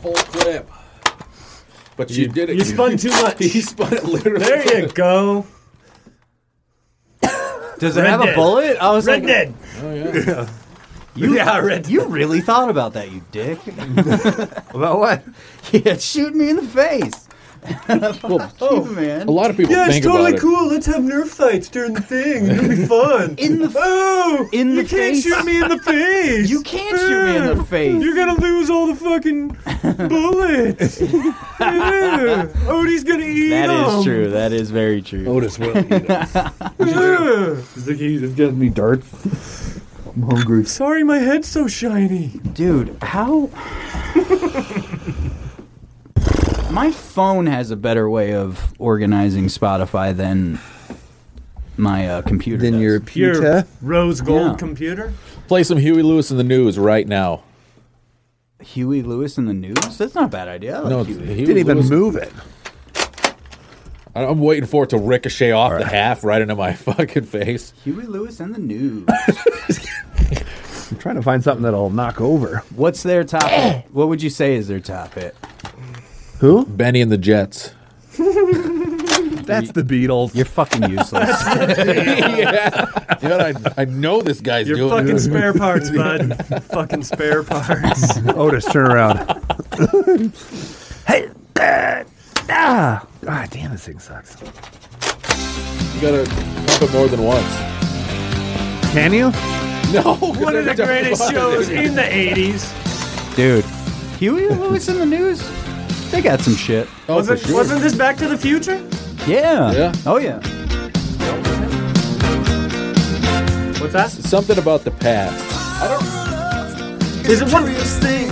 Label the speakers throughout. Speaker 1: full clip. But you, did it.
Speaker 2: You spun too much.
Speaker 1: He spun it literally.
Speaker 2: There you go.
Speaker 3: Does it
Speaker 2: Red
Speaker 3: have
Speaker 2: Dead.
Speaker 3: a bullet? I was
Speaker 2: Red
Speaker 3: like,
Speaker 2: Dead.
Speaker 3: You,
Speaker 2: Yeah, Red
Speaker 3: You really thought about that, you dick.
Speaker 4: About what?
Speaker 3: yeah, shoot me in the face. oh, man.
Speaker 1: A lot of people think about it.
Speaker 2: Let's have Nerf fights during the thing. It'll be fun.
Speaker 3: In the f-
Speaker 2: oh,
Speaker 3: in the face.
Speaker 2: me in the face. Oh.
Speaker 3: You can't shoot me in the face.
Speaker 2: gonna lose all the fucking bullets. Yeah. Odie's gonna eat
Speaker 3: That is true. That is very true.
Speaker 1: Otis will eat it.
Speaker 2: He's like, he's getting me dirt.
Speaker 4: I'm hungry.
Speaker 2: Sorry, my head's so shiny.
Speaker 3: Dude, how. My phone has a better way of organizing Spotify than my uh, computer.
Speaker 4: Then
Speaker 3: does.
Speaker 4: your
Speaker 2: Your
Speaker 4: pita.
Speaker 2: rose gold
Speaker 3: Yeah.
Speaker 2: computer.
Speaker 1: Play some Huey Lewis in the news right now.
Speaker 3: Huey Lewis in the news? That's not a bad idea. I like
Speaker 1: No,
Speaker 3: Huey.
Speaker 1: Huey
Speaker 4: Didn't even
Speaker 1: Lewis-
Speaker 4: move it.
Speaker 1: I- I'm waiting for it to ricochet off the half right into my fucking face.
Speaker 3: Huey Lewis in the news.
Speaker 4: I'm trying to find something that'll knock over.
Speaker 3: What's their top hit? What would you say is their top hit?
Speaker 4: Who?
Speaker 1: Benny and the Jets.
Speaker 4: That's the Beatles.
Speaker 3: You're fucking useless.
Speaker 1: yeah. Dude, I, I know this guy's
Speaker 2: Your
Speaker 1: doing
Speaker 2: fucking
Speaker 1: it.
Speaker 2: spare parts, bud. fucking spare parts.
Speaker 4: Otis, turn around. hey, Dad. Ah, ah, damn, this thing sucks.
Speaker 1: You gotta pump it more than once.
Speaker 4: Can you?
Speaker 1: No.
Speaker 2: One of the greatest shows in the 80s.
Speaker 3: Dude, Huey Lewis in the news? They got some
Speaker 1: Oh,
Speaker 3: shit.
Speaker 1: for
Speaker 2: Wasn't,
Speaker 1: sure.
Speaker 2: wasn't this Back to the Future?
Speaker 3: Yeah.
Speaker 1: Yeah.
Speaker 3: Oh, yeah.
Speaker 2: What's that?
Speaker 1: Something about the past.
Speaker 2: Is it one?
Speaker 5: Serious thing.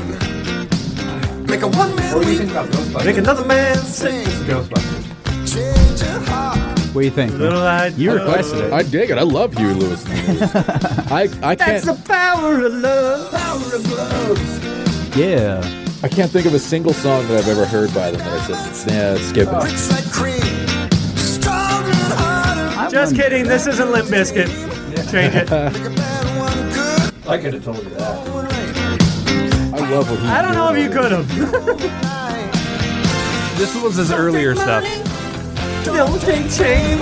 Speaker 5: Make a one man weak,
Speaker 2: Make another man sing.
Speaker 5: change your heart.
Speaker 3: What do you think?
Speaker 2: Little Uh, eyed.
Speaker 3: You requested it.
Speaker 1: I dig it. I love Huey Lewis. in the news. I I can't
Speaker 3: power of love.
Speaker 5: Power of love.
Speaker 3: Yeah.
Speaker 1: I can't think of a single song that I've ever heard by them that I said, nah, skip it.
Speaker 5: Bricks like cream. Strong and hard.
Speaker 3: I
Speaker 2: Just
Speaker 3: wonder-
Speaker 2: kidding. This isn't Limp Biscuit. Change it.
Speaker 5: Make a bad one good.
Speaker 6: I could have told you that.
Speaker 5: one right.
Speaker 1: I love what he.
Speaker 2: I don't know if you could have.
Speaker 4: This was his earlier stuff.
Speaker 2: Don't take shame.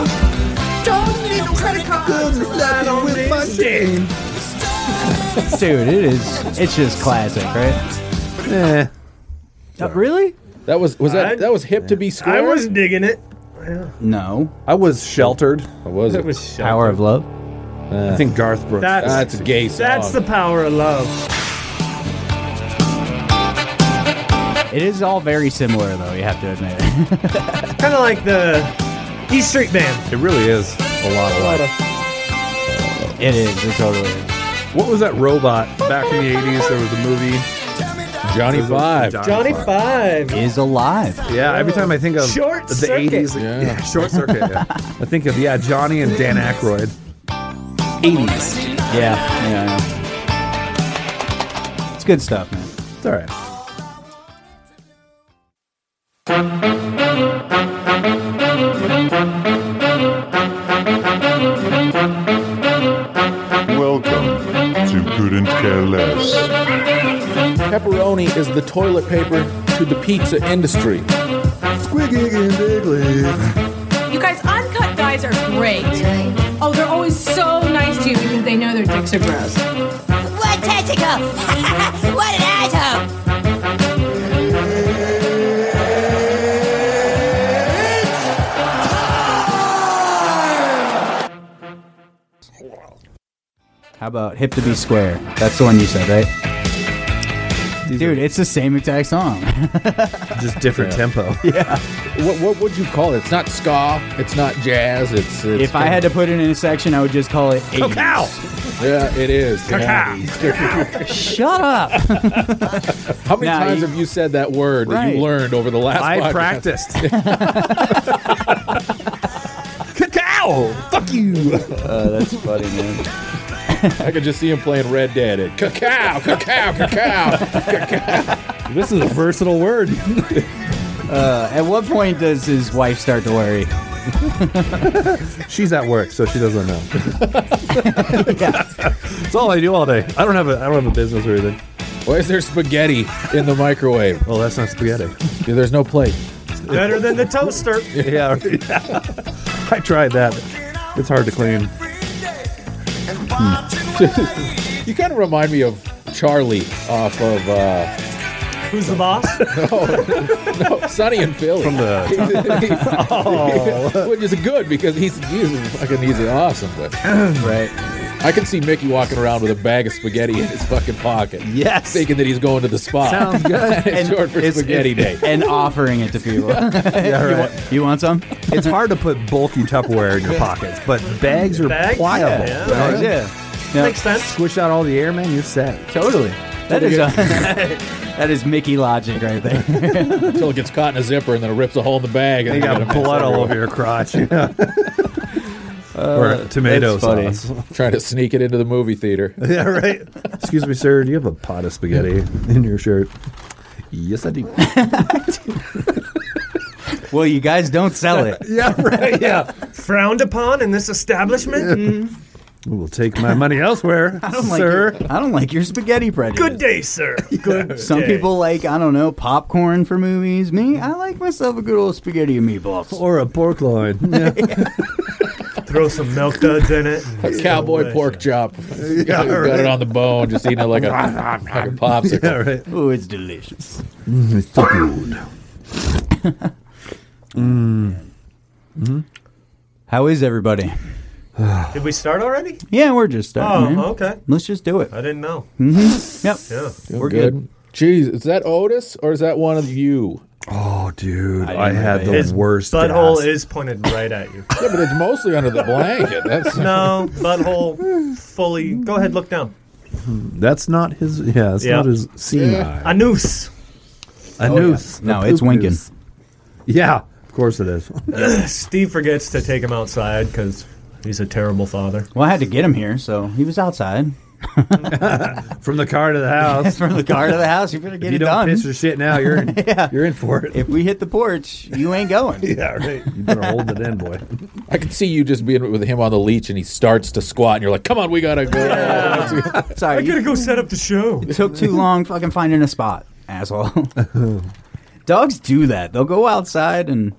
Speaker 2: Don't need no credit cards. Rely on this game.
Speaker 3: Dude, it is. It's just classic, right?
Speaker 4: Eh,
Speaker 3: Uh, really?
Speaker 1: That was was that
Speaker 2: I-
Speaker 1: that was hip to be square.
Speaker 2: I was digging it.
Speaker 3: No.
Speaker 4: I was sheltered.
Speaker 1: Or was it?
Speaker 2: It was shot.
Speaker 3: Power of love?
Speaker 4: I think Garth Brooks.
Speaker 2: That's
Speaker 1: That's a gay song.
Speaker 2: that's the power of love.
Speaker 3: It is all very similar, though, you have to admit.
Speaker 2: Kind of like the East Street Band.
Speaker 4: it really is a lot of like.
Speaker 3: it is. It totally is.
Speaker 4: What was that robot back in the 80s? There was a movie.
Speaker 1: Johnny Five.
Speaker 2: Johnny Five.
Speaker 3: Is alive.
Speaker 4: Yeah, every time I think of
Speaker 2: Short
Speaker 4: the
Speaker 2: Circuit.
Speaker 4: 80s,
Speaker 1: Yeah.
Speaker 4: short circuit. Yeah. I think of, yeah, Johnny and Dan Aykroyd.
Speaker 3: Yeah. Yeah. yeah. It's good stuff, man.
Speaker 4: It's all right.
Speaker 7: Welcome to Couldn't Care Less.
Speaker 1: Pepperoni is the toilet paper to the pizza industry.
Speaker 8: You guys, uncut guys are great. Oh, they're always so nice to you because they know their dicks are gross.
Speaker 9: What tentacle? what an asshole!
Speaker 3: How about Hip to Be Square? That's the one you said, right? Dude, it's the same exact song.
Speaker 4: Just different tempo.
Speaker 1: What what would you call it? It's not ska. It's not jazz. It's, it's
Speaker 3: if I had to put it in a section, I would just call it 80s.
Speaker 1: Yeah, it is. Yeah.
Speaker 3: Shut up.
Speaker 1: How many
Speaker 3: Nah,
Speaker 1: times
Speaker 3: you-
Speaker 1: have you said that word that
Speaker 3: Right.
Speaker 1: you learned over the last?
Speaker 4: I
Speaker 1: podcast?
Speaker 4: practiced. Cacao! Fuck you!
Speaker 3: that's funny, man.
Speaker 1: I could just see him playing Red Dead. At cacao, cacao, cacao.
Speaker 4: This is a versatile word.
Speaker 3: At what point does his wife start to worry?
Speaker 4: She's at work, so she doesn't know. It's all I do all day. I don't have a I don't have a business or anything.
Speaker 1: Why is there spaghetti in the microwave?
Speaker 4: Well, Oh, that's not spaghetti.
Speaker 1: Yeah, there's no plate.
Speaker 2: Better than the toaster.
Speaker 4: yeah, right. I tried that. It's hard to clean.
Speaker 1: You kind of remind me of Charlie off of uh,
Speaker 2: Who's the boss?
Speaker 1: Sonny and Philly. From the which is good because he's he's fucking he's awesome. But
Speaker 3: Right.
Speaker 1: I can see Mickey walking around with a bag of spaghetti in his fucking pocket,
Speaker 3: Yes.
Speaker 1: thinking that he's going to the spa.
Speaker 4: Sounds good.
Speaker 1: it's short for spaghetti day.
Speaker 3: And offering it to people.
Speaker 4: Yeah,
Speaker 3: you,
Speaker 4: right.
Speaker 3: want, you want some?
Speaker 4: It's hard to put bulky Tupperware in your pockets, but bags are
Speaker 2: Bags?
Speaker 4: pliable.
Speaker 2: Yeah.
Speaker 4: You know what I mean?
Speaker 3: Oh, Yeah.
Speaker 2: Makes sense.
Speaker 4: Squish out all the air, man. You're set.
Speaker 3: Totally. That is that is Mickey logic right there.
Speaker 1: Until it gets caught in a zipper and then it rips a hole in the bag. And
Speaker 4: You
Speaker 1: then
Speaker 4: got blood all over your crotch. Yeah. or tomato
Speaker 3: that's funny.
Speaker 4: sauce.
Speaker 1: trying to sneak it into the movie theater.
Speaker 4: yeah, right. Excuse me, sir. Do you have a pot of spaghetti in your shirt? Yes, I do.
Speaker 3: well, you guys don't sell it.
Speaker 4: yeah, right. Yeah.
Speaker 2: Frowned upon in this establishment. Mm.
Speaker 4: We will take my money elsewhere,
Speaker 3: I don't like
Speaker 4: sir.
Speaker 3: your, I don't like your spaghetti prejudice.
Speaker 2: Good day, sir. Good.
Speaker 3: Some
Speaker 2: day.
Speaker 3: people like, I don't know, popcorn for movies. Me, I like myself a good old spaghetti and meatballs.
Speaker 4: or a pork loin. Yeah,
Speaker 2: throw some milk duds in it.
Speaker 1: A cowboy
Speaker 2: delicious.
Speaker 1: pork chop.
Speaker 4: Yeah,
Speaker 1: got
Speaker 4: right.
Speaker 1: it on the bone, just eating it like a, like a popsicle.
Speaker 4: yeah, right.
Speaker 3: Oh, it's delicious.
Speaker 4: It's so good.
Speaker 3: How is everybody?
Speaker 2: Did we start already?
Speaker 3: Yeah, we're just
Speaker 2: Oh,
Speaker 3: starting. man.
Speaker 2: okay.
Speaker 3: Let's just do it.
Speaker 2: I didn't know.
Speaker 3: Yep.
Speaker 2: Yeah.
Speaker 1: Doing
Speaker 3: We're good.
Speaker 1: Jeez, is that Otis or is that one of you?
Speaker 4: Oh, dude,
Speaker 3: I
Speaker 4: I,
Speaker 3: didn't
Speaker 4: had
Speaker 3: know
Speaker 4: the
Speaker 2: His
Speaker 4: worst
Speaker 2: butthole
Speaker 4: gas.
Speaker 2: is pointed right at you.
Speaker 1: Yeah, but it's mostly under the blanket. That's
Speaker 2: no, butthole fully. Go ahead, look down.
Speaker 4: That's not his. Yeah, it's
Speaker 2: Yeah.
Speaker 4: not his semen.
Speaker 2: A noose.
Speaker 4: A noose.
Speaker 3: Oh, yeah. No,
Speaker 4: A
Speaker 3: it's
Speaker 4: poop
Speaker 3: winking.
Speaker 4: noose. Yeah, of course it is.
Speaker 2: Steve forgets to take him outside because he's a terrible father.
Speaker 3: Well, I had to get him here, so he was outside.
Speaker 4: From the car to the house.
Speaker 3: From the car to the house, you better get
Speaker 4: you
Speaker 3: it
Speaker 4: don't
Speaker 3: done.
Speaker 4: piss your shit now. You're in, you're in for it.
Speaker 3: if we hit the porch, you ain't going.
Speaker 4: yeah, right. You better hold it in, boy.
Speaker 1: I can see you just being with him on the leech and he starts to squat and you're like, come on, we gotta go.
Speaker 3: Sorry, you
Speaker 2: go set up the show.
Speaker 3: took too long fucking finding a spot, asshole. Dogs do that. They'll go outside and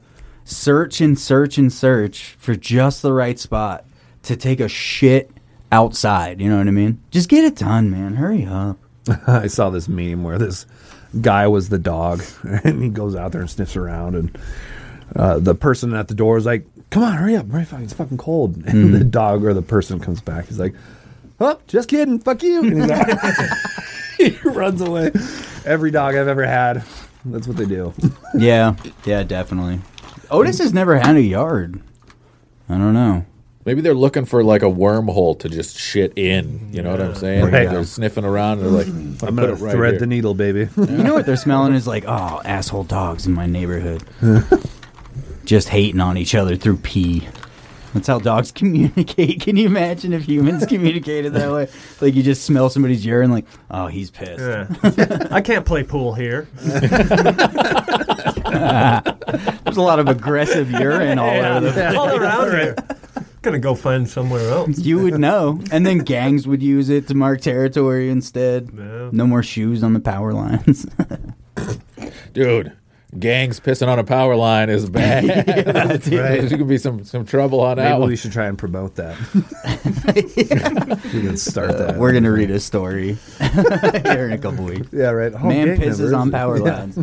Speaker 3: search and search and search for just the right spot to take a shit outside. You know what I mean? Just get it done, man. Hurry up.
Speaker 4: I saw this meme where this guy was the dog, and he goes out there and sniffs around, and uh, the person at the door is like, "Come on, hurry up! Hurry, fuck, it's fucking cold." And the dog or the person comes back, he's like, "Oh, just kidding, fuck you!" And he's like, he runs away. Every dog I've ever had, that's what they do.
Speaker 3: Yeah, yeah, definitely. Otis has never had a yard. I don't know.
Speaker 1: Maybe they're looking for like a wormhole to just shit in. You know what I'm saying?
Speaker 4: Right.
Speaker 1: They're sniffing around and they're like,
Speaker 4: I'm gonna
Speaker 1: put it right
Speaker 4: thread
Speaker 1: here.
Speaker 4: the needle, baby.
Speaker 3: You know what they're smelling is like, oh, asshole dogs in my neighborhood. Just hating on each other through pee. That's how dogs communicate. Can you imagine if humans communicated that way? Like you just smell somebody's urine, like, oh, he's pissed.
Speaker 2: Yeah. I can't play pool here.
Speaker 3: There's a lot of aggressive urine
Speaker 2: Oh,
Speaker 3: all over the.
Speaker 2: all around here. Gonna go find somewhere else.
Speaker 3: You would know, and then gangs would use it to mark territory instead.
Speaker 2: Yeah.
Speaker 3: No more shoes on the power lines.
Speaker 1: Dude, gangs pissing on a power line is bad. There's
Speaker 4: right?
Speaker 1: going to be some, some trouble on that
Speaker 4: Maybe
Speaker 1: one.
Speaker 4: we should try and promote that. we can start that.
Speaker 3: We're gonna read a story here in a couple weeks.
Speaker 4: yeah, right. Oh,
Speaker 3: Man
Speaker 4: gang members.
Speaker 3: pisses on power
Speaker 4: Yeah.
Speaker 3: lines.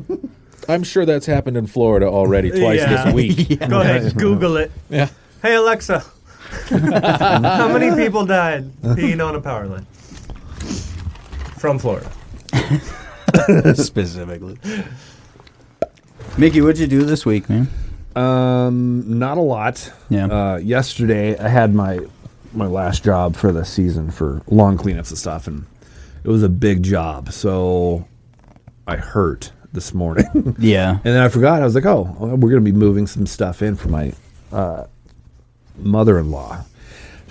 Speaker 1: I'm sure that's happened in Florida already twice
Speaker 2: Yeah.
Speaker 1: this week.
Speaker 2: Go ahead, Google it.
Speaker 1: Yeah.
Speaker 2: Hey Alexa, how many people died peeing on a power line from Florida?
Speaker 3: specifically. Mickey, what'd you do this week, man?
Speaker 4: Um, not a lot.
Speaker 3: Yeah.
Speaker 4: Uh, yesterday, I had my my last job for the season for lawn cleanups and stuff, and it was a big job. So I hurt this morning, and
Speaker 3: Yeah.
Speaker 4: then I forgot. I was like, "Oh, well, we're gonna be moving some stuff in for my uh, mother-in-law."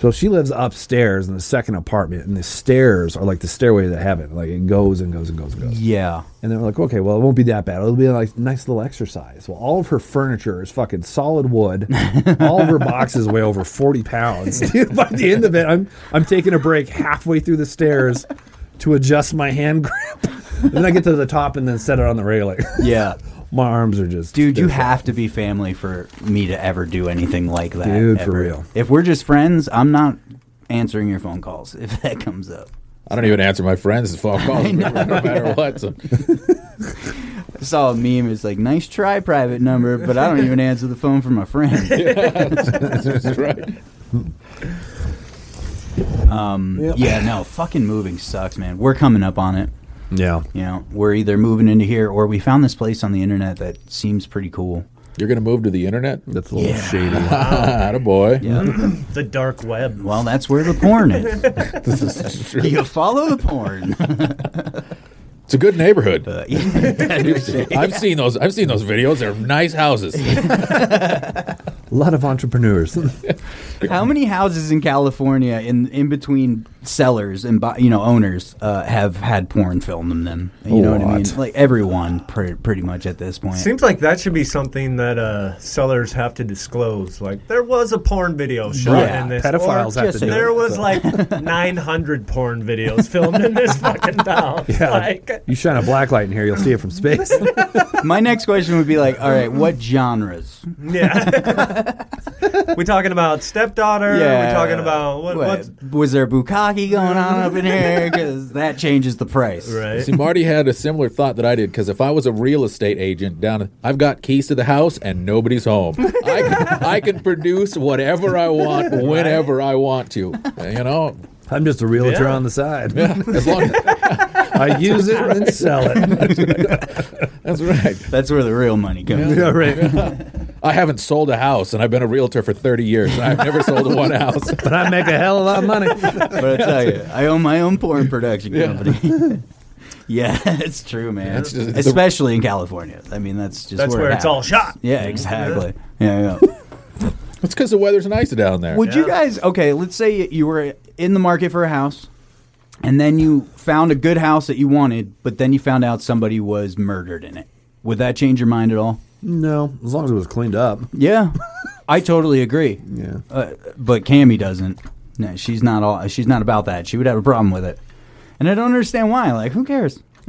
Speaker 4: So she lives upstairs in the second apartment, and the stairs are like the stairway to heaven. Like it goes and goes and goes and goes.
Speaker 3: Yeah.
Speaker 4: And they were like, okay, well, it won't be that bad. It'll be like a nice little exercise. Well, all of her furniture is fucking solid wood. all of her boxes weigh over 40 pounds. Dude, by the end of it, I'm, I'm taking a break halfway through the stairs to adjust my hand grip then I get to the top and then set it on the railing.
Speaker 3: Yeah.
Speaker 4: My arms are just
Speaker 3: Dude, you
Speaker 4: they're-
Speaker 3: have to be family for me to ever do anything like that.
Speaker 4: Dude, for
Speaker 3: ever.
Speaker 4: real.
Speaker 3: If we're just friends, I'm not answering your phone calls if that comes up.
Speaker 1: I don't even answer my friends' phone calls, no matter what. So
Speaker 3: I saw a meme. It's like, nice try, private number, but I don't even answer the phone for my friend.
Speaker 1: that's right.
Speaker 3: Um, yeah, no, fucking moving sucks, man. We're coming up on it.
Speaker 4: Yeah.
Speaker 3: You know, we're either moving into here or we found this place on the internet that seems pretty cool.
Speaker 1: You're gonna move to the internet?
Speaker 4: That's a little
Speaker 3: Yeah.
Speaker 4: shady.
Speaker 1: Ah, boy.
Speaker 2: The dark web.
Speaker 3: Well, that's where the porn is. You follow the porn.
Speaker 1: It's a good neighborhood.
Speaker 3: But, yeah.
Speaker 1: I've seen those. I've seen those videos. They're nice houses.
Speaker 4: A lot of entrepreneurs.
Speaker 3: How many houses in California, in in between sellers and bu- you know owners, uh, have had porn filmed in them? You
Speaker 4: A
Speaker 3: know what I mean?
Speaker 4: lot.
Speaker 3: Like everyone, pre- pretty much at this point.
Speaker 2: Seems like that should be something that uh, sellers have to disclose. Like there was a porn video shot
Speaker 3: Yeah,
Speaker 2: in this.
Speaker 4: pedophiles
Speaker 2: or
Speaker 4: have
Speaker 3: just
Speaker 4: to do
Speaker 2: There
Speaker 4: it.
Speaker 2: was like 900 porn videos filmed in this fucking town.
Speaker 4: Yeah.
Speaker 2: Like,
Speaker 4: you shine a black light in here, you'll see it from space.
Speaker 3: My next question would be like, all right, what genres?
Speaker 2: yeah. we talking about stepdaughter. We talking about what? What's,
Speaker 3: was there bukkake going on up in here? Because that changes the price.
Speaker 2: right.
Speaker 1: See, Marty had a similar thought that I did because if I was a real estate agent down, I've got keys to the house and nobody's home. I can, I can produce whatever I want whenever I want to. You know,
Speaker 4: I'm just a realtor
Speaker 2: Yeah.
Speaker 4: on the side.
Speaker 1: as long as,
Speaker 4: I use it and sell it.
Speaker 1: that's right.
Speaker 3: That's where the real money comes.
Speaker 4: yeah, right.
Speaker 1: I haven't sold a house and I've been a realtor for 30 years. and I've never sold one house.
Speaker 4: But I make a hell of a lot of money.
Speaker 3: But I tell you, I own my own porn production company. yeah, it's true, man.
Speaker 1: That's just-
Speaker 3: Especially in California. I mean, that's just
Speaker 2: That's
Speaker 3: where,
Speaker 2: where
Speaker 3: it
Speaker 2: it's all
Speaker 3: happens.
Speaker 2: shot.
Speaker 3: Yeah, exactly. Yeah, yeah.
Speaker 1: It's because the weather's nice down there.
Speaker 3: Would you
Speaker 2: Yeah.
Speaker 3: guys? Okay, let's say you were in the market for a house, and then you found a good house that you wanted, but then you found out somebody was murdered in it. Would that change your mind at all?
Speaker 4: No, as long as it was cleaned up.
Speaker 3: Yeah, I totally agree.
Speaker 4: Yeah.
Speaker 3: Uh, but Cammy doesn't. No, she's not all. She's not about that. She would have a problem with it, and I don't understand why. Like, who cares?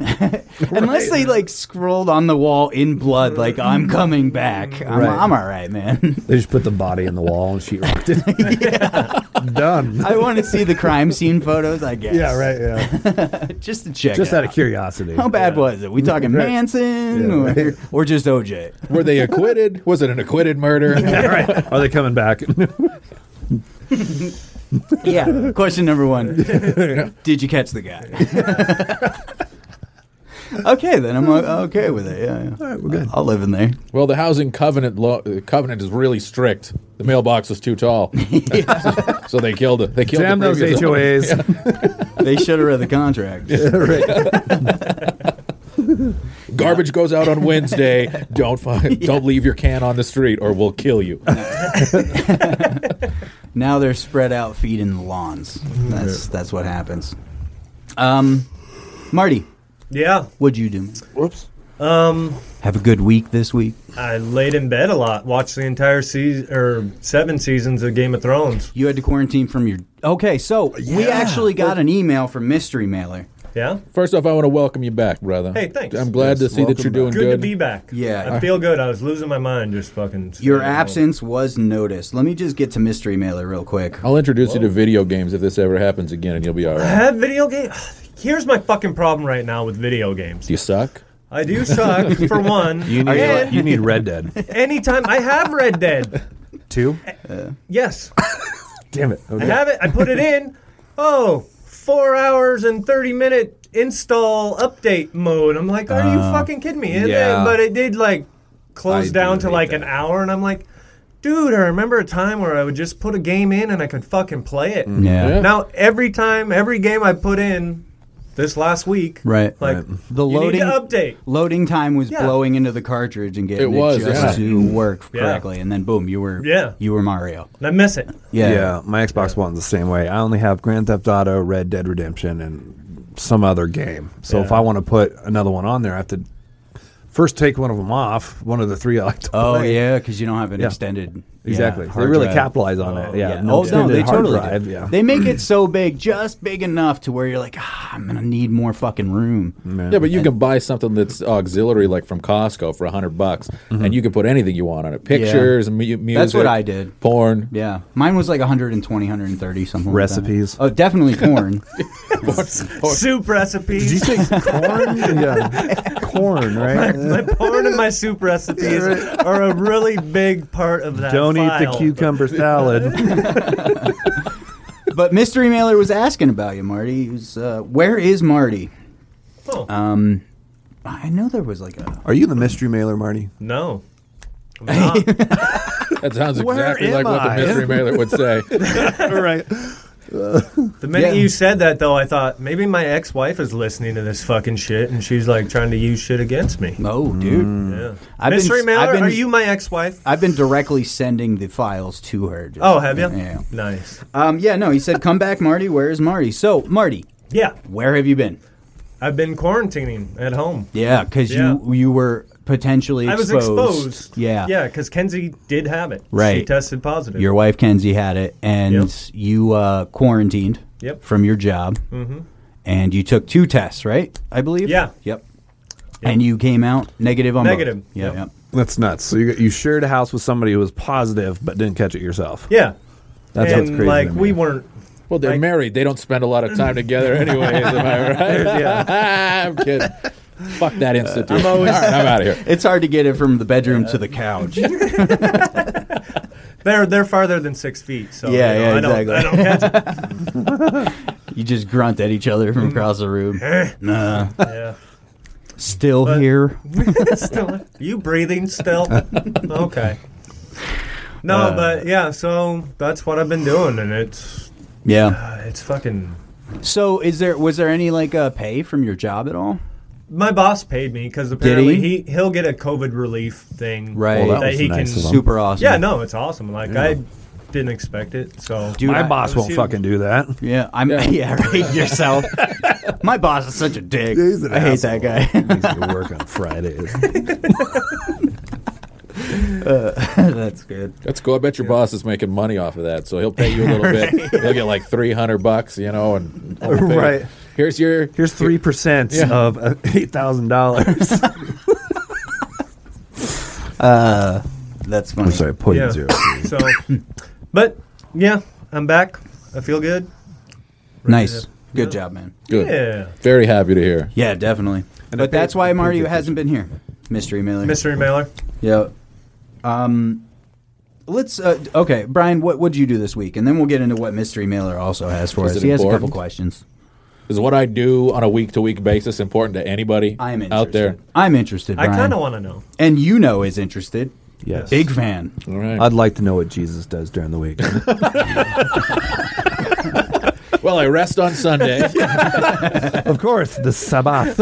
Speaker 3: Unless they like scrolled on the wall in blood, like I'm coming back. I'm,
Speaker 4: Right.
Speaker 3: I'm all right, man.
Speaker 4: They just put the body in the wall and she rocked it. Done.
Speaker 3: I want to see the crime scene photos. I guess.
Speaker 4: Yeah, right. Yeah.
Speaker 3: Just to check.
Speaker 4: Just
Speaker 3: it
Speaker 4: out of curiosity.
Speaker 3: How bad was it? We talking
Speaker 4: Right.
Speaker 3: Manson
Speaker 4: Yeah,
Speaker 3: or,
Speaker 4: right.
Speaker 3: or just OJ?
Speaker 1: Were they acquitted? Was it an acquitted murder?
Speaker 4: All right. Are they coming back?
Speaker 3: Yeah. Question number one: Did you catch the guy? okay, then I'm o- okay with it. Yeah, yeah. All
Speaker 4: right, we're good.
Speaker 3: I'll live in there.
Speaker 1: well, the housing covenant lo- uh, covenant is really strict. The mailbox was too tall, so they killed it. They killed
Speaker 4: Damn
Speaker 1: the
Speaker 4: those
Speaker 1: previous owner.
Speaker 4: HOAs.
Speaker 3: They should have read the contract.
Speaker 1: Garbage goes out on Wednesday. Don't find, don't leave your can on the street, or we'll kill you.
Speaker 3: Now they're spread out feeding the lawns. That's that's what happens. Um, Marty,
Speaker 2: Yeah.
Speaker 3: what'd you do?
Speaker 1: Whoops.
Speaker 3: Have a good week this week.
Speaker 2: I laid in bed a lot. Watched the entire season or seven seasons of Game of Thrones.
Speaker 3: You had to quarantine from your. Okay, so we actually got an email from Mystery Mailer.
Speaker 2: Yeah.
Speaker 1: First off, I want to welcome you back, brother.
Speaker 2: Hey, thanks.
Speaker 1: I'm glad to
Speaker 4: Yes,
Speaker 1: see that
Speaker 4: welcome
Speaker 1: you're doing
Speaker 2: Good,
Speaker 1: good.
Speaker 2: to be back.
Speaker 3: Yeah.
Speaker 2: I feel good. I was losing my mind just fucking.
Speaker 3: Your
Speaker 2: staying at home.
Speaker 3: absence was noticed. Let me just get to Mystery Mailer real quick.
Speaker 1: I'll introduce you to video games if this ever happens again, and you'll be all
Speaker 2: I
Speaker 1: right.
Speaker 2: have video game. Here's my fucking problem right now with video games.
Speaker 1: Do you suck?
Speaker 2: I do suck for one.
Speaker 4: You need,
Speaker 2: and
Speaker 4: you need Red Dead.
Speaker 2: anytime I have Red Dead,
Speaker 4: Two?
Speaker 2: yes,
Speaker 4: Damn it.
Speaker 2: I
Speaker 4: Okay.
Speaker 2: have it. I put it in. Oh, four hours and thirty minute install update mode. I'm like, are you fucking kidding me? And then-
Speaker 4: Uh, yeah.
Speaker 2: but it did like close
Speaker 4: I
Speaker 2: down
Speaker 4: do
Speaker 2: to
Speaker 4: hate
Speaker 2: like an
Speaker 4: that.
Speaker 2: hour, and I'm like, dude, I remember a time where I would just put a game in and I could fucking play it.
Speaker 4: Mm-hmm.
Speaker 1: Yeah.
Speaker 2: Now every time, every game I put in this last week,
Speaker 3: Right.
Speaker 2: Like
Speaker 4: Right.
Speaker 3: The
Speaker 2: you
Speaker 3: loading
Speaker 2: need to update.
Speaker 3: loading time was
Speaker 2: Yeah.
Speaker 3: blowing into the cartridge and getting
Speaker 1: It
Speaker 3: it,
Speaker 1: was,
Speaker 3: just
Speaker 1: yeah.
Speaker 3: to work
Speaker 2: Yeah.
Speaker 3: correctly, and then boom, you were
Speaker 2: Yeah.
Speaker 3: you were Mario.
Speaker 2: And I miss it.
Speaker 3: Yeah.
Speaker 4: Yeah, my Xbox One's the same way. I only have Grand Theft Auto, Red Dead Redemption, and some other game. So if
Speaker 2: Yeah.
Speaker 4: I want to put another one on there, I have to First, take one of them off. One of the three I like to
Speaker 3: Oh
Speaker 4: play.
Speaker 3: yeah, because you don't have an
Speaker 4: Yeah.
Speaker 3: extended. yeah,
Speaker 4: Exactly. they
Speaker 3: hard
Speaker 4: really
Speaker 3: drive.
Speaker 4: capitalize on it. Yeah.
Speaker 3: Yeah. Oh no,
Speaker 4: extended
Speaker 3: they
Speaker 4: hard
Speaker 3: totally
Speaker 4: drive,
Speaker 3: do.
Speaker 4: Yeah.
Speaker 3: They make it so big, just big enough to where you're like, ah, I'm gonna need more fucking room.
Speaker 1: Yeah, but you can buy something that's auxiliary, like from Costco, for hundred bucks, and you can put anything you want on it: pictures, mu- music.
Speaker 3: That's what I did.
Speaker 1: Porn.
Speaker 3: Yeah, mine was like 120, 130 something. like that.
Speaker 4: Recipes.
Speaker 3: oh, definitely porn.
Speaker 2: Soup
Speaker 4: Did you
Speaker 2: recipes.
Speaker 4: say corn? yeah. Corn, right?
Speaker 2: My porn and my soup recipes are a really big part of that.
Speaker 4: Don't eat the
Speaker 2: file.
Speaker 4: cucumber salad.
Speaker 3: but mystery mailer was asking about you, Marty. He was, uh, where is Marty?
Speaker 2: Oh,
Speaker 3: Um, I know there was like a.
Speaker 6: Are you the mystery mailer, Marty?
Speaker 2: no. I'm not.
Speaker 1: That sounds
Speaker 4: Where
Speaker 1: exactly like
Speaker 4: am
Speaker 1: what the
Speaker 4: I?
Speaker 1: mystery mailer would say.
Speaker 4: right.
Speaker 2: The minute
Speaker 3: Yeah.
Speaker 2: you said that, though, I thought maybe my ex-wife is listening to this fucking shit, and she's like trying to use shit against me.
Speaker 3: Oh, dude.
Speaker 4: Mm.
Speaker 2: Yeah.
Speaker 3: I've been-
Speaker 2: Mystery mailer,
Speaker 3: I've been- Uh,
Speaker 2: are you my ex-wife?
Speaker 3: I've been directly sending the files to her. just-
Speaker 2: Oh, have you?
Speaker 3: Yeah.
Speaker 2: Nice.
Speaker 3: Um, yeah, no, he said, come back, Marty. Where is Marty? So, Marty,
Speaker 2: Yeah,
Speaker 3: where have you been?
Speaker 2: I've been quarantining at home.
Speaker 3: Yeah, because you
Speaker 2: Yeah.
Speaker 3: you were potentially
Speaker 2: I was
Speaker 3: exposed.
Speaker 2: exposed.
Speaker 3: Yeah.
Speaker 2: Yeah, because Kenzie did have it. She
Speaker 3: Right.
Speaker 2: tested positive.
Speaker 3: Your wife Kenzie had it, and
Speaker 2: Yep.
Speaker 3: you uh, quarantined
Speaker 2: Yep.
Speaker 3: from your job, mm-hmm. and you took two tests, right? I believe.
Speaker 2: Yeah.
Speaker 3: Yep. And you came out negative on both.
Speaker 2: Negative.
Speaker 3: Yeah.
Speaker 2: Yep.
Speaker 3: Yep.
Speaker 4: That's nuts. So you, you shared a house with somebody who was positive but didn't catch it yourself.
Speaker 2: yeah.
Speaker 4: That's
Speaker 2: and
Speaker 4: what's crazy.
Speaker 2: like
Speaker 4: to me.
Speaker 2: we weren't.
Speaker 1: Well, they're
Speaker 2: Like-
Speaker 1: married; they don't spend a lot of time together, anyways. am I right? I'm kidding. Fuck that institute. I'm always. All right, I'm out of here.
Speaker 3: It's hard to get it from the bedroom to the couch.
Speaker 2: They're they're farther than six feet. So
Speaker 3: Yeah,
Speaker 2: you know,
Speaker 3: yeah,
Speaker 2: I don't,
Speaker 3: exactly.
Speaker 2: I don't catch it.
Speaker 3: you just grunt at each other
Speaker 2: Mm-hmm.
Speaker 3: from across the room. Nah.
Speaker 2: Yeah.
Speaker 3: Still
Speaker 2: But-
Speaker 3: here.
Speaker 2: still, you breathing still? okay. No,
Speaker 3: Uh,
Speaker 2: but yeah, so that's what I've been doing, and it's
Speaker 3: Yeah.
Speaker 2: uh, it's fucking.
Speaker 3: So, is there was there any like uh, pay from your job at all?
Speaker 2: My boss paid me because apparently
Speaker 3: he?
Speaker 2: he? he will get a COVID relief thing,
Speaker 3: Right. Well, that
Speaker 2: that
Speaker 4: was
Speaker 2: he
Speaker 4: nice
Speaker 2: can.
Speaker 4: of him.
Speaker 3: Super awesome.
Speaker 2: Yeah, no, it's awesome. Like I didn't expect it, so
Speaker 3: Dude,
Speaker 4: my
Speaker 3: I-
Speaker 4: boss
Speaker 2: I've
Speaker 4: won't
Speaker 2: seen-
Speaker 4: fucking do that.
Speaker 3: Yeah, I'm. Yeah, right. Yourself. My boss is such a dick.
Speaker 4: He's an
Speaker 3: I hate that
Speaker 4: asshole.
Speaker 3: guy.
Speaker 4: He needs to work on Fridays.
Speaker 3: That's good.
Speaker 1: That's cool. I bet your boss is making money off of that, so he'll pay you a little bit. He'll get like three hundred bucks, you know, and I'll pay you.
Speaker 4: Right.
Speaker 1: Here's your
Speaker 4: Here's three percent
Speaker 1: Yeah.
Speaker 4: of uh, eight thousand dollars.
Speaker 3: That's funny.
Speaker 4: point
Speaker 2: Yeah. so, but yeah, I'm back. I feel good.
Speaker 3: Nice.
Speaker 2: Yeah.
Speaker 3: Good job, man.
Speaker 1: good.
Speaker 2: Yeah,
Speaker 1: Very happy to hear.
Speaker 3: Yeah, definitely. but
Speaker 4: think-
Speaker 3: that's why Mario hasn't been here. Mystery Mailer.
Speaker 2: mystery mailer.
Speaker 3: yeah. Um, let's. Uh, d- okay, Brian, what would you do this week? And then we'll get into what Mystery Mailer also has for
Speaker 1: Is
Speaker 3: us.
Speaker 1: it
Speaker 3: He has a couple
Speaker 1: important?
Speaker 3: questions.
Speaker 1: Is what I do on a week to week basis important to anybody
Speaker 3: I'm interested.
Speaker 1: out there?
Speaker 3: I'm interested.
Speaker 2: I
Speaker 3: Brian.
Speaker 2: kind of want to know.
Speaker 3: And you know is interested.
Speaker 4: Yes.
Speaker 3: Big fan.
Speaker 1: All right.
Speaker 4: I'd like to know what Jesus does during the week.
Speaker 1: well, I rest on Sunday.
Speaker 4: of course, the Sabbath.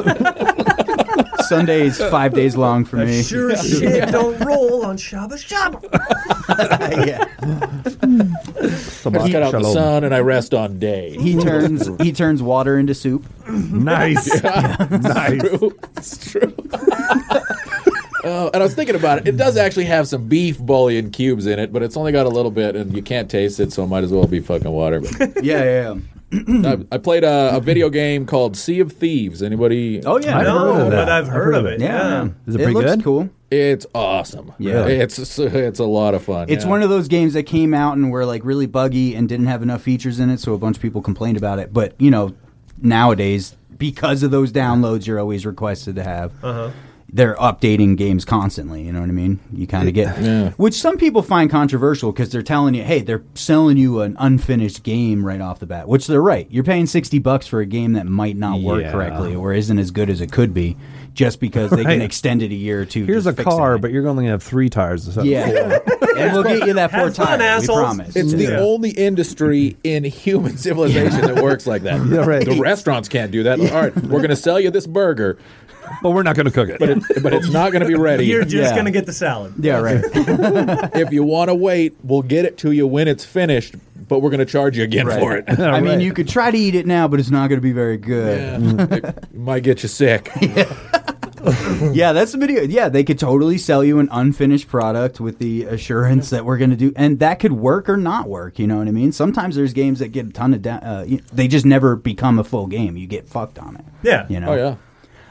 Speaker 3: Sunday is five days long for me.
Speaker 2: Sure as shit, don't roll on Shabbat Shabbat.
Speaker 3: yeah.
Speaker 1: I
Speaker 4: Shabbat
Speaker 1: cut out the
Speaker 4: shalom.
Speaker 1: sun and I rest on day.
Speaker 3: He turns he turns water into soup.
Speaker 4: Nice. nice.
Speaker 1: it's true. Oh, and I was thinking about it. It does actually have some beef bullion cubes in it, but it's only got a little bit, and you can't taste it, so it might as well be fucking water. But
Speaker 3: Yeah, yeah, yeah.
Speaker 1: I, I played a, a video game called Sea of Thieves. Anybody?
Speaker 3: Oh yeah.
Speaker 4: I've
Speaker 2: No,
Speaker 4: heard of that.
Speaker 2: but I've heard of it.
Speaker 3: Yeah.
Speaker 2: yeah.
Speaker 4: Is it pretty
Speaker 3: looks
Speaker 4: good?
Speaker 3: cool.
Speaker 1: It's awesome.
Speaker 3: Yeah.
Speaker 1: It's it's- it's a lot of fun.
Speaker 3: It's
Speaker 1: yeah.
Speaker 3: one of those games that came out and were like really buggy and didn't have enough features in it, so a bunch of people complained about it. But you know, nowadays because of those downloads, you're always requested to have. They're updating games constantly. You know what I mean? You kind of get, which some people find controversial because they're telling you, "Hey, they're selling you an unfinished game right off the bat," which they're right. You're paying sixty bucks for a game that might not work
Speaker 4: Yeah.
Speaker 3: correctly or isn't as good as it could be, just because they can
Speaker 4: Right.
Speaker 3: extend it a year or two.
Speaker 4: Here's a
Speaker 3: just fixing
Speaker 4: car,
Speaker 3: it.
Speaker 4: but you're only gonna have three tires. instead of four.
Speaker 3: Yeah, and we'll get you that four
Speaker 2: Have fun,
Speaker 3: times.
Speaker 2: assholes.
Speaker 3: We promise.
Speaker 1: It's the
Speaker 2: Yeah.
Speaker 1: only industry in human civilization that works like that.
Speaker 4: Yeah, right.
Speaker 1: The restaurants can't do that. All right, we're going to sell you this burger,
Speaker 4: but we're not gonna cook it.
Speaker 1: but it, but it's not going to be ready.
Speaker 2: You're just
Speaker 3: Yeah.
Speaker 2: gonna get the salad.
Speaker 3: yeah, right.
Speaker 1: if you want to wait, we'll get it to you when it's finished, but we're going to charge you again for it.
Speaker 3: I mean, you could try to eat it now, but it's not going to be very good.
Speaker 1: it might get you sick.
Speaker 3: yeah, that's the video. Yeah, they could totally sell you an unfinished product with the assurance that we're going to do, and that could work or not work. You know what I mean? Sometimes there's games that get a ton of, da- uh, y- they just never become a full game. You get fucked on it.
Speaker 2: Yeah.
Speaker 3: You know.
Speaker 1: Oh yeah.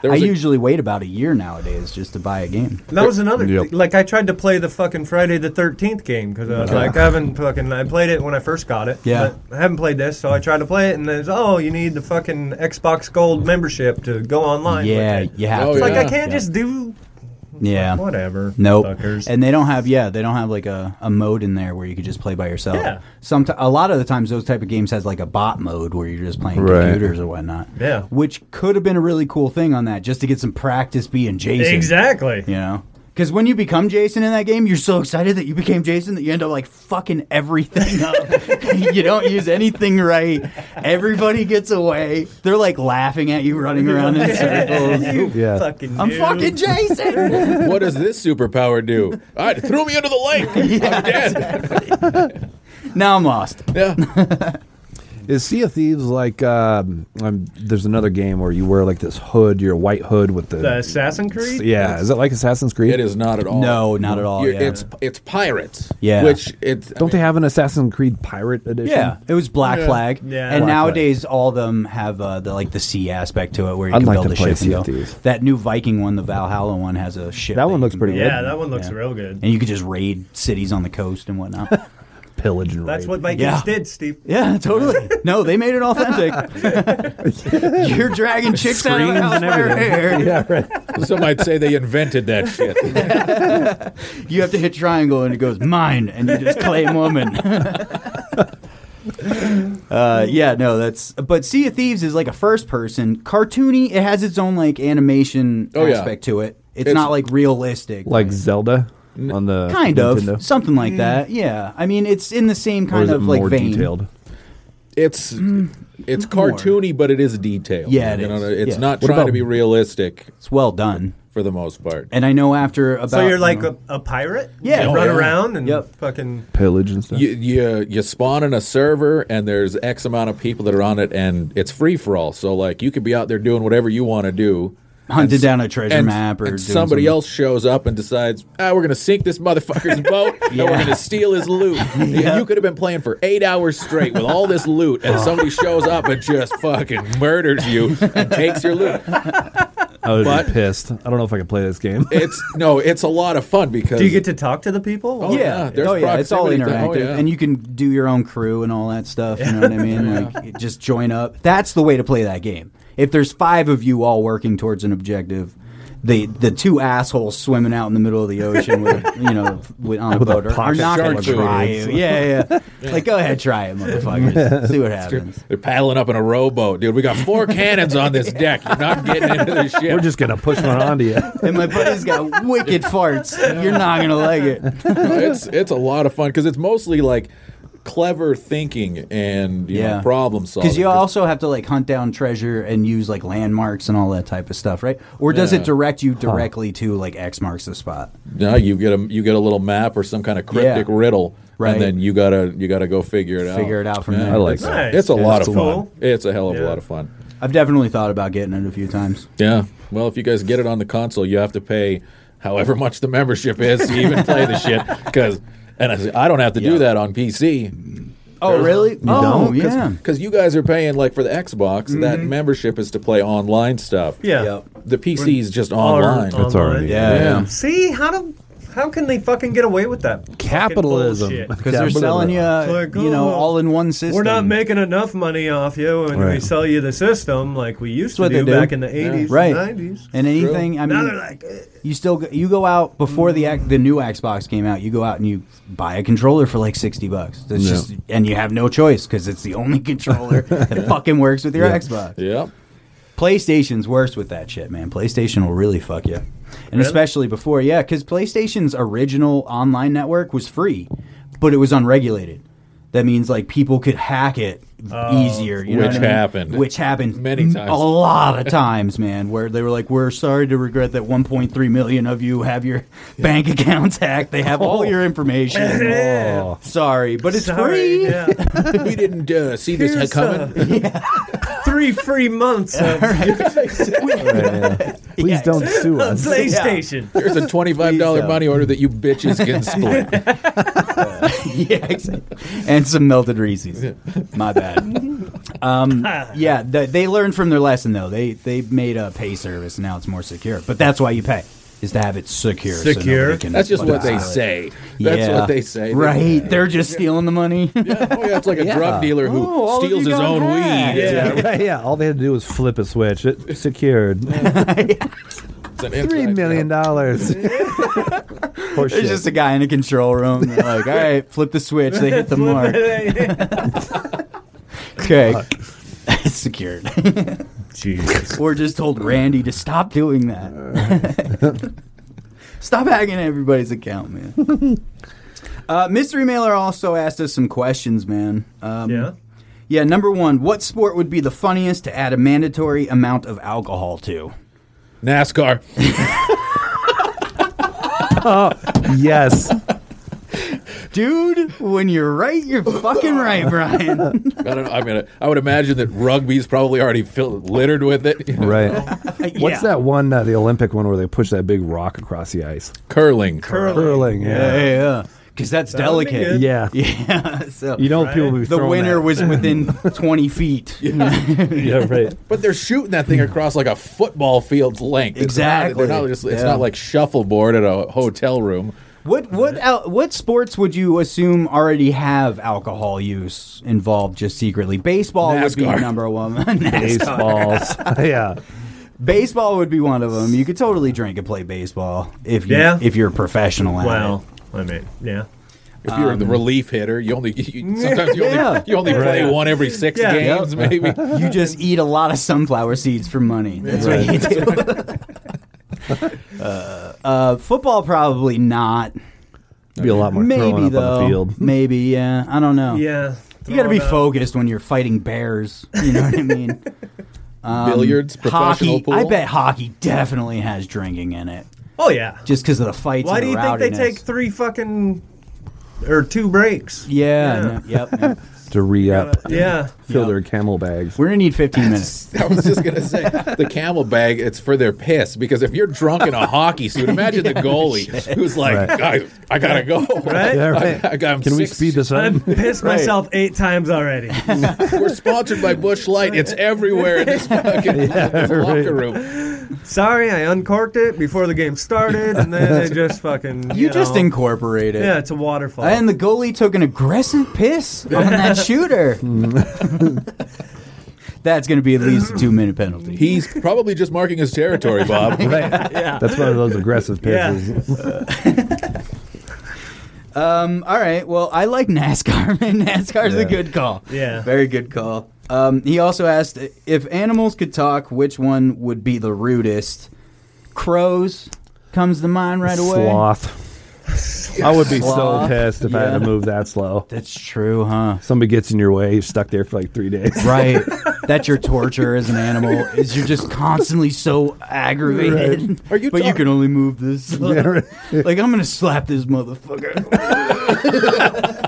Speaker 1: There
Speaker 3: I
Speaker 1: was a-
Speaker 3: usually wait about a year nowadays just to buy a game.
Speaker 2: That was another
Speaker 4: Yep.
Speaker 2: thing. Like I tried to play the fucking Friday the Thirteenth game because I was like, I haven't fucking. I played it when I first got it.
Speaker 3: Yeah.
Speaker 2: but I haven't played this, so I tried to play it, and then it's oh, you need the fucking Xbox Gold membership to go online. with
Speaker 3: Yeah,
Speaker 2: it.
Speaker 3: you have
Speaker 1: Oh,
Speaker 3: to.
Speaker 2: It's like I
Speaker 1: Yeah.
Speaker 2: can't just do
Speaker 3: Yeah.
Speaker 2: whatever.
Speaker 3: Nope.
Speaker 2: fuckers.
Speaker 3: And they don't have yeah, they don't have like a, a mode in there where you could just play by yourself.
Speaker 2: Yeah.
Speaker 3: Some a lot of the times those type of games has like a bot mode where you're just playing
Speaker 4: Right.
Speaker 3: computers or whatnot.
Speaker 2: Yeah.
Speaker 3: Which could have been a really cool thing on that just to get some practice being Jason.
Speaker 2: exactly.
Speaker 3: You know? Because when you become Jason in that game, you're so excited that you became Jason that you end up like fucking everything up. you don't use anything right. Everybody gets away. They're like laughing at you, running around in circles.
Speaker 2: You
Speaker 4: Yeah.
Speaker 2: fucking.
Speaker 3: I'm
Speaker 2: dude.
Speaker 3: fucking Jason.
Speaker 1: what does this superpower do? I threw me into the lake. I'm dead.
Speaker 3: now I'm lost.
Speaker 1: Yeah.
Speaker 4: Is Sea of Thieves like? Um, um, there's another game where you wear like this hood, your white hood with the.
Speaker 2: The Assassin Creed.
Speaker 4: yeah, is it like Assassin's Creed?
Speaker 1: It is not at all.
Speaker 3: No, not at all.
Speaker 1: You're-
Speaker 3: yeah.
Speaker 1: It's it's pirates.
Speaker 3: Yeah.
Speaker 1: Which it's
Speaker 4: Don't they have an Assassin's Creed Pirate edition?
Speaker 3: yeah, it was Black
Speaker 1: Yeah.
Speaker 3: Flag,
Speaker 2: Yeah.
Speaker 3: and
Speaker 2: Black
Speaker 3: nowadays all of them have uh, the like the sea aspect to it, where you
Speaker 4: I'd
Speaker 3: can
Speaker 4: like
Speaker 3: build
Speaker 4: to
Speaker 3: a
Speaker 4: play
Speaker 3: ship.
Speaker 4: Sea
Speaker 3: And
Speaker 4: of
Speaker 3: go.
Speaker 4: Thieves.
Speaker 3: That new Viking one, the Valhalla one, has a ship.
Speaker 4: That
Speaker 3: that you
Speaker 4: one looks
Speaker 3: can
Speaker 4: pretty
Speaker 3: build.
Speaker 4: good.
Speaker 2: Yeah, that one looks
Speaker 3: Yeah.
Speaker 2: real good.
Speaker 3: And you could just raid cities on the coast and whatnot.
Speaker 4: pillage and
Speaker 2: That's
Speaker 4: raid.
Speaker 2: what Vikings
Speaker 3: Yeah.
Speaker 2: did, Steve.
Speaker 3: yeah, totally. No, they made it authentic. You're dragging chicks out of the
Speaker 4: Screens
Speaker 3: house
Speaker 4: and
Speaker 3: by her
Speaker 4: everything.
Speaker 3: hair.
Speaker 4: Yeah, right.
Speaker 1: some might say they invented that shit.
Speaker 3: You have to hit triangle and it goes mine, and you just claim woman. uh, yeah, no, that's. But Sea of Thieves is like a first person cartoony. It has its own like animation
Speaker 1: Oh, yeah.
Speaker 3: aspect to it. It's,
Speaker 1: It's-
Speaker 3: not like realistic,
Speaker 4: Like Zelda on the
Speaker 3: kind of
Speaker 4: Nintendo?
Speaker 3: something like
Speaker 1: Mm.
Speaker 3: that. Yeah, I mean it's in the same
Speaker 4: or
Speaker 3: kind
Speaker 4: is it
Speaker 3: of like
Speaker 4: more
Speaker 3: vein.
Speaker 4: detailed?
Speaker 1: It's it's cartoony, but it is detailed.
Speaker 3: Mm, Yeah, it
Speaker 1: You know,
Speaker 3: is.
Speaker 1: it's
Speaker 3: Yeah.
Speaker 1: not
Speaker 4: What
Speaker 1: trying
Speaker 4: about-
Speaker 1: to be realistic
Speaker 3: It's well done,
Speaker 1: for the most part.
Speaker 3: and I know after about
Speaker 2: So you're like
Speaker 3: you know,
Speaker 2: a, a pirate?
Speaker 3: Yeah.
Speaker 2: You
Speaker 3: Oh,
Speaker 2: run
Speaker 3: yeah.
Speaker 2: around and
Speaker 3: Yep.
Speaker 2: fucking.
Speaker 4: Pillage and stuff.
Speaker 1: You, you you spawn in a server and there's X amount of people that are on it and it's free for all. So like you could be out there doing whatever you want to do.
Speaker 3: hunted down a treasure
Speaker 1: and,
Speaker 3: map or
Speaker 1: and
Speaker 3: doing
Speaker 1: somebody
Speaker 3: something.
Speaker 1: else shows up and decides, ah, we're going to sink this motherfucker's boat and we're going to steal his loot. You could have been playing for eight hours straight with all this loot, and somebody shows up and just fucking murders you and takes your loot.
Speaker 4: I would
Speaker 1: But-
Speaker 4: be pissed. I don't know if I can play this game.
Speaker 1: It's no, it's a lot of fun because
Speaker 2: Do you get to talk to the people?
Speaker 1: Oh,
Speaker 3: yeah,
Speaker 1: yeah, there's
Speaker 3: oh yeah, it's all
Speaker 1: proximity to-
Speaker 3: interactive,
Speaker 1: oh, yeah.
Speaker 3: and you can do your own crew and all that stuff. You know what I mean? Like, you just join up. That's the way to play that game. If there's five of you all working towards an objective, the the two assholes swimming out in the middle of the ocean with you know with, on a
Speaker 4: With a
Speaker 3: boat are, are
Speaker 4: pocket
Speaker 3: not going
Speaker 1: shark
Speaker 3: to
Speaker 1: food.
Speaker 3: try you. Yeah, yeah, yeah. Like, go ahead, try it, motherfuckers. See what happens.
Speaker 1: They're paddling up in a rowboat, dude. We got four cannons on this deck. You're not getting into this ship.
Speaker 4: We're just gonna push one onto you.
Speaker 3: And my buddy's got wicked farts. You're not gonna like it.
Speaker 1: No, it's it's a lot of fun because it's mostly like clever thinking and you
Speaker 3: Yeah.
Speaker 1: know, problem solving.
Speaker 3: Because you also have to like hunt down treasure and use like landmarks and all that type of stuff, right? Or does
Speaker 1: Yeah.
Speaker 3: it direct you directly to like X marks the spot?
Speaker 1: No, you get a you get a little map or some kind of cryptic
Speaker 3: Yeah.
Speaker 1: riddle,
Speaker 3: Right.
Speaker 1: and then you gotta you gotta go figure it out.
Speaker 3: Figure it out from there.
Speaker 4: I like
Speaker 1: it's,
Speaker 4: that.
Speaker 2: Nice.
Speaker 1: It's a
Speaker 2: Yeah,
Speaker 1: lot
Speaker 2: that's
Speaker 1: of
Speaker 2: cool.
Speaker 1: fun. It's a hell of
Speaker 2: Yeah.
Speaker 1: a lot of fun.
Speaker 3: I've definitely thought about getting it a few times.
Speaker 1: Yeah. Well, if you guys get it on the console, you have to pay however much the membership is to even play the shit. Because and I, say, I don't have to
Speaker 3: Yeah.
Speaker 1: do that on PC
Speaker 3: Oh, really? oh,
Speaker 4: don't?
Speaker 3: yeah.
Speaker 1: because you guys are paying like for the Xbox. That membership is to play online stuff.
Speaker 2: Mm-hmm. Yeah.
Speaker 3: Yep.
Speaker 1: The PC is just
Speaker 2: Or
Speaker 1: online.
Speaker 4: It's already-
Speaker 2: online.
Speaker 3: Yeah, yeah.
Speaker 1: Yeah.
Speaker 2: See how do how can they fucking get away with that? fucking
Speaker 4: Capitalism.
Speaker 2: bullshit?
Speaker 3: Because they're selling you, uh,
Speaker 2: It's like,
Speaker 3: you know,
Speaker 2: oh,
Speaker 3: all in one system.
Speaker 2: We're not making enough money off you, and we
Speaker 4: Right.
Speaker 2: sell you the system like we used
Speaker 3: what
Speaker 2: to do,
Speaker 3: they do.
Speaker 2: back in the eighties,
Speaker 3: right
Speaker 2: nineties.
Speaker 3: and anything. I mean,
Speaker 2: now they're like, eh.
Speaker 3: you still go, you go out before the X- the new Xbox came out. You go out and you buy a controller for like sixty bucks. That's
Speaker 4: Yeah.
Speaker 3: just and you have no choice because it's the only controller that fucking works with your Xbox.
Speaker 1: Yep.
Speaker 3: PlayStation's worse with that shit, man. PlayStation will really fuck you. And especially before, yeah, because PlayStation's original online network was free, but it was unregulated. That means like people could hack it easier, you know
Speaker 1: Which
Speaker 3: what I mean?
Speaker 1: happened.
Speaker 3: Which happened
Speaker 1: Many
Speaker 3: m-
Speaker 1: times.
Speaker 3: A lot of times, man, where they were like, "We're sorry to regret that 1.3 million of you have your bank accounts hacked. They have all your information.
Speaker 1: Oh.
Speaker 3: Sorry, but it's
Speaker 2: sorry,
Speaker 3: free."
Speaker 2: yeah.
Speaker 1: we didn't uh, see this
Speaker 2: Here's,
Speaker 1: coming.
Speaker 2: three free months of
Speaker 4: Please don't sue us.
Speaker 2: PlayStation.
Speaker 1: Here's a $25
Speaker 3: uh,
Speaker 1: money order that you bitches can split.
Speaker 3: yeah, exactly. And some melted Reese's. My bad. Um, yeah, th- they learned from their lesson though. They they made a pay service and now it's more secure. But that's why you pay is to have it secure. so nobody
Speaker 2: Secure.
Speaker 3: can
Speaker 1: That's just
Speaker 3: fucking
Speaker 1: what they
Speaker 3: steal
Speaker 1: say.
Speaker 3: it.
Speaker 1: That's
Speaker 3: Yeah.
Speaker 1: what they say. They-
Speaker 3: Right? They're just stealing the money.
Speaker 1: Yeah, oh, yeah, it's like a
Speaker 3: Yeah.
Speaker 1: drug dealer who
Speaker 3: Oh, all of
Speaker 1: steals
Speaker 3: you
Speaker 1: his
Speaker 3: got
Speaker 1: own
Speaker 3: hacked.
Speaker 1: weed.
Speaker 2: Yeah.
Speaker 4: Yeah, yeah. All they had to do was flip a switch. It secured
Speaker 1: It's an
Speaker 4: three
Speaker 1: inside
Speaker 4: million
Speaker 1: job.
Speaker 4: dollars. Poor shit.
Speaker 3: There's just a guy in a control room. They're like, all right, flip the switch. They hit the mark. Okay, it's secured.
Speaker 2: Jesus.
Speaker 3: or just told Randy to stop doing that. stop hacking everybody's account, man. Uh, Mystery Mailer also asked us some questions, man. Um,
Speaker 2: Yeah.
Speaker 3: yeah, number one, what sport would be the funniest to add a mandatory amount of alcohol to?
Speaker 1: NASCAR.
Speaker 4: yes.
Speaker 3: Dude, when you're right, you're fucking right, Brian.
Speaker 1: I don't know. I mean, I would imagine that rugby's probably already filled, littered with it.
Speaker 4: Right.
Speaker 3: Yeah.
Speaker 4: What's that one? Uh, the Olympic one where they push that big rock across the ice.
Speaker 1: Curling.
Speaker 4: Curling.
Speaker 3: Yeah,
Speaker 4: Yeah.
Speaker 3: yeah, yeah. Because that's
Speaker 2: That would be good.
Speaker 3: delicate.
Speaker 4: Yeah.
Speaker 3: Yeah, so
Speaker 4: You know people will be
Speaker 3: the
Speaker 4: throwing
Speaker 3: winner
Speaker 4: that.
Speaker 3: was within 20 feet.
Speaker 4: yeah right.
Speaker 1: But they're shooting that thing across like a football field's length. It's not-
Speaker 3: Exactly.
Speaker 1: they're not just- it's
Speaker 3: Yeah.
Speaker 1: not like shuffleboard at a hotel room.
Speaker 3: What what al- what sports would you assume already have alcohol use involved just secretly? Baseball would
Speaker 1: NASCAR.
Speaker 3: be number one. NASCAR.
Speaker 4: Baseballs. yeah.
Speaker 3: Baseball would be one of them. You could totally drink and play baseball if you
Speaker 2: Yeah.
Speaker 3: if you're a professional. At
Speaker 2: Well,
Speaker 3: it.
Speaker 2: I mean, yeah.
Speaker 1: If you're the relief hitter, you only you, sometimes you only,
Speaker 3: Um, Yeah.
Speaker 1: you only play one every six
Speaker 2: Yeah.
Speaker 1: games, maybe.
Speaker 3: you just eat a lot of sunflower seeds for money. That's what you do. uh, uh, football probably not.
Speaker 4: Be a lot more throwing
Speaker 3: Maybe
Speaker 4: up
Speaker 3: though.
Speaker 4: on the field.
Speaker 3: Maybe yeah. I don't know.
Speaker 2: Yeah.
Speaker 3: You got to be
Speaker 2: Throwing up.
Speaker 3: focused when you're fighting bears. You know what I mean? Um,
Speaker 1: Billiards, professional
Speaker 3: hockey,
Speaker 1: pool.
Speaker 3: I bet hockey definitely has drinking in it,
Speaker 2: Oh yeah.
Speaker 3: just because of the fights.
Speaker 2: Why
Speaker 3: and
Speaker 2: do
Speaker 3: the
Speaker 2: you think they
Speaker 3: rowdiness.
Speaker 2: take three fucking or two breaks?
Speaker 3: Yeah. no- yep. no.
Speaker 4: To re up.
Speaker 2: Yeah.
Speaker 4: Fill
Speaker 3: Yeah.
Speaker 4: their camel bags.
Speaker 3: We're gonna need 15 minutes.
Speaker 1: I was just gonna say the camel bag. It's for their piss because if you're drunk in a hockey suit, imagine the goalie who's like, I, I gotta go.
Speaker 2: Right?
Speaker 4: Yeah, right.
Speaker 1: I, I got, I'm
Speaker 4: Can we
Speaker 1: six-
Speaker 4: speed this up?
Speaker 2: I've pissed myself eight times already.
Speaker 1: We're sponsored by Bush Light. It's everywhere in this fucking this locker room.
Speaker 2: Sorry, I uncorked it before the game started, and then they just fucking.
Speaker 3: You just
Speaker 2: know.
Speaker 3: incorporate it.
Speaker 2: Yeah, it's a waterfall.
Speaker 3: And the goalie took an aggressive piss on that shooter. That's gonna be at least a two minute penalty.
Speaker 1: He's probably just marking his territory, Bob.
Speaker 4: Right.
Speaker 2: yeah.
Speaker 4: That's one of those aggressive
Speaker 2: Yeah.
Speaker 4: pitches.
Speaker 3: Um, all right. Well, I like NASCAR, man. NASCAR's a
Speaker 4: Yeah.
Speaker 3: good call.
Speaker 2: Yeah.
Speaker 3: Very good call. Um, he also asked if animals could talk, which one would be the rudest? Crows comes to mind right away.
Speaker 4: Sloth. I would be
Speaker 3: Sloth.
Speaker 4: so pissed if I had
Speaker 3: Yeah.
Speaker 4: to move that slow.
Speaker 3: That's true, huh?
Speaker 4: Somebody gets in your way, you're stuck there for like three days.
Speaker 3: Right. That's your torture as an animal. Is you're just constantly so aggravated.
Speaker 1: Are you
Speaker 3: but you
Speaker 1: talk-
Speaker 3: can only move this.
Speaker 4: right.
Speaker 3: like I'm gonna slap this motherfucker.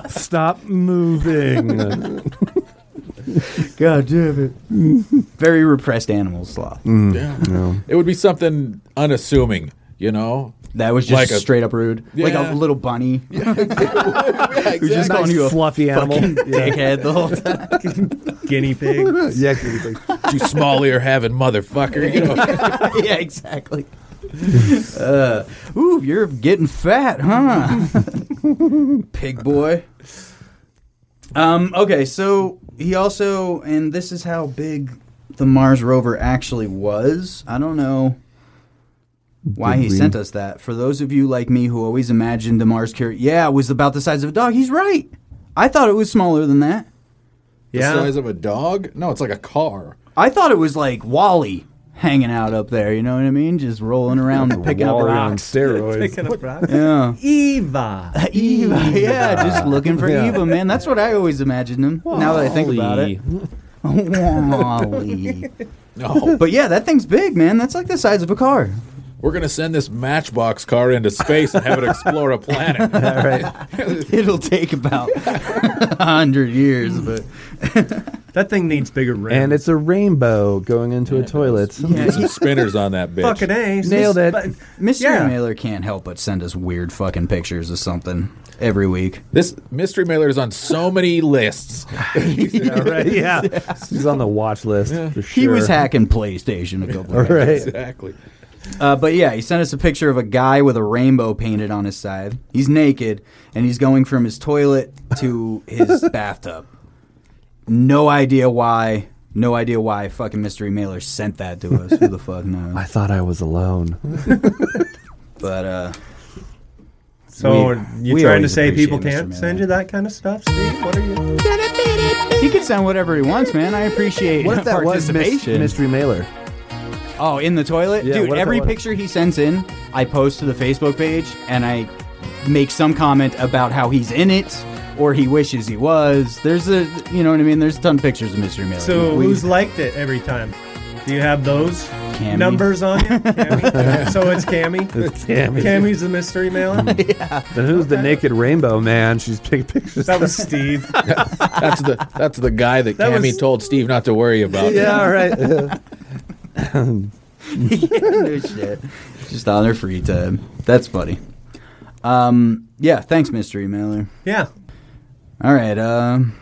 Speaker 4: Stop moving.
Speaker 3: God damn it. Very repressed animal sloth.
Speaker 1: It would be something unassuming, you know.
Speaker 3: That was just
Speaker 1: Like a-
Speaker 3: straight up rude. Like
Speaker 1: Yeah.
Speaker 3: a little bunny.
Speaker 1: Exactly.
Speaker 3: just
Speaker 4: nice
Speaker 3: calling you a
Speaker 4: fluffy animal.
Speaker 3: fucking dickhead the whole time.
Speaker 2: guinea pig.
Speaker 4: yeah, 'cause it's like,
Speaker 1: you small ear having motherfucker. You know?
Speaker 3: yeah, exactly. Uh, ooh, you're getting fat, huh? Pig boy. Um, okay, so he also, and this is how big the Mars rover actually was. I don't know why
Speaker 4: Did
Speaker 3: he
Speaker 4: we-
Speaker 3: sent us that. For those of you like me who always imagined the Mars carrier, yeah, it was about the size of a dog. He's right. I thought it was smaller than that.
Speaker 2: Yeah.
Speaker 1: The size of a dog? No, it's like a car.
Speaker 3: I thought it was like Wally hanging out up there. You know what I mean? Just rolling around, and picking up
Speaker 4: Wall-E on
Speaker 3: rocks.
Speaker 4: steroids.
Speaker 2: Picking up rocks.
Speaker 3: Yeah.
Speaker 2: Eva.
Speaker 3: Eva, yeah, just looking for Eva, man. That's what I always imagined him. Now that I think about it, Wally.
Speaker 1: No,
Speaker 3: But yeah, that thing's big, man. That's like the size of a car.
Speaker 1: we're gonna send this Matchbox car into space and have it explore a planet.
Speaker 4: All right.
Speaker 3: It'll take about a hundred years, but
Speaker 2: That thing needs bigger rims.
Speaker 4: And it's a rainbow going into a toilet.
Speaker 1: Get some spinners on that bitch.
Speaker 2: fucking a
Speaker 4: Nailed it.
Speaker 2: eh? But-
Speaker 3: Mystery
Speaker 2: Yeah.
Speaker 3: Mailer can't help but send us weird fucking pictures of something every week.
Speaker 1: This mystery mailer is on so many lists.
Speaker 4: Yeah, right? Yeah. He's on the watch list for sure.
Speaker 3: He was hacking PlayStation a couple of times.
Speaker 4: Right.
Speaker 1: exactly.
Speaker 3: Uh, but yeah, he sent us a picture of a guy with a rainbow painted on his side. He's naked and he's going from his toilet to his bathtub. No idea why. No idea why fucking Mystery Mailer sent that to us. Who the fuck knows?
Speaker 4: I thought I was alone.
Speaker 3: But uh,
Speaker 2: so
Speaker 3: We-
Speaker 2: you
Speaker 3: we
Speaker 2: trying to
Speaker 3: always
Speaker 2: say people
Speaker 3: appreciate Mr.
Speaker 2: can't
Speaker 3: Miller.
Speaker 2: send you that kind of stuff, Steve? What are you?
Speaker 3: he can send whatever he wants, man. I appreciate
Speaker 4: What if that was mis-
Speaker 3: participation.
Speaker 4: Mystery Mailer?
Speaker 3: Oh, in the toilet?
Speaker 4: Yeah,
Speaker 3: Dude,
Speaker 4: what if
Speaker 3: every
Speaker 4: it was?
Speaker 3: picture he sends in, I post to the Facebook page and I make some comment about how he's in it or he wishes he was. There's a, you know what I mean? There's a ton of pictures of Mystery Mailer.
Speaker 2: So
Speaker 3: We-
Speaker 2: who's liked it every time? Do you have those
Speaker 3: Cammy.
Speaker 2: numbers on you? Cammy? so it's Cammy. Cammy's the mystery mailer.
Speaker 4: Then who's the naked rainbow man? She's taking pictures.
Speaker 2: That was Steve.
Speaker 1: That's the that's the guy that,
Speaker 2: That
Speaker 1: Cammy
Speaker 2: was-
Speaker 1: told Steve not to worry about.
Speaker 4: yeah, all right.
Speaker 3: no shit. Just on her free time. That's funny. Um, yeah, thanks, Mystery Mailer.
Speaker 2: Yeah.
Speaker 3: All right, um,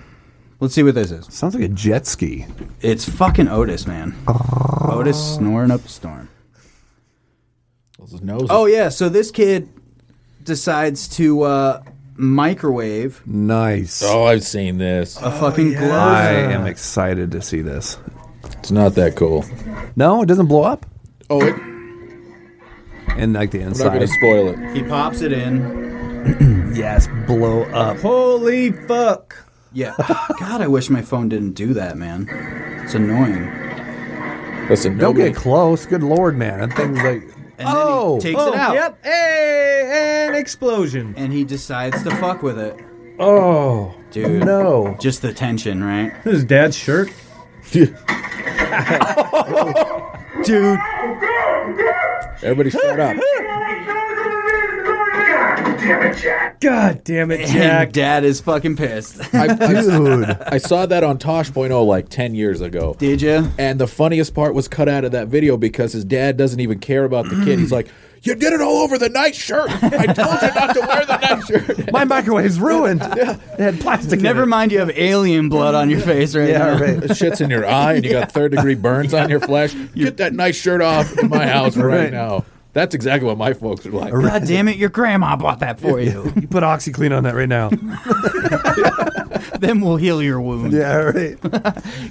Speaker 3: let's see what this is.
Speaker 4: Sounds like a jet ski.
Speaker 3: It's fucking Otis, man. Otis snoring up a storm.
Speaker 1: Those noses.
Speaker 3: Oh yeah, so this kid decides to uh, microwave
Speaker 4: Nice.
Speaker 1: Oh, I've seen this.
Speaker 3: a fucking
Speaker 4: I
Speaker 3: glove.
Speaker 4: am excited to see this.
Speaker 1: It's not that cool.
Speaker 4: No, it doesn't blow up.
Speaker 1: Oh, it,
Speaker 4: And like the
Speaker 1: I'm not going
Speaker 4: inside.
Speaker 1: to spoil it.
Speaker 3: He pops it in.
Speaker 4: Yes, blow up.
Speaker 2: Holy fuck.
Speaker 3: Yeah. God, I wish my phone didn't do that, man. It's annoying.
Speaker 1: Listen,
Speaker 4: Don't
Speaker 1: nobody,
Speaker 4: get close. Good lord, man. That thing's like.
Speaker 3: And then
Speaker 4: Oh,
Speaker 3: he takes
Speaker 2: Oh,
Speaker 3: it out.
Speaker 2: yep. Hey, an explosion.
Speaker 3: And he decides to fuck with it.
Speaker 4: Oh,
Speaker 3: Dude.
Speaker 4: no.
Speaker 3: Just the tension, right?
Speaker 2: This is Dad's shirt.
Speaker 3: Dude.
Speaker 1: everybody shut up.
Speaker 2: God damn it,
Speaker 3: And
Speaker 2: Jack.
Speaker 3: dad is fucking pissed.
Speaker 1: I, I,
Speaker 4: Dude.
Speaker 1: I saw that on Tosh.0 like 10 years ago.
Speaker 3: Did you?
Speaker 1: And the funniest part was cut out of that video because his dad doesn't even care about the kid. He's like, You did it all over the nice shirt. I told you not to wear the nice shirt.
Speaker 4: My microwave's ruined. It had plastic. in
Speaker 3: Never
Speaker 4: it.
Speaker 3: mind you have alien blood on your face right now.
Speaker 4: Yeah, right.
Speaker 1: Shit's in your eye and you got third degree burns on your flesh. Get that nice shirt off in my house right,
Speaker 4: Right.
Speaker 1: now. That's exactly what my folks are like.
Speaker 3: God damn it, your grandma bought that for you.
Speaker 4: You put OxyClean on that right now.
Speaker 3: then we'll heal your wound.
Speaker 4: yeah, right.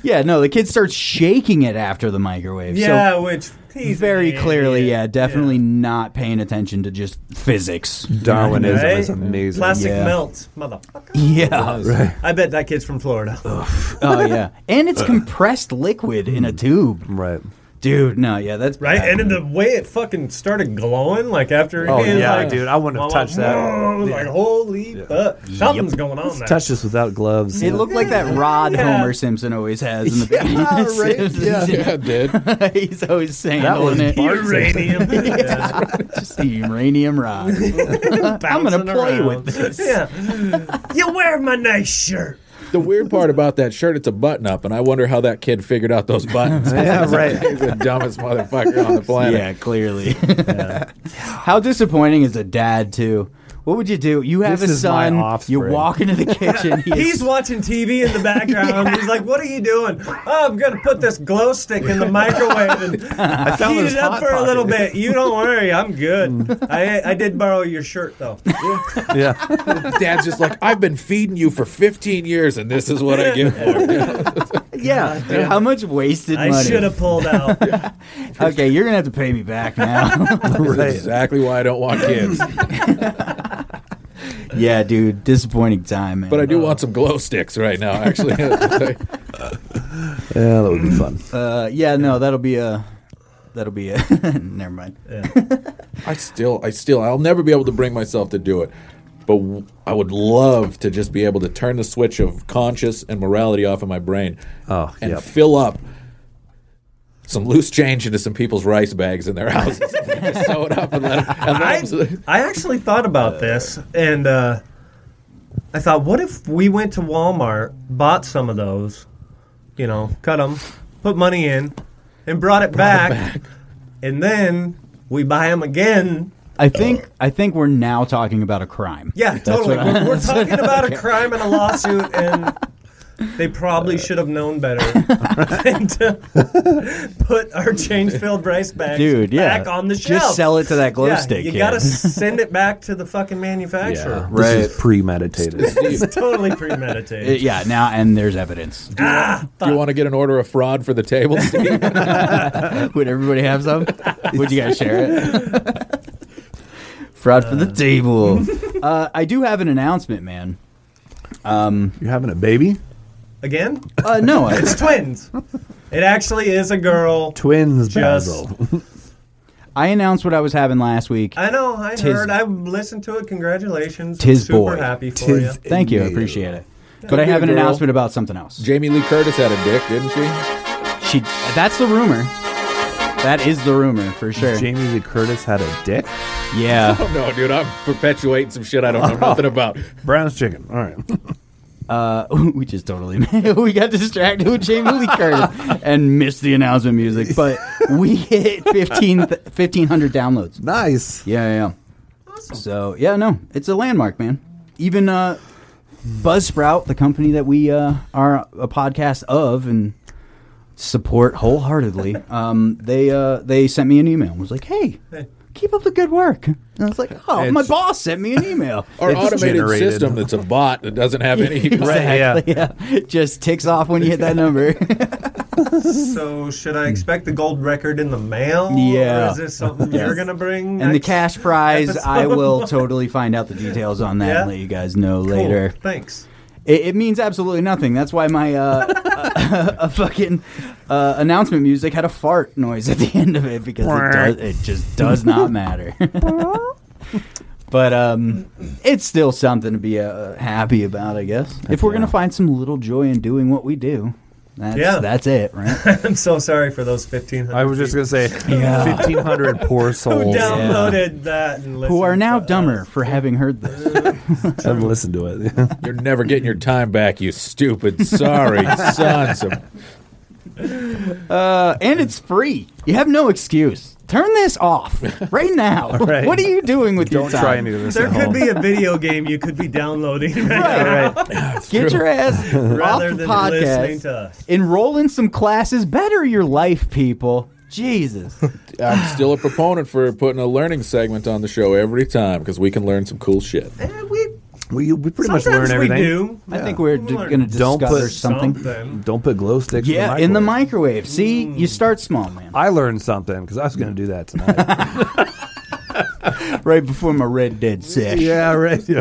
Speaker 3: Yeah, no, the kid starts shaking it after the microwave.
Speaker 2: Yeah,
Speaker 3: so
Speaker 2: which he's
Speaker 3: very
Speaker 2: an
Speaker 3: clearly,
Speaker 2: idiot.
Speaker 3: yeah, definitely not paying attention to just physics.
Speaker 4: Darwinism
Speaker 2: Right?
Speaker 4: is amazing.
Speaker 2: Plastic
Speaker 3: Yeah.
Speaker 2: melts, motherfucker.
Speaker 3: Yeah.
Speaker 2: I bet that kid's from Florida.
Speaker 3: oh yeah. And
Speaker 2: Uh.
Speaker 3: it's compressed liquid in a tube.
Speaker 4: Right.
Speaker 3: Dude, no, yeah, that's
Speaker 2: Right? And
Speaker 3: bad.
Speaker 2: then the way it fucking started glowing, like after.
Speaker 4: Oh,
Speaker 2: it was
Speaker 4: yeah,
Speaker 2: like,
Speaker 4: dude, I wouldn't have
Speaker 2: "Whoa,
Speaker 4: touched that."
Speaker 2: whoa," I was like, holy fuck. Something's going on there.
Speaker 4: Touch this without gloves.
Speaker 3: it looked like that rod
Speaker 2: Yeah.
Speaker 3: Homer Simpson always has in the beginning. of
Speaker 4: right,
Speaker 3: Simpsons.
Speaker 1: Yeah, dude.
Speaker 3: He's always
Speaker 4: was
Speaker 3: sanding it.
Speaker 4: Bart
Speaker 2: Uranium. Yeah.
Speaker 3: Just the uranium rod. I'm gonna
Speaker 2: Bouncing
Speaker 3: play
Speaker 2: around.
Speaker 3: with this.
Speaker 2: Yeah. you wear my nice shirt.
Speaker 1: The weird part about that shirt, it's a button up, and I wonder how that kid figured out those buttons.
Speaker 4: Yeah, right.
Speaker 1: He's the dumbest motherfucker on the planet.
Speaker 3: Yeah, clearly. How disappointing is a dad too? What would you do? You have
Speaker 4: This
Speaker 3: a
Speaker 4: is my
Speaker 3: son.
Speaker 4: offspring.
Speaker 3: You walk into the kitchen. He
Speaker 2: He's
Speaker 3: is,
Speaker 2: watching TV in the background. He's like, "What are you doing? Oh, I'm gonna put this glow stick in the microwave and
Speaker 4: found
Speaker 2: heat
Speaker 4: this
Speaker 2: it up
Speaker 4: Hot
Speaker 2: for a
Speaker 4: Pocket." Mm.
Speaker 2: little bit. You don't worry, I'm good. I I did borrow your shirt though.
Speaker 4: Yeah.
Speaker 1: Dad's just like, I've been feeding you for 15 years, and this is what I get for it.
Speaker 3: yeah. dude, how much wasted
Speaker 2: I should
Speaker 3: money?
Speaker 2: have pulled out.
Speaker 3: Okay, you're gonna have to pay me back now.
Speaker 4: right.
Speaker 1: Exactly why I don't want kids.
Speaker 3: yeah, dude. Disappointing time, man.
Speaker 1: But I do
Speaker 4: Uh-huh.
Speaker 1: want some glow sticks right now, actually.
Speaker 4: Yeah, that would be fun.
Speaker 3: Uh, yeah, no, that'll be a. That'll be a. never mind.
Speaker 1: I still, I still, I'll never be able to bring myself to do it. But w- I would love to just be able to turn the switch of conscience and morality off in my brain
Speaker 4: Oh,
Speaker 1: and
Speaker 4: yep.
Speaker 1: fill up some loose change into some people's rice bags in their houses. and just sew it up and let 'em- and
Speaker 2: I,
Speaker 1: let 'em-
Speaker 2: I actually thought about this, and uh, I thought, what if we went to Walmart, bought some of those, you know, cut them, put money in, and brought it back, and then we buy them again.
Speaker 3: I think I think we're now talking about a crime.
Speaker 2: Yeah, totally.
Speaker 3: what I-
Speaker 2: We're, we're talking about a crime and a lawsuit, and they
Speaker 3: Uh,
Speaker 2: probably should have known better than to put our change-filled rice bags
Speaker 3: Dude, yeah.
Speaker 2: back on the shelf.
Speaker 3: Just sell it to that glow
Speaker 2: yeah,
Speaker 3: stick.
Speaker 2: You
Speaker 3: kid.
Speaker 2: gotta send it back to the fucking
Speaker 4: Yeah,
Speaker 2: manufacturer.
Speaker 4: this
Speaker 3: Right.
Speaker 4: is premeditated.
Speaker 2: It's totally
Speaker 3: Uh,
Speaker 2: premeditated.
Speaker 3: yeah, now and there's evidence.
Speaker 1: Do you want to get an order of fraud for the table, Steve?
Speaker 3: uh, Would everybody have some? Would you guys share it? Fraud for the table. uh, I do have an announcement, man.
Speaker 4: You're having a baby?
Speaker 2: Again,
Speaker 3: Uh, no, I,
Speaker 2: it's twins. It actually is a girl.
Speaker 4: Twins,
Speaker 2: Just-
Speaker 4: Basil.
Speaker 3: I announced what I was having last week.
Speaker 2: I know. I
Speaker 3: Tis-
Speaker 2: heard. I listened to it. Congratulations.
Speaker 3: Tis
Speaker 2: Super
Speaker 3: boy.
Speaker 2: happy for
Speaker 4: Tis-
Speaker 2: you.
Speaker 3: Thank you, I appreciate it. But I
Speaker 1: be
Speaker 3: have
Speaker 1: a
Speaker 3: an
Speaker 1: girl.
Speaker 3: announcement about something else.
Speaker 1: Jamie Lee Curtis had a dick, didn't she?
Speaker 3: She, that's the rumor. That is the rumor for sure.
Speaker 4: Jamie Lee Curtis had a dick.
Speaker 3: Yeah.
Speaker 1: Oh no, dude, I'm perpetuating some shit I don't know nothing about.
Speaker 4: Brown's chicken. All right.
Speaker 3: Uh, we just totally we got distracted with Jamie Lee Curtis and missed the announcement music, but we hit 15, 1500 downloads.
Speaker 4: nice.
Speaker 3: Yeah, yeah. yeah. So yeah, no, it's a landmark, man. Even uh, Buzzsprout, the company that we uh, are a podcast of and support wholeheartedly, um, they uh, they sent me an email and was like, "Hey, keep up the good work." And I was like, "Oh, my boss sent me an email."
Speaker 1: Our
Speaker 4: It's
Speaker 1: automated
Speaker 4: generated.
Speaker 1: system that's a bot that doesn't have any.
Speaker 4: yeah.
Speaker 3: yeah, just ticks off when you hit that number.
Speaker 2: So should I expect the gold record in the mail?
Speaker 3: Yeah.
Speaker 2: Or is this something you're gonna bring?
Speaker 3: and the
Speaker 2: next-
Speaker 3: cash prize, I
Speaker 2: episode.
Speaker 3: will totally find out the details on that
Speaker 2: Yeah?
Speaker 3: and let you guys know
Speaker 2: Cool.
Speaker 3: later.
Speaker 2: Thanks.
Speaker 3: It, it means absolutely nothing. That's why my uh, a, fucking uh, announcement music had a fart noise at the end of it because it, does, it just does not matter. but um, it's still something to be uh, happy about, I guess. if we're gonna find some little joy in doing what we do, that's
Speaker 2: Yeah.
Speaker 3: that's it, right?
Speaker 2: I'm so sorry for those 1500.
Speaker 4: I was just
Speaker 2: people
Speaker 4: gonna say,
Speaker 3: Yeah.
Speaker 4: fifteen hundred poor
Speaker 2: who
Speaker 4: souls
Speaker 2: downloaded that and listened
Speaker 3: Who are now
Speaker 2: to
Speaker 3: dumber
Speaker 2: us.
Speaker 3: for having heard this?
Speaker 4: have listened to it.
Speaker 1: You're never getting your time back, you stupid, sorry sons of.
Speaker 3: Uh, and it's free. You have no excuse. Turn this off right now.
Speaker 4: right.
Speaker 3: What are you doing with your
Speaker 4: Don't
Speaker 3: time?
Speaker 4: try any of this.
Speaker 2: There
Speaker 4: at
Speaker 2: could
Speaker 4: home.
Speaker 2: be a video game you could be downloading
Speaker 3: Right. Get your ass off
Speaker 2: rather
Speaker 3: the
Speaker 2: than listening
Speaker 3: podcast.
Speaker 2: to us.
Speaker 3: Enroll in some classes. Better your life, people. Jesus.
Speaker 1: I'm still a proponent for putting a learning segment on the show every time because we can learn some cool shit.
Speaker 2: Eh, we
Speaker 4: We, we pretty much
Speaker 2: sometimes
Speaker 4: learn everything.
Speaker 2: we do
Speaker 3: I think we're d-
Speaker 2: Learn
Speaker 3: going to
Speaker 4: Don't
Speaker 3: discover
Speaker 4: put-
Speaker 3: something.
Speaker 2: something.
Speaker 4: Don't put glow sticks.
Speaker 3: Yeah,
Speaker 4: in
Speaker 3: in the
Speaker 4: microwave.
Speaker 3: microwave. See, you
Speaker 2: Mm.
Speaker 3: start small, man.
Speaker 4: I learned something because I was going to do that tonight.
Speaker 3: Right before my Red Dead sesh.
Speaker 4: yeah, right.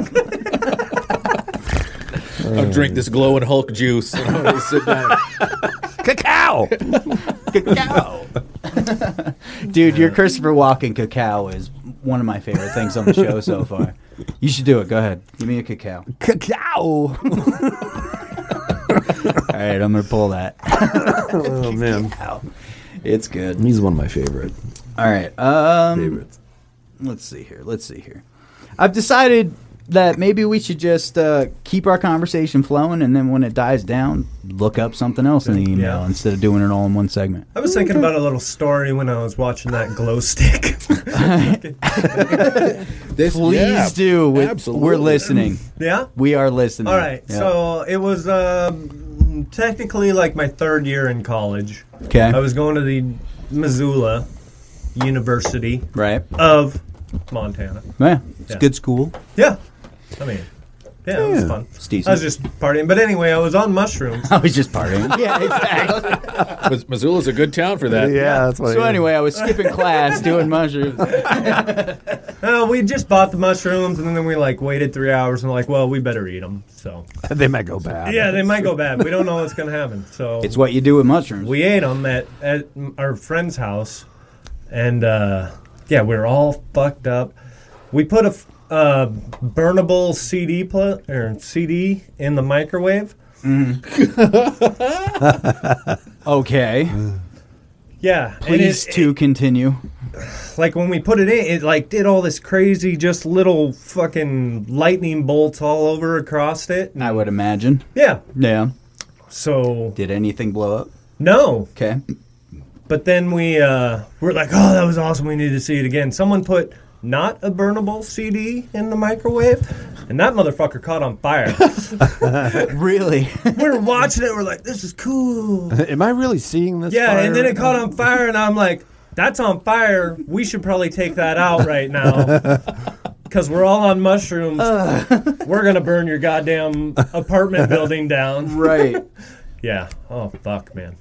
Speaker 4: Yeah.
Speaker 1: I'll drink this glowing Hulk juice. And I'm gonna sit down.
Speaker 4: Cacao.
Speaker 3: Cacao. Dude, your Christopher Walken cacao is one of my favorite things on the show so far. You should do it. Go ahead. Give me a cacao. All
Speaker 4: Cacao.
Speaker 3: right, I'm going to pull that.
Speaker 4: Oh man,
Speaker 3: It's good.
Speaker 4: he's one of my favorite
Speaker 3: All right. Um,
Speaker 4: favorites.
Speaker 3: let's see here. Let's see here. I've decided that maybe we should just uh, keep our conversation flowing, and then when it dies down, look up something else in the email
Speaker 2: Yeah.
Speaker 3: instead of doing it all in one segment.
Speaker 2: I was thinking about a little story when I was watching that glow stick.
Speaker 1: This,
Speaker 3: Please
Speaker 1: yeah,
Speaker 3: do. We-
Speaker 1: absolutely.
Speaker 3: We're listening.
Speaker 2: yeah?
Speaker 3: We are listening.
Speaker 2: All right.
Speaker 3: Yeah.
Speaker 2: So it was um, technically like my third year in college.
Speaker 3: okay,
Speaker 2: I was going to the Missoula University
Speaker 3: right?
Speaker 2: of Montana.
Speaker 3: Yeah, it's
Speaker 2: Yeah.
Speaker 3: good school.
Speaker 2: Yeah. I mean, yeah, it was
Speaker 4: Yeah,
Speaker 2: fun.
Speaker 3: it's decent.
Speaker 2: I was just partying. But anyway, I was on mushrooms.
Speaker 3: I was just partying. yeah, exactly.
Speaker 1: Mis- Missoula's a good town for that.
Speaker 4: Yeah, that's what.
Speaker 3: so
Speaker 4: I-
Speaker 3: anyway, I was skipping class, doing mushrooms.
Speaker 2: Uh, we just bought the mushrooms and then we like waited three hours and like, well, we better eat them. So,
Speaker 4: they might go bad.
Speaker 2: yeah, they might go bad. We don't know what's going to happen. So,
Speaker 3: It's what you do with mushrooms.
Speaker 2: we ate them at, at our friend's house and uh, yeah we were all fucked up we put a f- uh, burnable cd pl- or cd in the microwave
Speaker 3: okay,
Speaker 2: yeah and
Speaker 3: please
Speaker 2: it-
Speaker 3: to continue.
Speaker 2: like when we put it in it like did all this crazy just little fucking lightning bolts all over across it
Speaker 3: I would imagine.
Speaker 2: yeah
Speaker 3: Yeah.
Speaker 2: So
Speaker 3: Did anything blow up?
Speaker 2: no,
Speaker 3: Okay.
Speaker 2: but then we uh, were like, oh, that was awesome. We need to see it again. Someone put not a burnable CD in the microwave, and that motherfucker caught on fire.
Speaker 3: Really?
Speaker 2: we were watching it. We're like, this is cool.
Speaker 6: Am I really seeing this?
Speaker 2: Yeah,
Speaker 6: fire
Speaker 2: and then
Speaker 6: right
Speaker 2: it caught
Speaker 6: now?
Speaker 2: on fire, and I'm like, that's on fire. We should probably take that out right now. Because we're all on mushrooms. We're going to burn your goddamn apartment building down.
Speaker 3: right.
Speaker 2: Yeah. Oh, fuck, man.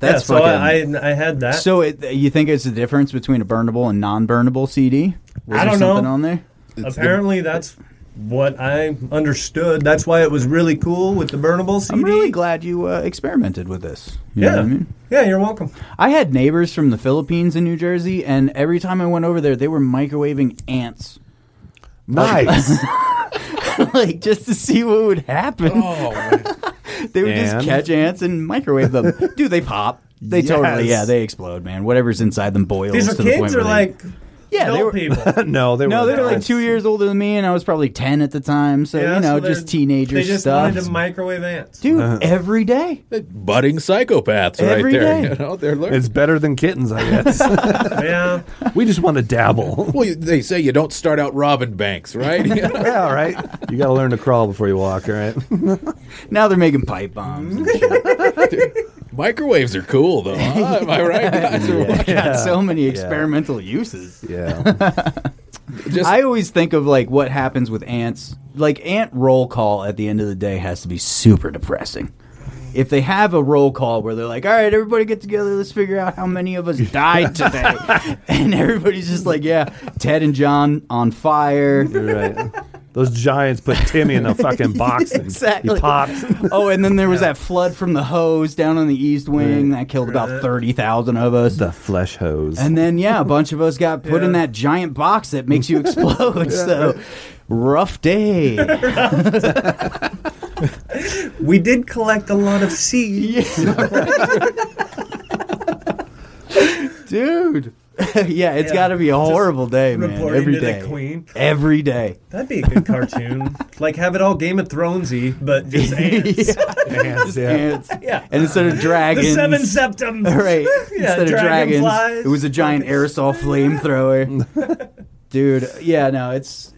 Speaker 3: That's
Speaker 2: yeah, so
Speaker 3: fucking.
Speaker 2: I, I, I had that.
Speaker 3: so it, you think it's the difference between a burnable and non-burnable CD? Was
Speaker 2: I
Speaker 3: there
Speaker 2: don't
Speaker 3: something
Speaker 2: know.
Speaker 3: on there?
Speaker 2: Apparently, that's what I understood. That's why it was really cool with the burnable CD.
Speaker 3: I'm really glad you uh, experimented with this. You know
Speaker 2: Yeah.
Speaker 3: what I mean?
Speaker 2: Yeah, you're welcome.
Speaker 3: I had neighbors from the Philippines in New Jersey, and every time I went over there, they were microwaving ants,
Speaker 6: Nice.
Speaker 3: like just to see what would happen. They would
Speaker 6: And?
Speaker 3: just catch Oh, ants and microwave them. Dude, they pop. They totally, yeah,
Speaker 6: Yes.
Speaker 3: they explode, man. Whatever's inside them boils.
Speaker 2: These are
Speaker 3: to the point
Speaker 2: kids
Speaker 3: where
Speaker 2: or
Speaker 3: they-
Speaker 2: like
Speaker 3: yeah, they
Speaker 2: adult
Speaker 3: were,
Speaker 2: people?
Speaker 6: no, they were
Speaker 3: no, they were like
Speaker 6: nice.
Speaker 3: two years older than me, and I was probably ten at the time. So
Speaker 2: Yeah,
Speaker 3: you know,
Speaker 2: so
Speaker 3: just
Speaker 2: they're-
Speaker 3: teenager
Speaker 2: They just
Speaker 3: stuff.
Speaker 2: wanted to microwave ants.
Speaker 3: Dude, every day.
Speaker 1: budding psychopaths
Speaker 3: Every
Speaker 1: right there.
Speaker 3: day.
Speaker 1: You know, they're learning.
Speaker 6: It's better than kittens, I guess.
Speaker 2: Yeah.
Speaker 6: we just want to dabble.
Speaker 1: well, you- they say you don't start out robbing banks, right? You know?
Speaker 6: yeah, all right. You got to learn to crawl before you walk, all right?
Speaker 3: Now they're making pipe bombs. and shit.
Speaker 1: Microwaves are cool, though. huh? Am I right? guys? Or what?
Speaker 3: Got so many experimental uses.
Speaker 6: Yeah.
Speaker 1: Just,
Speaker 3: I always think of like what happens with ants. Like ant roll call at the end of the day has to be super depressing. If they have a roll call where they're like, "All right, everybody get together, let's figure out how many of us died today," and everybody's just like, "Yeah, Ted and John on fire."
Speaker 6: You're right. Those giants put Timmy in a fucking box and
Speaker 3: Exactly.
Speaker 6: he popped.
Speaker 3: Oh, and then there was that flood from the hose down on the east wing that killed about thirty thousand of us.
Speaker 6: The flesh hose.
Speaker 3: And then yeah, a bunch of us got put in
Speaker 2: Yeah.
Speaker 3: that giant box that makes you explode. So rough day.
Speaker 2: We did collect a lot of seeds.
Speaker 3: dude. yeah, it's
Speaker 2: Yeah.
Speaker 3: got to be a horrible day, man.
Speaker 2: reporting
Speaker 3: Every
Speaker 2: to the
Speaker 3: day,
Speaker 2: queen.
Speaker 3: every day.
Speaker 2: That'd be a good cartoon. like have it all Game of Thronesy, but just ants.
Speaker 6: Ants, yeah.
Speaker 3: Ants.
Speaker 2: Yeah.
Speaker 3: And instead of
Speaker 2: The
Speaker 3: dragons,
Speaker 2: seven septums.
Speaker 3: right?
Speaker 2: Yeah,
Speaker 3: instead of dragons,
Speaker 2: dragonflies.
Speaker 3: it was a giant aerosol flamethrower. dude, yeah, no, it's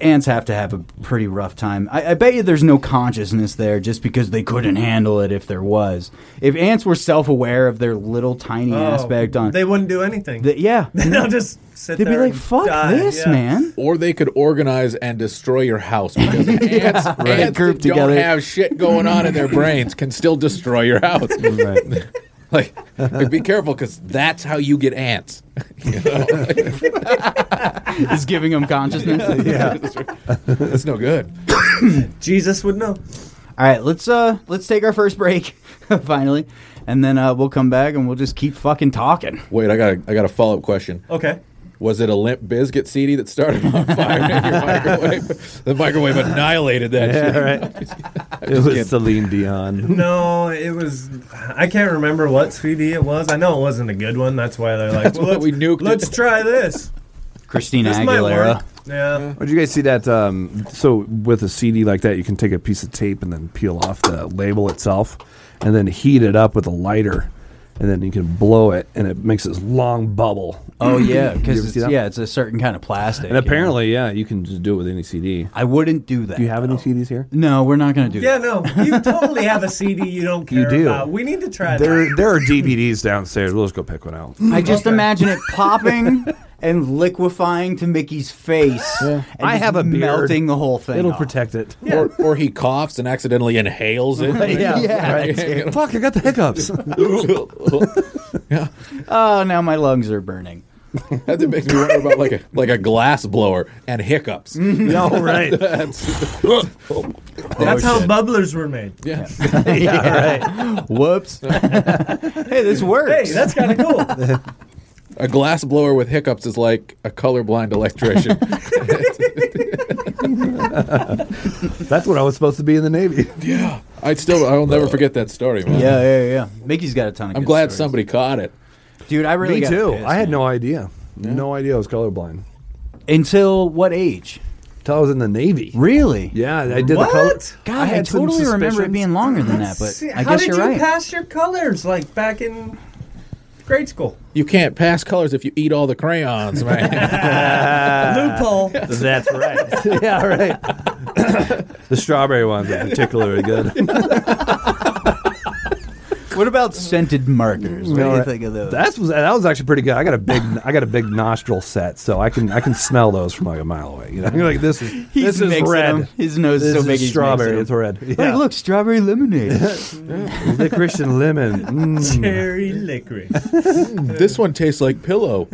Speaker 3: ants have to have a pretty rough time. I, I bet you there's no consciousness there, just because they couldn't handle it. If there was, if ants were self-aware of their little tiny
Speaker 2: Oh,
Speaker 3: aspect on,
Speaker 2: They wouldn't do anything.
Speaker 3: that- yeah,
Speaker 2: They'll just sit
Speaker 3: they'd
Speaker 2: there
Speaker 3: be like,
Speaker 2: and
Speaker 3: "Fuck
Speaker 2: die."
Speaker 3: this,
Speaker 2: Yeah.
Speaker 3: man."
Speaker 1: or they could organize and destroy your house because ants, ants
Speaker 3: Group
Speaker 1: that
Speaker 3: together.
Speaker 1: don't have shit going on in their brains can still destroy your house.
Speaker 6: Right.
Speaker 1: like, like, be careful because that's how you get ants. You know?
Speaker 3: Is giving them consciousness.
Speaker 1: that's no good.
Speaker 2: Jesus would know.
Speaker 3: All right, let's uh let's take our first break finally, and then uh, we'll come back and we'll just keep fucking talking.
Speaker 1: Wait, I got a, I got a follow up question.
Speaker 2: Okay.
Speaker 1: Was it a Limp Bizkit CD that started on fire in your microwave? The microwave annihilated that shit.
Speaker 6: Yeah, right. It was Celine Dion.
Speaker 2: No, it was. I can't remember what CD it was. I know it wasn't a good one. That's why they're like, well,
Speaker 1: why
Speaker 2: let's,
Speaker 1: we nuked it."
Speaker 2: Let's try this.
Speaker 3: Christina
Speaker 2: This might
Speaker 3: Aguilera.
Speaker 2: work. Yeah.
Speaker 6: Did you guys see that? Um, so with a CD like that, you can take a piece of tape and then peel off the label itself, and then heat it up with a lighter, and then you can blow it, and it makes this long bubble.
Speaker 3: Oh yeah,
Speaker 6: You ever
Speaker 3: because
Speaker 6: see that?
Speaker 3: yeah, it's a certain kind of plastic.
Speaker 6: and
Speaker 3: yeah.
Speaker 6: apparently, yeah. you can just do it with any CD.
Speaker 3: I wouldn't do that.
Speaker 6: Do you have any CDs here?
Speaker 3: No, we're not gonna do
Speaker 2: Yeah,
Speaker 3: that.
Speaker 2: no. You totally have a CD you don't care
Speaker 6: You do.
Speaker 2: about. We need to try that.
Speaker 6: There, there are DVDs downstairs. We'll just go pick one out.
Speaker 3: I just imagine it popping and liquefying to Mickey's face. and
Speaker 6: I
Speaker 3: just
Speaker 6: have a beard.
Speaker 3: melting the whole thing.
Speaker 6: It'll
Speaker 3: off.
Speaker 6: protect it.
Speaker 1: Or, or he coughs and accidentally inhales it.
Speaker 3: Yeah, yeah.
Speaker 6: Fuck! I got the hiccups.
Speaker 3: Oh, now my lungs are burning.
Speaker 1: That makes me wonder about like a like a glass blower and hiccups.
Speaker 6: no, right.
Speaker 2: That's
Speaker 3: Oh,
Speaker 2: how
Speaker 3: shit.
Speaker 2: bubblers were made.
Speaker 1: Yeah.
Speaker 3: Whoops. hey, this works.
Speaker 2: Hey, that's kind of cool.
Speaker 1: A glass blower with hiccups is like a colorblind electrician.
Speaker 6: That's what I was supposed to be in the Navy.
Speaker 1: yeah. I still I'll never forget that story, man.
Speaker 3: yeah, yeah, yeah. Mickey's got a ton of.
Speaker 1: I'm
Speaker 3: good
Speaker 1: glad
Speaker 3: stories.
Speaker 1: somebody caught it.
Speaker 3: Dude, I really
Speaker 6: Me
Speaker 3: got
Speaker 6: too.
Speaker 3: pissed,
Speaker 6: I had
Speaker 3: man.
Speaker 6: no idea. No idea I was colorblind.
Speaker 3: Until what age?
Speaker 4: till I was in the Navy.
Speaker 3: Really?
Speaker 4: Yeah, I did
Speaker 2: What?
Speaker 4: the color.
Speaker 3: God, I,
Speaker 4: had some
Speaker 3: totally remember it
Speaker 4: suspicions.
Speaker 3: being longer than that, but
Speaker 2: See,
Speaker 3: I
Speaker 2: how
Speaker 3: guess
Speaker 2: did
Speaker 3: you're
Speaker 2: you
Speaker 3: right.
Speaker 2: pass your colors like back in grade school?
Speaker 1: You can't pass colors if you eat all the crayons, man.
Speaker 3: Uh,
Speaker 2: Loophole.
Speaker 10: That's right.
Speaker 4: yeah, right. the strawberry ones are particularly good.
Speaker 3: What about scented markers? What do you think of those?
Speaker 4: That was that was actually pretty good. I got a big I got a big nostril set, so I can I can smell those from like a mile away. You know, You're like this is
Speaker 3: He's
Speaker 4: this is
Speaker 3: mixing
Speaker 4: red.
Speaker 3: them. His nose is
Speaker 4: This
Speaker 3: so
Speaker 4: is
Speaker 3: big he's
Speaker 4: strawberry.
Speaker 3: mixing
Speaker 4: It's red.
Speaker 3: Hey,
Speaker 4: Yeah.
Speaker 3: look, strawberry lemonade.
Speaker 4: licorice and lemon. Mm.
Speaker 2: Cherry licorice.
Speaker 1: this one tastes like pillow.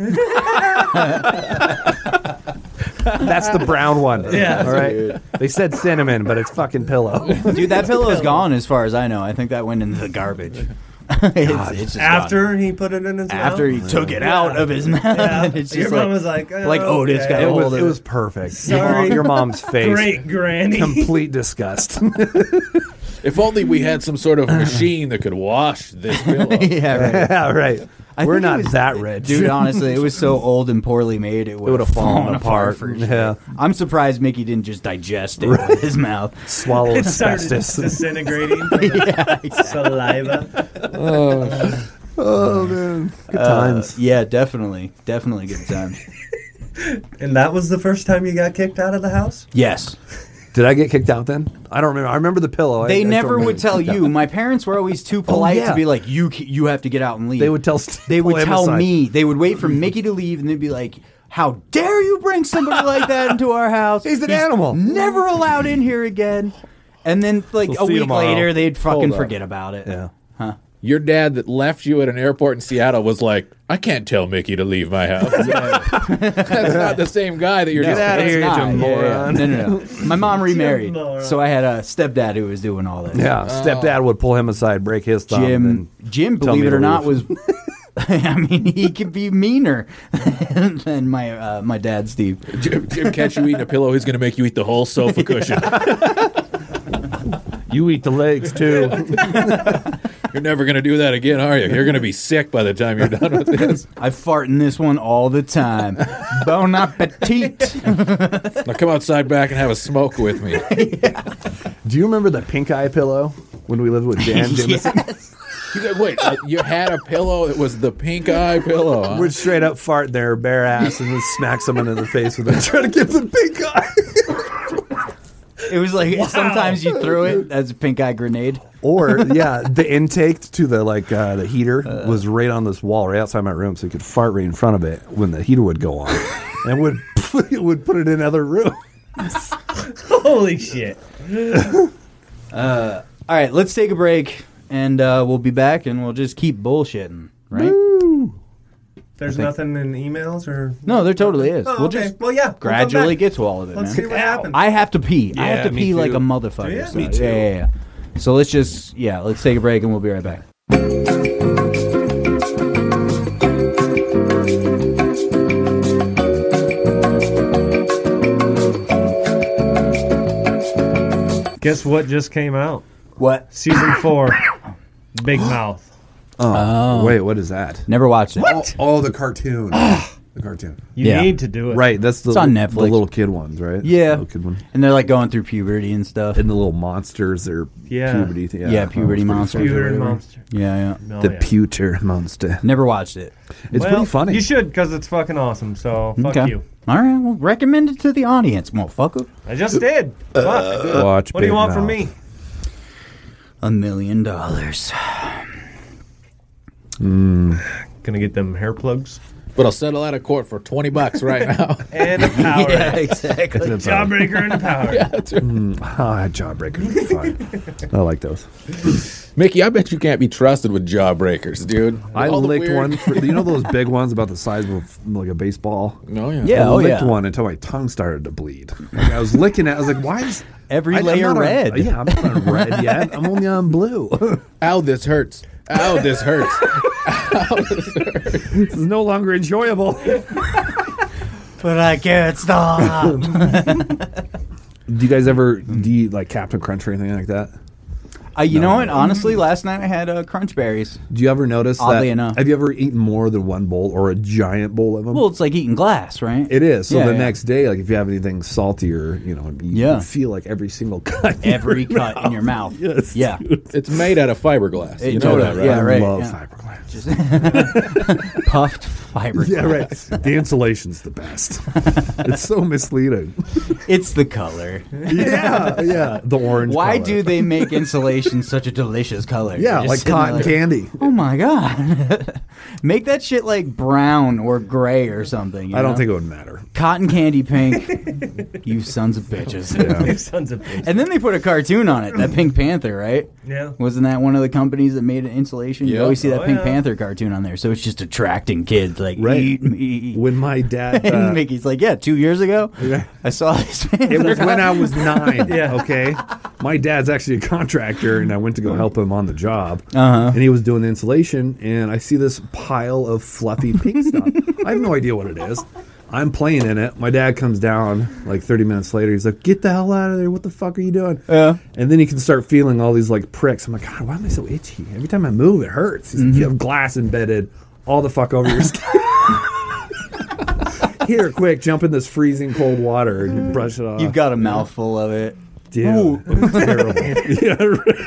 Speaker 4: That's the brown one.
Speaker 2: Yeah.
Speaker 4: All right. They said cinnamon, but it's fucking pillow.
Speaker 3: Dude, that pillow is gone as far as I know. I think that went into the garbage. it's, it's just
Speaker 2: After he put it in his
Speaker 3: gone. after he
Speaker 2: mouth?
Speaker 3: took it out of his mouth. it's
Speaker 2: Your
Speaker 3: just
Speaker 2: mom
Speaker 3: like,
Speaker 2: was like,
Speaker 3: like
Speaker 2: oh,
Speaker 3: Otis
Speaker 2: okay.
Speaker 3: got
Speaker 4: It
Speaker 3: a hold
Speaker 4: was
Speaker 3: of
Speaker 4: it was perfect.
Speaker 2: Sorry.
Speaker 4: Your mom's face.
Speaker 2: Great granny.
Speaker 4: Complete disgust.
Speaker 1: If only we had some sort of machine that could wash this pillow.
Speaker 3: yeah, right.
Speaker 4: yeah, right.
Speaker 3: I
Speaker 4: We're
Speaker 3: think it
Speaker 4: not
Speaker 3: was-
Speaker 4: that rich.
Speaker 3: Dude, honestly, it was so old and poorly made, it would
Speaker 4: would've
Speaker 3: have fallen, apart. for sure.
Speaker 4: Yeah.
Speaker 3: I'm surprised Mickey didn't just digest it with his mouth.
Speaker 4: swallow
Speaker 2: It started
Speaker 4: asbestos.
Speaker 2: disintegrating from
Speaker 3: uh,
Speaker 2: saliva.
Speaker 4: Good times.
Speaker 3: Yeah, definitely. Definitely good time.
Speaker 2: And that was the first time you got kicked out of the house?
Speaker 3: yes.
Speaker 4: Did I get kicked out then? I don't remember. I remember the pillow. I- I
Speaker 3: They
Speaker 4: don't
Speaker 3: never
Speaker 4: remember
Speaker 3: would
Speaker 4: getting
Speaker 3: tell
Speaker 4: kicked out.
Speaker 3: you. My parents were always too polite
Speaker 4: yeah.
Speaker 3: to be like, "You c- you have to get out and leave."
Speaker 4: They would tell.
Speaker 3: Oh, They would
Speaker 4: Slim
Speaker 3: tell
Speaker 4: aside.
Speaker 3: me. They would wait for Mickey to leave, and they'd be like, "How dare you bring somebody like that into our house?
Speaker 4: He's an animal."
Speaker 3: Never allowed in here again." And then, like
Speaker 4: We'll
Speaker 3: a
Speaker 4: see you
Speaker 3: week
Speaker 4: tomorrow.
Speaker 3: later, they'd fucking
Speaker 4: Hold up.
Speaker 3: forget about it.
Speaker 4: Yeah.
Speaker 1: Your dad that left you at an airport in Seattle was like, I can't tell Mickey to leave my house. That's not the same guy that you're
Speaker 3: It's-
Speaker 1: just.
Speaker 4: outta
Speaker 3: it's
Speaker 4: here, you
Speaker 3: not. Yeah, yeah, yeah.
Speaker 4: moron.
Speaker 3: No, no, no. My mom remarried,
Speaker 2: moron.
Speaker 3: so I had a stepdad who was doing all this.
Speaker 4: Yeah. Stepdad would pull him aside, break his thumb.
Speaker 3: Jim,
Speaker 4: and
Speaker 3: Jim,
Speaker 4: tell me
Speaker 3: believe it
Speaker 4: to
Speaker 3: or not, was.
Speaker 4: leave.
Speaker 3: I mean, he could be meaner than my uh, my dad, Steve.
Speaker 1: Jim, Jim catch you eating a pillow, he's going to make you eat the whole sofa cushion.
Speaker 4: you eat the legs too.
Speaker 1: You're never going to do that again, are you? You're going to be sick by the time you're done with this.
Speaker 3: I fart in this one all the time. bon appetit.
Speaker 1: Now come outside back and have a smoke with me.
Speaker 4: Do you remember the pink eye pillow when we lived with Dan? Jimison?
Speaker 1: You go, Wait, uh, you had a pillow that was the pink eye pillow. huh?
Speaker 4: Would straight up fart their bare ass and then smack someone in the face with it, trying to give them pink eye.
Speaker 3: It was like sometimes you threw it as a pink eye grenade.
Speaker 4: or yeah, the intake to the like uh, the heater was right on this wall, right outside my room, so you could fart right in front of it when the heater would go on, and would it would put it in another room.
Speaker 2: Holy shit.
Speaker 3: All right, let's take a break and uh, we'll be back and we'll just keep bullshitting, right?
Speaker 2: There's nothing in emails or.
Speaker 3: No, there totally is.
Speaker 2: Oh,
Speaker 3: we'll
Speaker 2: okay.
Speaker 3: just
Speaker 2: well, yeah. we'll come
Speaker 3: gradually
Speaker 2: back.
Speaker 3: get to all of it,
Speaker 2: Let's see
Speaker 3: man.
Speaker 2: what happens.
Speaker 3: I have to pee. I have
Speaker 4: Yeah,
Speaker 3: to
Speaker 4: me
Speaker 3: pee like a
Speaker 4: too.
Speaker 3: motherfucker.
Speaker 2: Yeah,
Speaker 3: so-
Speaker 2: me too.
Speaker 3: Yeah, yeah, yeah. So let's just yeah, let's take a break and we'll be right back.
Speaker 2: Guess what just came out?
Speaker 3: What?
Speaker 2: Season four Big Mouth.
Speaker 3: Oh.
Speaker 4: Wait, what is that?
Speaker 3: Never watched it.
Speaker 4: Oh, the cartoon. the cartoon.
Speaker 2: You
Speaker 3: Yeah.
Speaker 2: need to do it.
Speaker 4: Right, that's the,
Speaker 3: It's on
Speaker 4: the
Speaker 3: Netflix.
Speaker 4: little kid ones, right?
Speaker 3: Yeah.
Speaker 4: The little kid one.
Speaker 3: And they're like going through puberty and stuff.
Speaker 4: And the little monsters or
Speaker 2: Yeah.
Speaker 4: puberty. thing.
Speaker 3: Yeah, puberty monsters.
Speaker 2: Computer monster.
Speaker 3: Yeah, yeah.
Speaker 2: No,
Speaker 4: The
Speaker 2: Oh, yeah.
Speaker 4: pewter monster.
Speaker 3: Never watched it.
Speaker 4: It's
Speaker 2: Well,
Speaker 4: pretty funny.
Speaker 2: You should, because it's fucking awesome. So fuck
Speaker 3: Okay.
Speaker 2: you.
Speaker 3: All right, well, recommend it to the audience, motherfucker.
Speaker 2: I just did. fuck.
Speaker 4: watch.
Speaker 2: uh, What do you
Speaker 4: Big
Speaker 2: want from
Speaker 4: Mouth.
Speaker 2: me?
Speaker 3: A million dollars.
Speaker 2: Gonna get them hair plugs
Speaker 1: But I'll settle out of court for 20 bucks right now.
Speaker 2: and a power.
Speaker 3: Yeah, exactly.
Speaker 4: That's all.
Speaker 2: Jawbreaker and a power.
Speaker 4: Ah, jawbreaker. Fine. I like those.
Speaker 1: Mickey, I bet you can't be trusted with jawbreakers, dude.
Speaker 4: I
Speaker 1: All the
Speaker 4: licked
Speaker 1: weird-
Speaker 4: one. For, you know those big ones about the size of like a baseball.
Speaker 1: Oh, yeah.
Speaker 3: Yeah.
Speaker 4: I
Speaker 3: oh,
Speaker 4: licked one until my tongue started to bleed. Like I was licking it. I was like, why is
Speaker 3: Every
Speaker 4: I- I'm
Speaker 3: layer
Speaker 4: not on-
Speaker 3: red.
Speaker 4: yeah, I'm not on red yet. I'm only on blue.
Speaker 1: Ow, this hurts. Ow, this hurts.
Speaker 4: this is no longer enjoyable.
Speaker 3: But I can't stop.
Speaker 4: Do you guys ever do you eat, like Captain Crunch or anything like that?
Speaker 3: Uh, you know what? Honestly, last night I had uh, crunch berries.
Speaker 4: Do you ever notice
Speaker 3: Oddly
Speaker 4: that?
Speaker 3: enough.
Speaker 4: Have you ever eaten more than one bowl or a giant bowl of them?
Speaker 3: Well, it's like eating glass, right?
Speaker 4: it is. So
Speaker 3: Yeah,
Speaker 4: the
Speaker 3: yeah.
Speaker 4: next day, like if you have anything saltier, you know, you
Speaker 3: Yeah.
Speaker 4: feel like every single cut.
Speaker 3: every cut in your mouth.
Speaker 4: Yes,
Speaker 3: yeah.
Speaker 1: It's made out of fiberglass.
Speaker 3: It
Speaker 1: you know that,
Speaker 3: totally-
Speaker 1: right?
Speaker 3: yeah, right,
Speaker 4: I love
Speaker 3: yeah.
Speaker 4: fiberglass.
Speaker 3: Just puffed fiberglass.
Speaker 4: Yeah, right. the insulation's the best. it's so misleading.
Speaker 3: It's the color.
Speaker 4: yeah, yeah. The orange.
Speaker 3: Why
Speaker 4: color.
Speaker 3: do they make insulation such a delicious color?
Speaker 4: Yeah,
Speaker 3: You're just
Speaker 4: like
Speaker 3: sitting
Speaker 4: cotton
Speaker 3: there
Speaker 4: candy.
Speaker 3: Oh my god. make that shit like brown or gray or something. you
Speaker 4: I don't
Speaker 3: know?
Speaker 4: think it would matter.
Speaker 3: cotton candy pink. you sons of bitches.
Speaker 2: Sons of bitches.
Speaker 3: And then they put a cartoon on it, that Pink Panther, right?
Speaker 2: Yeah.
Speaker 3: Wasn't that one of the companies that made an insulation? You
Speaker 1: Yeah.
Speaker 3: always see that
Speaker 2: Oh,
Speaker 3: Pink
Speaker 2: yeah.
Speaker 3: Panther cartoon on there, so it's just attracting kids like
Speaker 4: Right.
Speaker 3: eat me.
Speaker 4: When my dad,
Speaker 3: and
Speaker 4: uh,
Speaker 3: Mickey's like, yeah, two years ago, I saw this.
Speaker 4: it was when I was nine.
Speaker 2: Yeah.
Speaker 4: Okay. My dad's actually a contractor, and I went to go help him on the job.
Speaker 3: Uh-huh.
Speaker 4: And he was doing the insulation, and I see this pile of fluffy pink stuff. I have no idea what it is. I'm playing in it. My dad comes down like 30 minutes later. He's like, "Get the hell out of there! What the fuck are you doing?"
Speaker 3: Yeah.
Speaker 4: And then you can start feeling all these like pricks. I'm like, God, why am I so itchy? Every time I move, it hurts. He's
Speaker 3: Mm-hmm.
Speaker 4: like, you have glass embedded all the fuck over your skin. Here, quick, jump in this freezing cold water and you brush it off.
Speaker 3: You've got a mouthful of it.
Speaker 4: Dude, it was terrible. yeah, right.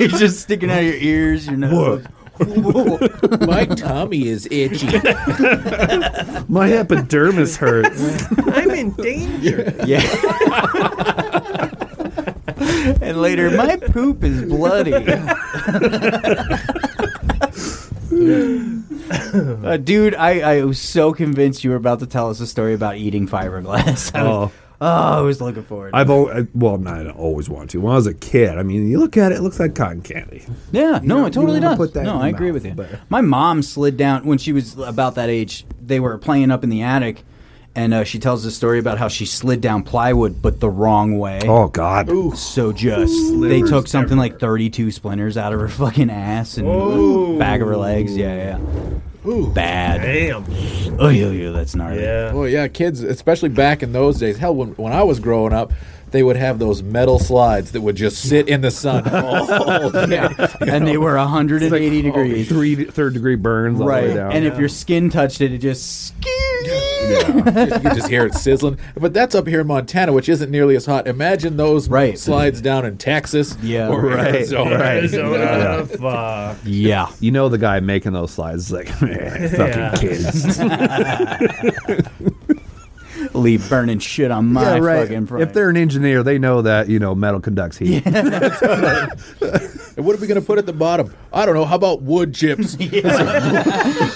Speaker 3: It's just sticking out of your ears, your nose.
Speaker 1: My tummy is itchy.
Speaker 4: My epidermis hurts.
Speaker 2: I'm in danger.
Speaker 3: Yeah. and later, my poop is bloody. uh, Uh, dude, I, I was so convinced you were about to tell us a story about eating fiberglass. I was,
Speaker 4: oh,
Speaker 3: oh, I was looking forward. to it.
Speaker 4: I've always, well, not I don't always want to. When I was a kid, I mean, you look at it, it looks like cotton candy.
Speaker 3: yeah, no,
Speaker 4: know,
Speaker 3: it totally
Speaker 4: you
Speaker 3: does.
Speaker 4: wanna put that
Speaker 3: no,
Speaker 4: in
Speaker 3: I
Speaker 4: your
Speaker 3: agree
Speaker 4: mouth,
Speaker 3: with you.
Speaker 4: but-
Speaker 3: My mom slid down when she was about that age. They were playing up in the attic, and uh, she tells this story about how she slid down plywood, but the wrong way.
Speaker 4: Oh, God.
Speaker 3: So just they took something like 32 splinters out of her fucking ass and back of her legs. Yeah, yeah. Bad.
Speaker 2: Damn.
Speaker 3: Oh, yeah, yeah, that's gnarly.
Speaker 2: Yeah.
Speaker 1: Well, yeah, kids, especially back in those days. Hell, when, when I was growing up, they would have those metal slides that would just sit in the sun. all
Speaker 4: Oh.
Speaker 1: day.
Speaker 3: And they were 180 degrees.
Speaker 4: Three third degree burns all the
Speaker 3: Right.
Speaker 4: way down.
Speaker 3: And if your skin touched it, it just
Speaker 1: you can just hear it sizzling. But that's up here in Montana, which isn't nearly as hot. Imagine those
Speaker 3: Right.
Speaker 1: slides down in Texas.
Speaker 3: Yeah.
Speaker 1: or
Speaker 4: Right,
Speaker 1: Arizona.
Speaker 4: right.
Speaker 2: Arizona, uh, fuck.
Speaker 3: Yeah.
Speaker 4: you know the guy making those slides is like, man, fucking
Speaker 2: Yeah.
Speaker 4: kids.
Speaker 3: Leave burning shit on my fucking front.
Speaker 4: If they're an engineer, they know that you know metal conducts heat.
Speaker 1: And what are we going to put at the bottom? I don't know. How about wood chips?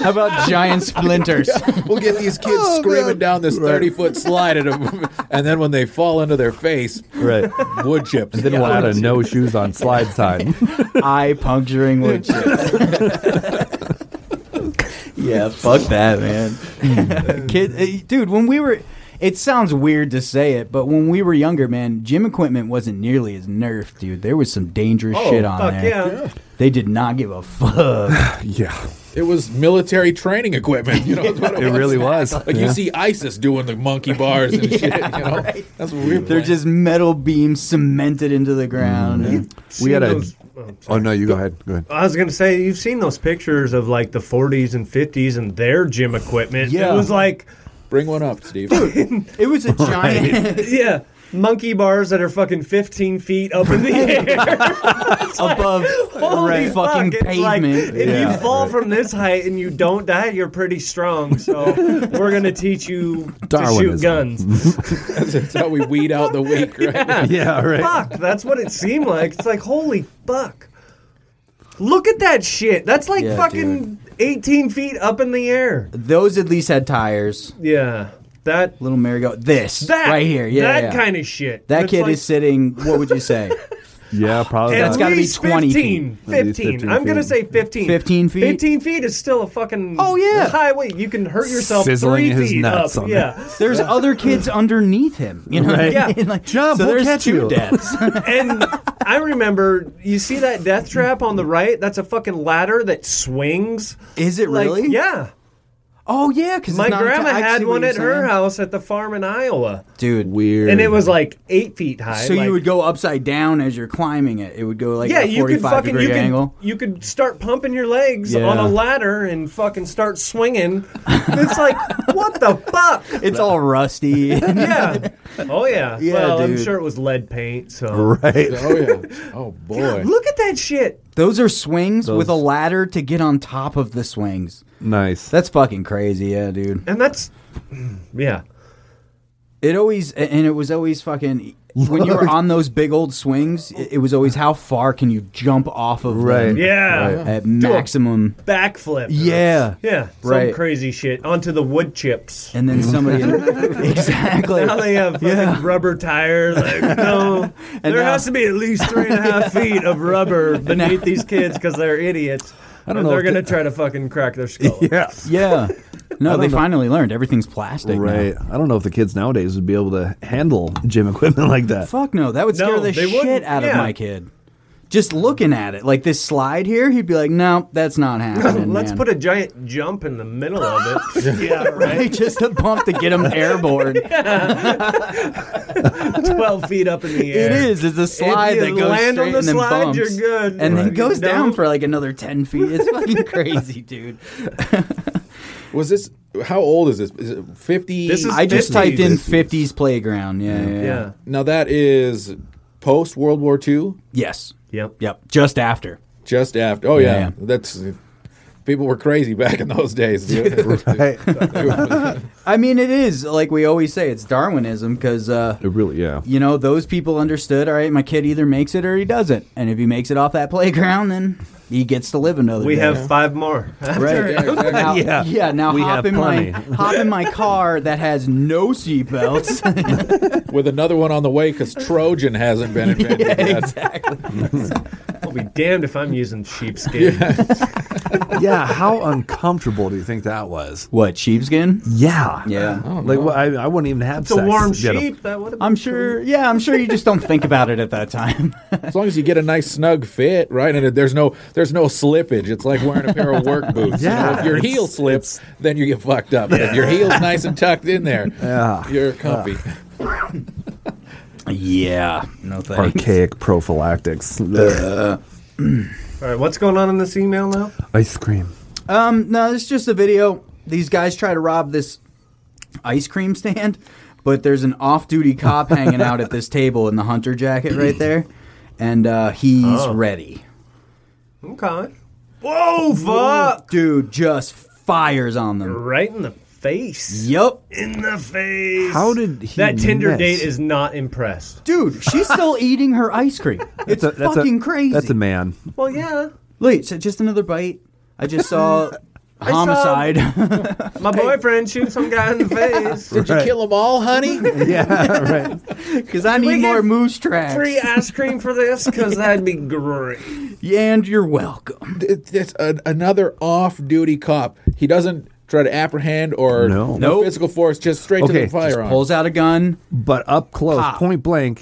Speaker 3: How about giant splinters?
Speaker 1: We'll get these kids
Speaker 4: Oh,
Speaker 1: screaming down this 30 foot slide, at 'em, and then when they fall into their face,
Speaker 4: Right.
Speaker 1: wood chips.
Speaker 4: Then we'll add a no shoes on slide sign.
Speaker 3: Eye puncturing wood chips. yeah, fuck that,
Speaker 2: Hmm.
Speaker 3: man. Kid, eh, dude, when we were, it sounds weird to say it, but when we were younger, man, gym equipment wasn't nearly as nerfed, dude. There was some dangerous shit on
Speaker 2: Oh, fuck
Speaker 3: there.
Speaker 2: yeah.
Speaker 3: They did not give a fuck.
Speaker 4: yeah,
Speaker 1: It was military training equipment. You know, that's what it,
Speaker 4: it
Speaker 1: was.
Speaker 4: really was.
Speaker 1: Like you see ISIS doing the monkey bars and shit. You know, that's what we were
Speaker 3: They're
Speaker 1: playing.
Speaker 3: just metal beams cemented into the ground.
Speaker 2: Mm-hmm.
Speaker 3: and-
Speaker 4: we had a.
Speaker 2: Those- oh,
Speaker 6: Oh no, you go ahead. Go ahead.
Speaker 2: I was gonna say you've seen those pictures of like the 40s and 50s and their gym equipment.
Speaker 3: Yeah.
Speaker 2: It was like
Speaker 1: bring one up, Steve.
Speaker 3: It was a giant,
Speaker 2: yeah, monkey bars that are fucking 15 feet up in the air.
Speaker 3: above
Speaker 2: Holy
Speaker 3: right,
Speaker 2: fuck,
Speaker 3: fucking
Speaker 2: it's like,
Speaker 3: pavement.
Speaker 2: if
Speaker 3: Yeah.
Speaker 2: you fall from this height and you don't die, you're pretty strong. So we're gonna teach you to
Speaker 4: Darwinism.
Speaker 2: shoot guns.
Speaker 1: that's how we weed out the weak, right?
Speaker 4: Yeah, right.
Speaker 2: fuck, that's what it seemed like. It's like holy fuck. Look at that shit. That's like
Speaker 3: Yeah,
Speaker 2: fucking 18 feet up in the air.
Speaker 3: Those at least had tires.
Speaker 2: Yeah, that
Speaker 3: Little merry-go. This
Speaker 2: that
Speaker 3: right here, yeah,
Speaker 2: that
Speaker 3: yeah.
Speaker 2: kind of shit.
Speaker 3: That
Speaker 2: It's
Speaker 3: kid
Speaker 2: like-
Speaker 3: is sitting. What would you say?
Speaker 4: Yeah, probably.
Speaker 2: At
Speaker 3: That's gotta be
Speaker 2: least
Speaker 3: 20 feet.
Speaker 2: 15,
Speaker 4: At least
Speaker 2: 15.
Speaker 4: 15
Speaker 2: I'm going to
Speaker 4: feet.
Speaker 2: say 15.
Speaker 3: 15 feet?
Speaker 2: 15 feet is still a fucking
Speaker 3: Oh, yeah.
Speaker 2: highway. You can hurt yourself
Speaker 4: Sizzling
Speaker 2: three
Speaker 4: his
Speaker 2: feet
Speaker 4: nuts
Speaker 2: up.
Speaker 4: on
Speaker 2: yeah.
Speaker 3: There's other kids underneath him. You know, what I
Speaker 2: Right. Yeah.
Speaker 3: mean? like,
Speaker 4: Jump,
Speaker 3: So
Speaker 4: we'll
Speaker 3: there's
Speaker 4: catch
Speaker 3: two
Speaker 4: you.
Speaker 3: deaths.
Speaker 2: and I remember, you see that death trap on the right? That's a fucking ladder that swings.
Speaker 3: Is it
Speaker 2: Like,
Speaker 3: really?
Speaker 2: Yeah.
Speaker 3: Oh yeah, because
Speaker 2: My grandma had one at her house at the farm in Iowa,
Speaker 3: dude.
Speaker 4: Weird.
Speaker 2: and it was like eight feet high.
Speaker 3: So
Speaker 2: like-
Speaker 3: you would go upside down as you're climbing it. It would go like
Speaker 2: yeah,
Speaker 3: a
Speaker 2: you could
Speaker 3: 45
Speaker 2: fucking
Speaker 3: degree
Speaker 2: you could,
Speaker 3: angle.
Speaker 2: you could start pumping your legs on a
Speaker 4: Yeah.
Speaker 2: ladder and fucking start swinging. it's like what the fuck?
Speaker 3: It's all rusty.
Speaker 2: Yeah. Oh yeah.
Speaker 3: Yeah,
Speaker 2: well, I'm
Speaker 3: dude.
Speaker 2: sure it was lead paint. So
Speaker 4: right.
Speaker 1: Oh yeah. Oh boy.
Speaker 2: look at that shit.
Speaker 3: Those are swings with a
Speaker 4: Those-
Speaker 3: ladder to get on top of the swings.
Speaker 4: Nice.
Speaker 3: That's fucking crazy, yeah, dude.
Speaker 2: And that's mm, yeah.
Speaker 3: It always and it was always fucking when you were on those big old swings. It, it was always how far can you jump off of them
Speaker 4: Right.
Speaker 2: Yeah.
Speaker 3: at maximum.
Speaker 2: Backflip.
Speaker 3: Yeah.
Speaker 2: Yeah. Some
Speaker 3: Right.
Speaker 2: crazy shit onto the wood chips.
Speaker 3: And then somebody exactly.
Speaker 2: Now they have fucking rubber tires. Like, no, there
Speaker 3: now-
Speaker 2: has to be at least three and a half feet of rubber beneath these kids because they're idiots. I
Speaker 4: don't know
Speaker 2: They're
Speaker 4: if
Speaker 2: gonna try to fucking crack their skull.
Speaker 4: Yeah.
Speaker 3: Yeah. No, they finally learned everything's plastic. now.
Speaker 4: Right. I don't know if the kids nowadays would be able to handle gym equipment like that.
Speaker 3: Fuck no, that would scare
Speaker 2: No,
Speaker 3: the
Speaker 2: they
Speaker 3: shit
Speaker 2: wouldn't.
Speaker 3: out of
Speaker 2: Yeah.
Speaker 3: my kid. Just looking at it, like this slide here, he'd be like, "No, that's not happening."
Speaker 2: Let's
Speaker 3: man."
Speaker 2: put a giant jump in the middle of it. yeah, right.
Speaker 3: just a bump to get him airborne.
Speaker 2: Twelve feet up in the air.
Speaker 3: It is. It's a slide
Speaker 2: you
Speaker 3: that goes
Speaker 2: land on
Speaker 3: straight
Speaker 2: the
Speaker 3: and then
Speaker 2: slide,
Speaker 3: bumps,
Speaker 2: you're good.
Speaker 3: and then
Speaker 2: Right.
Speaker 3: goes
Speaker 2: You
Speaker 3: down
Speaker 2: don't.
Speaker 3: for like another ten feet. It's fucking crazy, dude.
Speaker 1: Was this? How old is this? Is it fifty?
Speaker 2: This is-
Speaker 3: I just
Speaker 2: 50s.
Speaker 3: typed in '50s playground. Yeah, yeah, yeah.
Speaker 2: Yeah.
Speaker 1: now that is post World War II,
Speaker 3: Yes.
Speaker 2: Yep.
Speaker 3: Yep. Just after.
Speaker 1: just after. Oh yeah,
Speaker 3: Yeah.
Speaker 1: that's people were crazy back in those days. dude.
Speaker 3: I mean, it is like we always say, it's Darwinism because uh,
Speaker 4: It really, yeah.
Speaker 3: you know, those people understood, all right, my kid either makes it or he doesn't. And if he makes it off that playground, then he gets to live another
Speaker 2: We
Speaker 3: day.
Speaker 2: have five more.
Speaker 3: Right.
Speaker 1: Yeah, exactly.
Speaker 3: Now, yeah. now
Speaker 4: We
Speaker 3: hop
Speaker 4: have
Speaker 3: in my
Speaker 4: plenty.
Speaker 3: hop in my car that has no seatbelts.
Speaker 1: With another one on the way because Trojan hasn't been invented yet.
Speaker 2: I'll be damned if I'm using sheepskin.
Speaker 4: yeah. How uncomfortable do you think that was?
Speaker 3: what, sheepskin?
Speaker 4: Yeah.
Speaker 3: Yeah.
Speaker 4: Like well, I, I wouldn't even have
Speaker 2: It's a
Speaker 4: sex
Speaker 2: warm
Speaker 4: to get a-
Speaker 2: sheep. That would.
Speaker 3: I'm sure yeah, I'm sure you just don't think about it at that time.
Speaker 1: As long as you get a nice snug fit, right? And there's no there's no slippage. It's like wearing a pair of work boots. You know,
Speaker 4: Yeah,
Speaker 1: if your heel slips, then you get fucked up. But if your heel's nice and tucked in there,
Speaker 4: Yeah.
Speaker 1: you're comfy.
Speaker 3: yeah. No thanks.
Speaker 4: Archaic prophylactics.
Speaker 2: All right. What's going on in this email now?
Speaker 4: Ice cream.
Speaker 3: Um, no, it's just a video. These guys try to rob this ice cream stand, but there's an off-duty cop hanging out at this table in the hunter jacket right there, and uh, he's ready.
Speaker 2: Okay. Whoa, fuck!
Speaker 3: Dude, just fires on them.
Speaker 2: Right in the face.
Speaker 3: Yup.
Speaker 2: In the face.
Speaker 4: How did he
Speaker 2: that Tinder
Speaker 4: miss?
Speaker 2: date is not impressed?
Speaker 3: Dude, she's still eating her ice cream. It's fucking crazy.
Speaker 4: That's a man.
Speaker 2: Well, yeah.
Speaker 3: Wait, so just another bite. I just saw homicide.
Speaker 2: My boyfriend shoots some guy in the face.
Speaker 1: Did you kill them all, honey?
Speaker 4: Yeah, right.
Speaker 3: Because I
Speaker 2: get
Speaker 3: need more moose tracks.
Speaker 2: Free ice cream for this? Because that'd be great.
Speaker 3: and you're welcome.
Speaker 1: It- it's an another off-duty cop. He doesn't try to apprehend or
Speaker 4: No.
Speaker 3: Nope.
Speaker 1: physical force. Just straight to
Speaker 4: Okay,
Speaker 1: the
Speaker 4: just
Speaker 1: firearm.
Speaker 3: Pulls out a gun.
Speaker 4: But up close,
Speaker 3: Pop.
Speaker 4: point blank.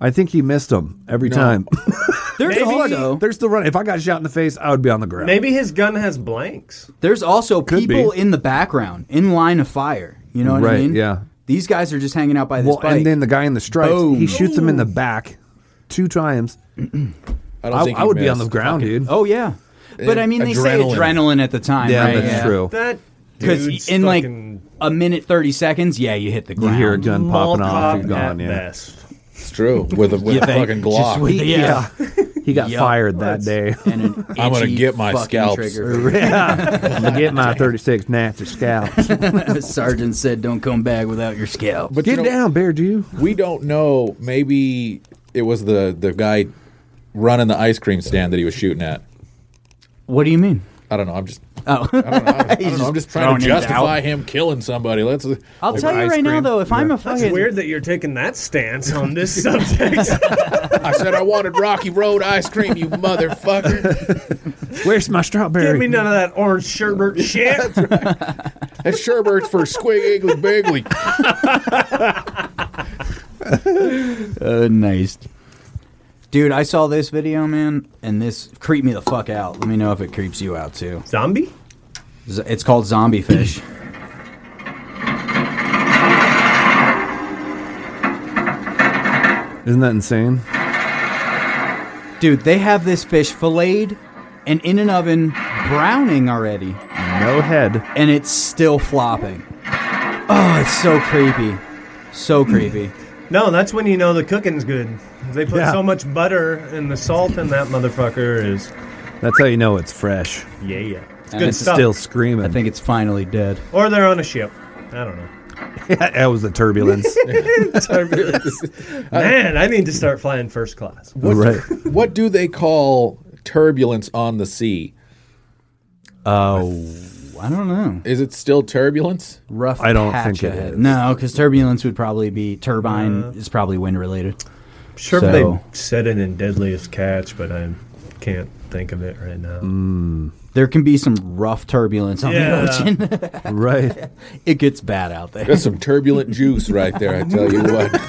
Speaker 4: I think he missed him every time.
Speaker 3: There's
Speaker 2: Maybe-
Speaker 3: also
Speaker 4: There's the run. If I got shot in the face, I would be on the ground.
Speaker 2: Maybe his gun has blanks.
Speaker 3: There's also
Speaker 4: Could
Speaker 3: people
Speaker 4: be.
Speaker 3: in the background in line of fire. You know what I
Speaker 4: Right,
Speaker 3: mean?
Speaker 4: yeah.
Speaker 3: These guys are just hanging out by this
Speaker 4: Well,
Speaker 3: bike.
Speaker 4: and then the guy in the stripes,
Speaker 3: Boom.
Speaker 4: he shoots him in the back two times.
Speaker 1: I don't
Speaker 4: I,
Speaker 1: think he
Speaker 4: I would be on the
Speaker 1: missed.
Speaker 4: ground, dude.
Speaker 3: oh yeah. But I mean, they
Speaker 1: Adrenaline.
Speaker 3: say adrenaline at the time,
Speaker 4: yeah,
Speaker 3: right?
Speaker 4: that's true.
Speaker 2: That
Speaker 3: Because
Speaker 2: dude's
Speaker 3: in like
Speaker 2: fucking
Speaker 3: a minute thirty seconds, yeah, you hit the
Speaker 4: You
Speaker 3: ground.
Speaker 4: hear a gun
Speaker 2: mall
Speaker 4: popping off,
Speaker 2: cop
Speaker 4: you're
Speaker 2: at
Speaker 4: gone. Yeah,
Speaker 2: best.
Speaker 1: It's true. With a, with
Speaker 3: You
Speaker 1: a
Speaker 3: think,
Speaker 1: fucking
Speaker 3: just
Speaker 1: Glock.
Speaker 3: with- yeah.
Speaker 4: he got
Speaker 3: Yup.
Speaker 4: fired that day.
Speaker 3: and an
Speaker 1: I'm gonna
Speaker 3: itchy
Speaker 1: get my
Speaker 3: fucking
Speaker 1: scalps.
Speaker 3: trigger.
Speaker 4: I get my 36 Natcher scalps.
Speaker 3: Sergeant said, "Don't come back without your scalp."
Speaker 1: But you
Speaker 4: Get
Speaker 1: know,
Speaker 4: down, Bear Jew.
Speaker 1: We don't know. Maybe it was the the guy running the ice cream stand that he was shooting at.
Speaker 3: what do you mean?
Speaker 1: I don't know. I'm just.
Speaker 3: Oh,
Speaker 1: I don't know. I'm just trying to justify him killing somebody. Let's.
Speaker 3: I'll tell you
Speaker 4: ice
Speaker 3: right now,
Speaker 4: cream.
Speaker 3: though, if I'm a
Speaker 2: That's
Speaker 3: fucking
Speaker 2: weird that you're taking that stance on this subject.
Speaker 1: I said I wanted Rocky Road ice cream, you motherfucker.
Speaker 4: Where's my
Speaker 2: Give
Speaker 4: strawberry?
Speaker 2: me none of that orange sherbet shit.
Speaker 1: That Sherbert's for Squig Iggly Biggly.
Speaker 3: Uh, nice. Dude, I saw this video, man, and this creeped me the fuck out. Let me know if it creeps you out too.
Speaker 2: Zombie?
Speaker 3: Z- It's called zombie fish.
Speaker 4: Isn't that insane?
Speaker 3: Dude, they have this fish filleted and in an oven browning already,
Speaker 4: No head.
Speaker 3: and it's still flopping. Oh, it's so creepy. So creepy.
Speaker 2: No, that's when you know the cooking's good. They put so much butter and the salt in that motherfucker is
Speaker 4: That's how you know it's fresh.
Speaker 2: yeah, yeah. It's
Speaker 3: And
Speaker 2: good
Speaker 3: it's
Speaker 2: stuff.
Speaker 4: Still screaming.
Speaker 3: I think it's finally dead.
Speaker 2: or they're on a ship. I don't know.
Speaker 4: that was the turbulence.
Speaker 2: Man, I need to start flying first class.
Speaker 1: What,
Speaker 4: Right.
Speaker 1: what do they call turbulence on the sea?
Speaker 3: Oh, I don't know.
Speaker 1: Is it still turbulence?
Speaker 3: Rough.
Speaker 4: I don't
Speaker 3: patch
Speaker 4: think it
Speaker 3: ahead.
Speaker 4: is.
Speaker 3: No, because turbulence would probably be turbine is probably wind related.
Speaker 2: Sure,
Speaker 3: So-
Speaker 2: they said it in Deadliest Catch, but I can't think of it right now.
Speaker 3: There can be some rough turbulence on
Speaker 2: Mm. Yeah.
Speaker 3: the ocean.
Speaker 4: right.
Speaker 3: it gets bad out there.
Speaker 1: That's some turbulent juice right there. I tell you what,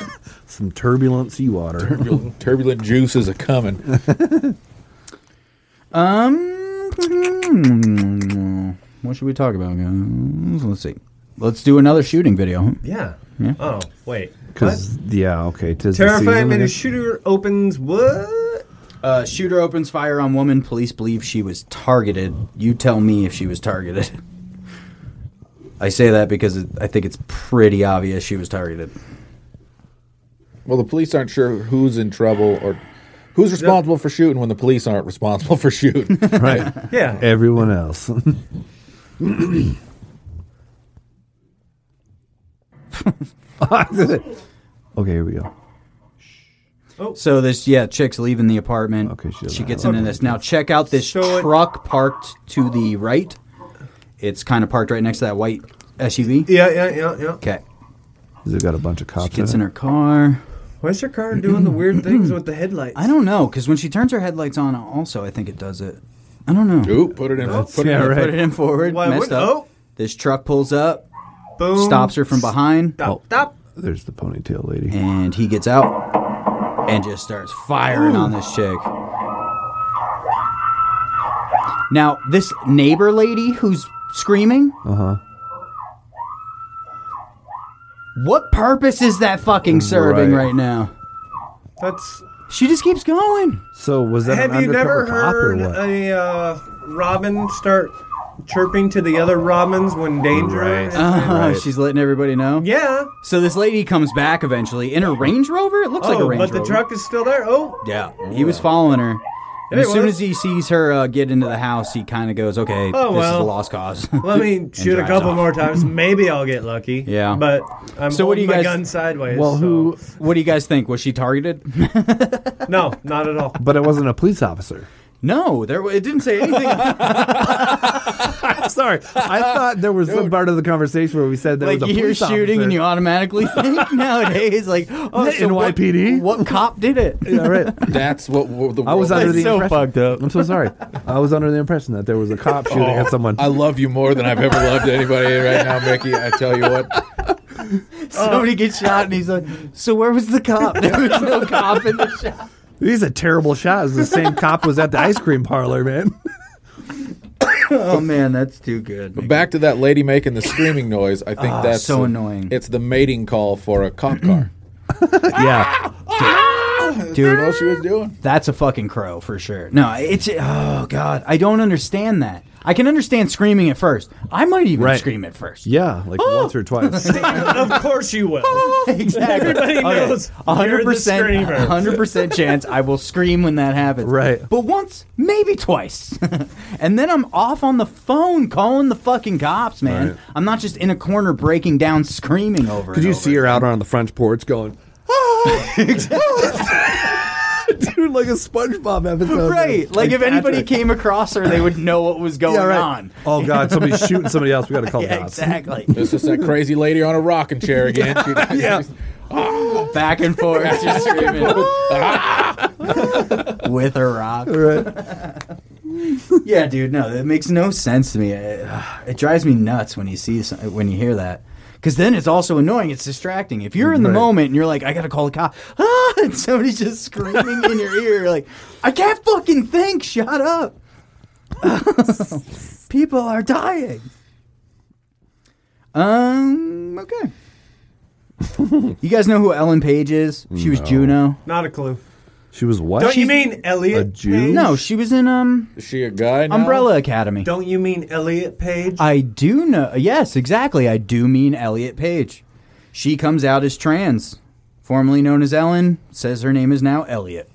Speaker 4: Some turbulent seawater.
Speaker 1: turbulent, turbulent juice is a coming.
Speaker 3: Um, what should we talk about, guys? Let's see. Let's do another shooting video.
Speaker 2: Yeah. Oh, wait. What?
Speaker 4: Because yeah, okay. Tis the
Speaker 2: Terrifying
Speaker 4: season, I
Speaker 2: minute
Speaker 4: guess.
Speaker 2: shooter opens what?
Speaker 3: Uh, shooter opens fire on woman. Police believe she was targeted. You tell me if she was targeted. I say that because it, I think it's pretty obvious she was targeted.
Speaker 1: Well, the police aren't sure who's in trouble or who's responsible for shooting when the police aren't responsible for shooting.
Speaker 4: Right.
Speaker 2: Yeah.
Speaker 4: Everyone else. okay, here we go.
Speaker 3: So this, yeah, chick's leaving the apartment.
Speaker 4: Okay, she doesn't
Speaker 3: she gets
Speaker 4: have-
Speaker 3: into this. Now check out this
Speaker 2: So it-
Speaker 3: truck parked to the right. It's kind of parked right next to that white SUV.
Speaker 2: Yeah, yeah, yeah, yeah.
Speaker 3: Okay,
Speaker 4: They've got a bunch of cops.
Speaker 3: gets in
Speaker 4: in it.
Speaker 3: her car.
Speaker 2: Why's your car doing the weird things with the headlights?
Speaker 3: I don't know because when she turns her headlights on, also I think it does it. I don't know.
Speaker 1: Ooh, put it in. Put it
Speaker 4: yeah,
Speaker 1: in.
Speaker 4: right.
Speaker 3: Put it in forward.
Speaker 2: Why
Speaker 3: messed
Speaker 2: would-
Speaker 3: up.
Speaker 2: oh.
Speaker 3: This truck pulls up,
Speaker 2: Boom.
Speaker 3: stops Oh. her from behind,
Speaker 2: Stop. stop.
Speaker 4: There's the ponytail lady.
Speaker 3: and he gets out and just starts firing on this chick. Now, this neighbor lady who's screaming. Uh huh. What purpose is that fucking serving
Speaker 4: Right.
Speaker 3: right now?
Speaker 2: That's.
Speaker 3: She just keeps going.
Speaker 4: So was that
Speaker 2: Have
Speaker 4: an
Speaker 2: you never
Speaker 4: undercover cop or
Speaker 2: heard
Speaker 4: what?
Speaker 2: a uh, robin start chirping to the other robins when danger?
Speaker 4: Right.
Speaker 2: is-
Speaker 3: Uh, She's letting everybody know.
Speaker 2: Yeah.
Speaker 3: So this lady comes back eventually in a Range Rover. It looks like a
Speaker 2: oh,
Speaker 3: Range
Speaker 2: but the
Speaker 3: Rover.
Speaker 2: truck is still there. Oh,
Speaker 3: Yeah, he was following her. And
Speaker 2: It
Speaker 3: as soon
Speaker 2: was.
Speaker 3: as he sees her uh, get into the house, he kind of goes, "Okay,
Speaker 2: Oh,
Speaker 3: this is
Speaker 2: well.
Speaker 3: a lost cause."
Speaker 2: let me shoot a
Speaker 3: drives
Speaker 2: couple
Speaker 3: off. Mm-hmm.
Speaker 2: more times. Maybe I'll get lucky.
Speaker 3: Yeah.
Speaker 2: But I'm
Speaker 3: So
Speaker 2: so
Speaker 3: what do you
Speaker 2: my
Speaker 3: guys-
Speaker 2: gun sideways.
Speaker 4: well, who?
Speaker 2: so-
Speaker 3: what do you guys think? Was she targeted?
Speaker 2: No, not at all.
Speaker 4: But it wasn't a police officer.
Speaker 3: no, there. It didn't say anything. about-
Speaker 4: Sorry, I thought there was some part of the conversation where we said there
Speaker 3: like
Speaker 4: was
Speaker 3: you
Speaker 4: a
Speaker 3: hear
Speaker 4: police
Speaker 3: shooting and you automatically think nowadays, like, "Oh,
Speaker 4: The
Speaker 3: so what-
Speaker 4: NYPD?
Speaker 3: What, cop did it?"
Speaker 2: Uh,
Speaker 4: Yeah, right.
Speaker 1: That's what, what the
Speaker 4: I was
Speaker 1: world-
Speaker 4: under the
Speaker 3: so
Speaker 4: impression.
Speaker 3: fucked up.
Speaker 4: I'm so sorry. I was under the impression that there was a cop shooting at someone.
Speaker 1: I love you more than I've ever loved anybody right now, Mickey. I tell you what.
Speaker 3: Somebody gets shot, and he's like, "So where was the cop? There was no cop in the shot."
Speaker 4: These are terrible shots. The same cop was at the ice cream parlor, man.
Speaker 3: Oh man, that's too good.
Speaker 1: Back to that lady making the screaming noise. I think that's
Speaker 3: so annoying.
Speaker 1: It's the mating call for a cop car.
Speaker 4: yeah,
Speaker 1: Dude, all she was doing.
Speaker 3: That's a fucking crow for sure. No, it's oh god, I don't understand that. I can understand screaming at first. I might even
Speaker 4: Right.
Speaker 3: scream at first.
Speaker 4: yeah, like once or twice.
Speaker 2: of course you will.
Speaker 3: exactly.
Speaker 2: Everybody knows.
Speaker 3: Oh, hundred percent,
Speaker 2: You're the screamer.
Speaker 3: hundred percent chance I will scream when that happens.
Speaker 4: Right.
Speaker 3: but once, maybe twice, and then I'm off on the phone calling the fucking cops, man.
Speaker 4: Right.
Speaker 3: I'm not just in a corner breaking down, screaming over.
Speaker 4: Could you see her out on the front porch going? Dude, like a SpongeBob episode.
Speaker 3: Right, like if anybody
Speaker 4: Patrick.
Speaker 3: came across her, they would know what was going
Speaker 4: Yeah, right.
Speaker 3: on.
Speaker 4: Oh God, somebody's shooting somebody else. We got to call the
Speaker 3: Yeah,
Speaker 4: cops.
Speaker 3: exactly.
Speaker 1: It's just that crazy lady on a rocking chair again. She-
Speaker 4: Yeah.
Speaker 3: back and forth, just screaming with a rock.
Speaker 4: Right.
Speaker 3: Yeah, dude, no, that makes no sense to me. It, it drives me nuts when you see some- when you hear that. Because then it's also annoying. It's distracting. If you're in the
Speaker 4: Right.
Speaker 3: moment and you're like, I gotta call the cop, ah, and somebody's just screaming in your ear, you're like, I can't fucking think. Shut up. People are dying. Um. Okay. you guys know who Ellen Page is? She was Juno.
Speaker 2: Not a clue.
Speaker 6: She was what?
Speaker 2: Don't you
Speaker 6: She's-
Speaker 2: mean
Speaker 6: a
Speaker 2: Elliot?
Speaker 6: Jew?
Speaker 2: Page?
Speaker 3: No, she was in um
Speaker 1: Is she a guy now?
Speaker 3: Umbrella Academy.
Speaker 2: Don't you mean Elliot Page?
Speaker 3: I do know. Yes, exactly. I do mean Elliot Page. She comes out as trans, formerly known as Ellen. Says her name is now Elliot.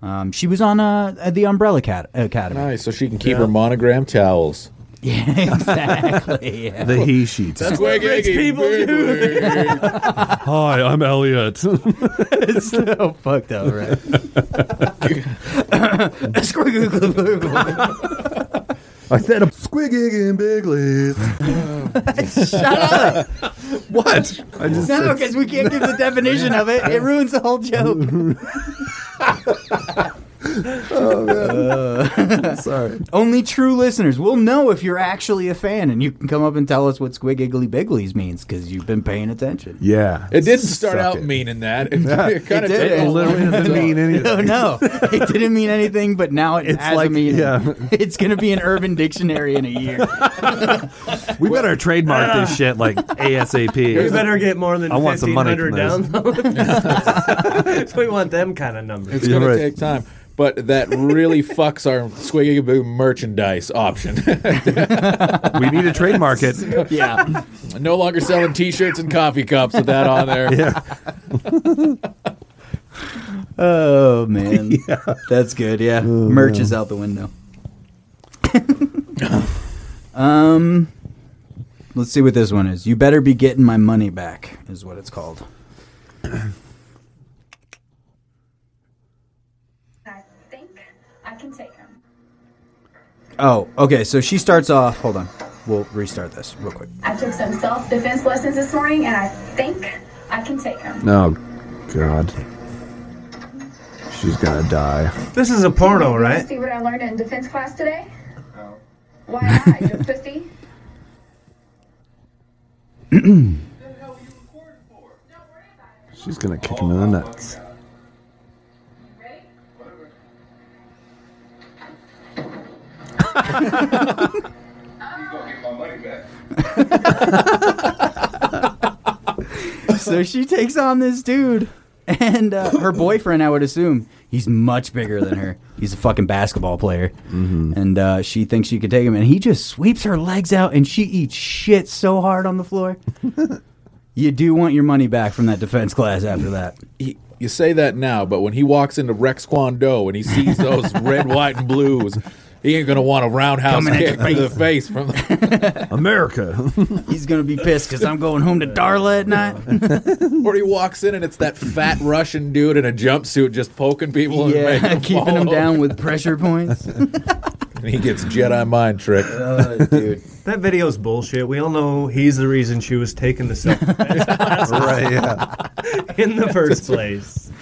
Speaker 3: Um, she was on uh, at the Umbrella Cat- Academy.
Speaker 1: Nice, so she can keep her monogram towels.
Speaker 3: Yeah, exactly. yeah.
Speaker 6: The he sheets.
Speaker 1: Swig,
Speaker 2: rich people
Speaker 6: Hi, I'm Elliot.
Speaker 3: It's so fucked up, right?
Speaker 6: I said a squigging and biglies.
Speaker 3: Shut up!
Speaker 6: What? I just
Speaker 3: No, because we can't give the definition of it. It ruins the whole joke.
Speaker 6: sorry.
Speaker 3: Only true listeners will know if you're actually a fan, and you can come up and tell us what squig Squiggly Bigglies means because you've been paying attention.
Speaker 6: Yeah.
Speaker 1: It didn't start
Speaker 6: Suck
Speaker 1: out
Speaker 6: it.
Speaker 1: meaning that. It, kind of
Speaker 3: did.
Speaker 1: took
Speaker 3: It
Speaker 1: a
Speaker 6: Literally
Speaker 1: long
Speaker 6: doesn't
Speaker 1: time.
Speaker 6: mean
Speaker 3: No,
Speaker 6: anything.
Speaker 3: no, it didn't mean anything, but now it
Speaker 6: It's
Speaker 3: has
Speaker 6: like-
Speaker 3: a meaning.
Speaker 6: yeah.
Speaker 3: It's going to be an urban dictionary in a year.
Speaker 6: We better trademark this shit like
Speaker 2: We
Speaker 6: ASAP.
Speaker 2: better get more than
Speaker 6: I want some money
Speaker 2: 1,500
Speaker 6: from this.
Speaker 2: downloads. we want them kind of numbers.
Speaker 1: It's going
Speaker 6: You're right.
Speaker 1: to take time. But that really fucks our Squiggy Boo merchandise option.
Speaker 6: we need to trademark it.
Speaker 3: Yeah,
Speaker 1: no longer selling t shirts and coffee cups with that on there.
Speaker 3: Oh man, that's good. Yeah, merch is out the window. um, let's see what this one is. You better be getting my money back, is what it's called.
Speaker 11: I think I can take him.
Speaker 3: Oh, okay. So she starts off. Hold on, we'll restart this real quick.
Speaker 11: I took some self defense lessons this morning, and I think I can take him.
Speaker 6: No, God. She's gonna die.
Speaker 2: This is a porno, right?
Speaker 11: See what I learned in defense class today? Why not, you pussy?
Speaker 6: She's gonna kick him in the nuts.
Speaker 3: so she takes on this dude and uh, her boyfriend i would assume he's much bigger than her he's a fucking basketball player and uh, she thinks she could take him and he just sweeps her legs out and she eats shit so hard on the floor you do want your money back from that defense class after that
Speaker 1: He, you say that now, but when he walks into Rex Kwando and he sees those red, white, and blues, he ain't going to want a roundhouse
Speaker 3: Coming
Speaker 1: kick
Speaker 3: at
Speaker 1: to the face from the,
Speaker 6: America.
Speaker 3: he's gonna be pissed because i'm going home to darla at night
Speaker 1: Or he walks in and it's that fat Russian dude in a jumpsuit just poking people and making
Speaker 3: yeah
Speaker 1: them
Speaker 3: keeping
Speaker 1: fall
Speaker 3: him
Speaker 1: over.
Speaker 3: down with pressure points
Speaker 1: And he gets Jedi mind trick.
Speaker 3: dude
Speaker 2: That video's bullshit. We all know he's the reason she was taking the self
Speaker 6: right, yeah.
Speaker 2: in the first place.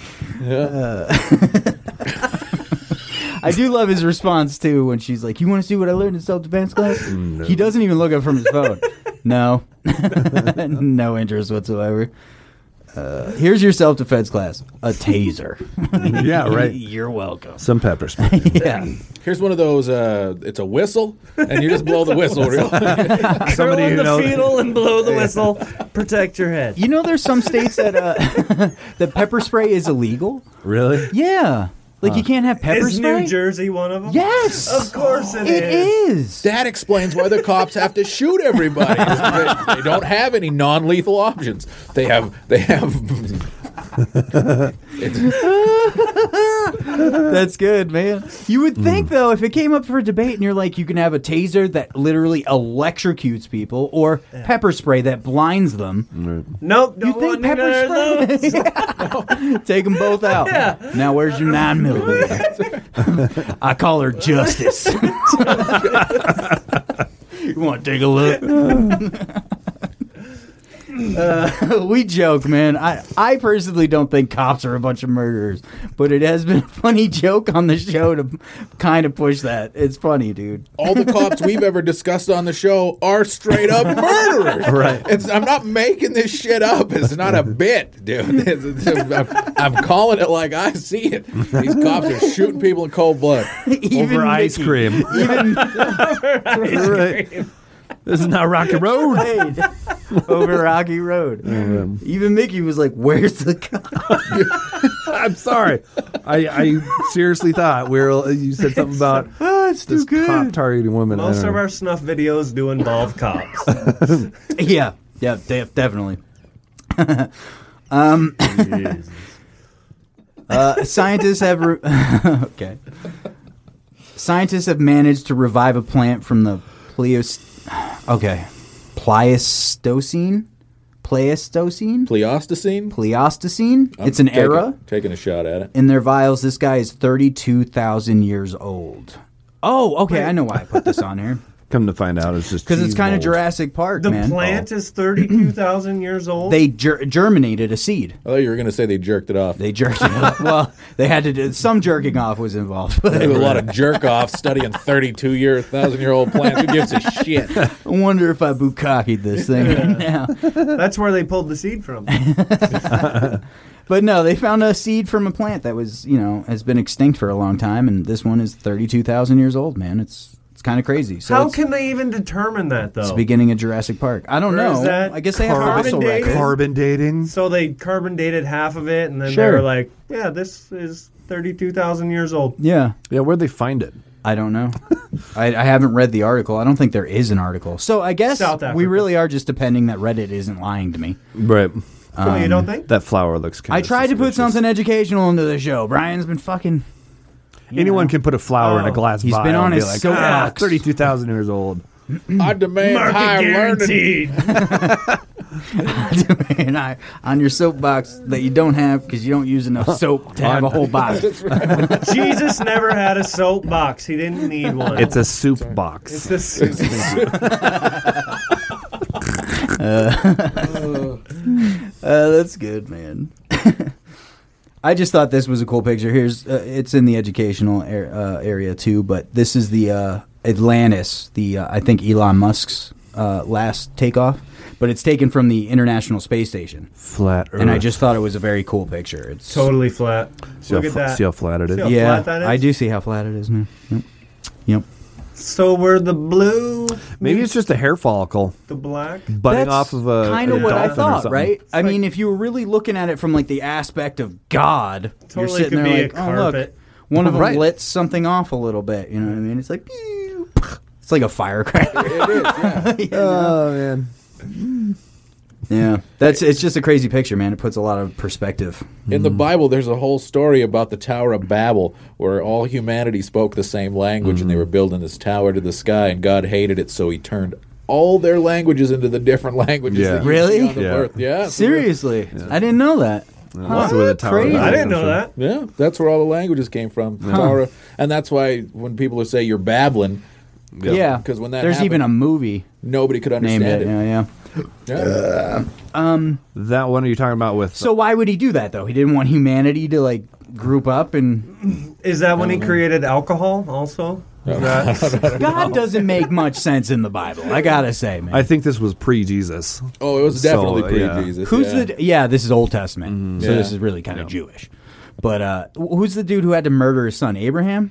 Speaker 3: I do love his response too when she's like, "You want to see what I learned in self-defense class?" He doesn't even look up from his phone. no, no interest whatsoever. Uh, here's your self-defense class: a taser.
Speaker 6: Yeah, right.
Speaker 3: You're welcome.
Speaker 6: Some pepper spray.
Speaker 3: Yeah,
Speaker 1: Here's one of those, uh, it's a whistle, and you just blow the whistle. real
Speaker 6: Somebody
Speaker 2: Curl in
Speaker 6: who
Speaker 2: the
Speaker 6: knows-
Speaker 2: fetal and blow the whistle. Protect your head.
Speaker 3: you know, there's some states that uh, that pepper spray is illegal.
Speaker 6: Really?
Speaker 3: Yeah, like you can't have pepper
Speaker 2: Is
Speaker 3: spray.
Speaker 2: New Jersey one of them?
Speaker 3: Yes,
Speaker 2: Of course it
Speaker 3: it
Speaker 2: is.
Speaker 3: is.
Speaker 1: That explains why the cops have to shoot everybody. They- they don't have any non-lethal options. They have they have
Speaker 3: That's good, man. You would think though, if it came up for debate and you're like, you can have a taser that literally electrocutes people, or pepper spray that blinds them.
Speaker 2: Nope, don't
Speaker 3: You think
Speaker 2: want none of
Speaker 3: pepper
Speaker 2: those.
Speaker 3: spray? Take them both out. Now where's your nine millimeter? I call her Justice. you want to take a look? Uh, we joke, man. I, I personally don't think cops are a bunch of murderers, but it has been a funny joke on the show to kind of push that. It's funny, dude.
Speaker 1: All the cops we've ever discussed on the show are straight up murderers.
Speaker 3: Right.
Speaker 1: It's, I'm not making this shit up. It's not a bit, dude. It's- it's- I'm, I'm calling it like I see it. These cops are shooting people in cold blood.
Speaker 3: Even
Speaker 6: ice
Speaker 3: Mickey.
Speaker 6: cream.
Speaker 3: Even
Speaker 6: Right. This is not rock and roll.
Speaker 3: Wade over Rocky Road. Even Mickey was like, "Where's the cop?"
Speaker 6: I'm sorry. I, I seriously thought we were. You said something about
Speaker 3: Oh, it's too
Speaker 6: this cop
Speaker 3: good.
Speaker 6: targeting women. I
Speaker 2: Most
Speaker 6: don't
Speaker 2: of
Speaker 6: know.
Speaker 2: our snuff videos do involve cops.
Speaker 3: Yeah, yeah, def- definitely. Um, Uh, scientists have re- okay. Scientists have managed to revive a plant from the Pleost. Okay, Pleistocene, Pleistocene,
Speaker 1: Pleistocene?
Speaker 3: Pleistocene.
Speaker 1: I'm
Speaker 3: it's an
Speaker 1: taking-
Speaker 3: era.
Speaker 1: Taking a shot at it.
Speaker 3: In their vials, this guy is thirty-two thousand years old. Oh, okay. I know why I put this on here
Speaker 6: Come to find out, it's just
Speaker 3: because it's
Speaker 6: cheese
Speaker 3: kind of
Speaker 6: molds.
Speaker 3: Jurassic Park,
Speaker 2: The
Speaker 3: man.
Speaker 2: plant is 32,000 years old.
Speaker 3: They ger- germinated a seed.
Speaker 1: I thought Oh, you were going to say they jerked it off.
Speaker 3: They jerked it off. Well, they had to do some jerking off was involved.
Speaker 1: There's a lot of jerk offs studying 32 year, 1,000 year old plants. Who gives a shit?
Speaker 3: I wonder if I bukakied this thing right now.
Speaker 2: That's where they pulled the seed from.
Speaker 3: But no, they found a seed from a plant that was, you know, has been extinct for a long time, and this one is 32,000 years old, man. It's it's kind of crazy. So
Speaker 2: How
Speaker 3: it's,
Speaker 2: can they even determine that though?
Speaker 3: it's the beginning of Jurassic Park. I don't
Speaker 2: Where
Speaker 3: know.
Speaker 2: is that?
Speaker 3: I guess they have
Speaker 2: Carbon
Speaker 3: fossil
Speaker 2: dated?
Speaker 3: records.
Speaker 6: carbon dating.
Speaker 2: so they carbon dated half of it, and then
Speaker 3: Sure.
Speaker 2: they were like, "Yeah, this is thirty-two thousand years old."
Speaker 3: Yeah.
Speaker 6: Yeah, where'd they find it?
Speaker 3: I don't know. I, I haven't read the article. I don't think there is an article. So I guess
Speaker 2: South
Speaker 3: we
Speaker 2: Africa.
Speaker 3: really are just depending that Reddit isn't lying to me.
Speaker 6: Right.
Speaker 2: So you
Speaker 3: Um,
Speaker 2: don't think?
Speaker 6: That flower looks. kind
Speaker 3: I tried to put something educational into the show. Brian's been fucking.
Speaker 6: Anyone can put a flower in a
Speaker 2: Oh.
Speaker 6: glass
Speaker 3: He's
Speaker 6: vial.
Speaker 3: been
Speaker 6: and
Speaker 3: on
Speaker 6: be
Speaker 3: his
Speaker 6: like, ah,
Speaker 3: soapbox.
Speaker 6: thirty-two thousand years old.
Speaker 1: I demand higher learning.
Speaker 3: and I on your soapbox that you don't have because you don't use enough soap to have a whole box.
Speaker 2: Jesus never had a soapbox; he didn't need one.
Speaker 6: It's a soup box.
Speaker 2: It's this. it's-
Speaker 3: Uh, that's good, man. I just thought this was a cool picture. Here's uh, it's in the educational ar- uh, area too, but this is the uh, Atlantis, the uh, I think Elon Musk's uh, last takeoff, but it's taken from the International Space Station,
Speaker 6: flat Earth.
Speaker 3: and I just thought it was a very cool picture. It's
Speaker 2: totally flat.
Speaker 6: see how,
Speaker 2: Look at
Speaker 6: fl- see how
Speaker 2: that.
Speaker 6: flat it is.
Speaker 2: See how-
Speaker 3: yeah,
Speaker 2: flat that is?
Speaker 3: I do see how flat it is, man. Yep. yep.
Speaker 2: So were the blue,
Speaker 6: Maybe it's just a hair follicle
Speaker 2: the black.
Speaker 6: budding
Speaker 3: That's
Speaker 6: off of a
Speaker 3: kind
Speaker 6: a
Speaker 3: of what I
Speaker 6: dolphin or
Speaker 3: thought,
Speaker 6: something.
Speaker 3: right? I
Speaker 2: like-
Speaker 3: mean, if you were really looking at it from like the aspect of God, you're
Speaker 2: Totally
Speaker 3: sitting
Speaker 2: could
Speaker 3: there
Speaker 2: be
Speaker 3: like,
Speaker 2: a
Speaker 3: oh look,
Speaker 2: carpet."
Speaker 3: one of them
Speaker 6: Right.
Speaker 3: lit something off a little bit. You know what I mean? It's like, pew, it's like a firecracker.
Speaker 1: It is, yeah.
Speaker 3: You know?
Speaker 6: Oh man.
Speaker 3: yeah, that's it's just a crazy picture, man. It puts a lot of perspective.
Speaker 1: In the Bible, there's a whole story about the Tower of Babel, where all humanity spoke the same language
Speaker 6: Mm.
Speaker 1: and they were building this tower to the sky, and God hated it, so he turned all their languages into the different languages.
Speaker 6: Yeah.
Speaker 1: that you
Speaker 3: Really?
Speaker 1: see on the
Speaker 6: Yeah.
Speaker 1: earth. Yeah. so they're-
Speaker 3: Seriously, I didn't know that.
Speaker 6: That's where the tower.
Speaker 3: Crazy.
Speaker 2: I didn't know that.
Speaker 1: Yeah, that's where all the languages came from. Tower, and that's why when people say you're babbling,
Speaker 3: Yeah,
Speaker 1: because when that
Speaker 3: there's even a
Speaker 1: happened-
Speaker 3: movie
Speaker 1: nobody could
Speaker 3: named it.
Speaker 1: understand it.
Speaker 3: Yeah, yeah.
Speaker 1: Yeah.
Speaker 6: That one are you talking about with?
Speaker 3: So why would he do that though? He didn't want humanity to like group up and
Speaker 2: Is that when he created alcohol? Also, Is that-
Speaker 3: God doesn't make much sense in the Bible. I gotta say, man.
Speaker 6: I think this was pre-Jesus.
Speaker 1: Oh, it was
Speaker 6: So,
Speaker 1: definitely
Speaker 6: yeah.
Speaker 1: pre-Jesus.
Speaker 3: who's
Speaker 1: yeah.
Speaker 3: the? Yeah, this is Old Testament, so
Speaker 1: Yeah.
Speaker 3: this is really kind of Jewish. But uh, wh- who's the dude who had to murder his son, Abraham?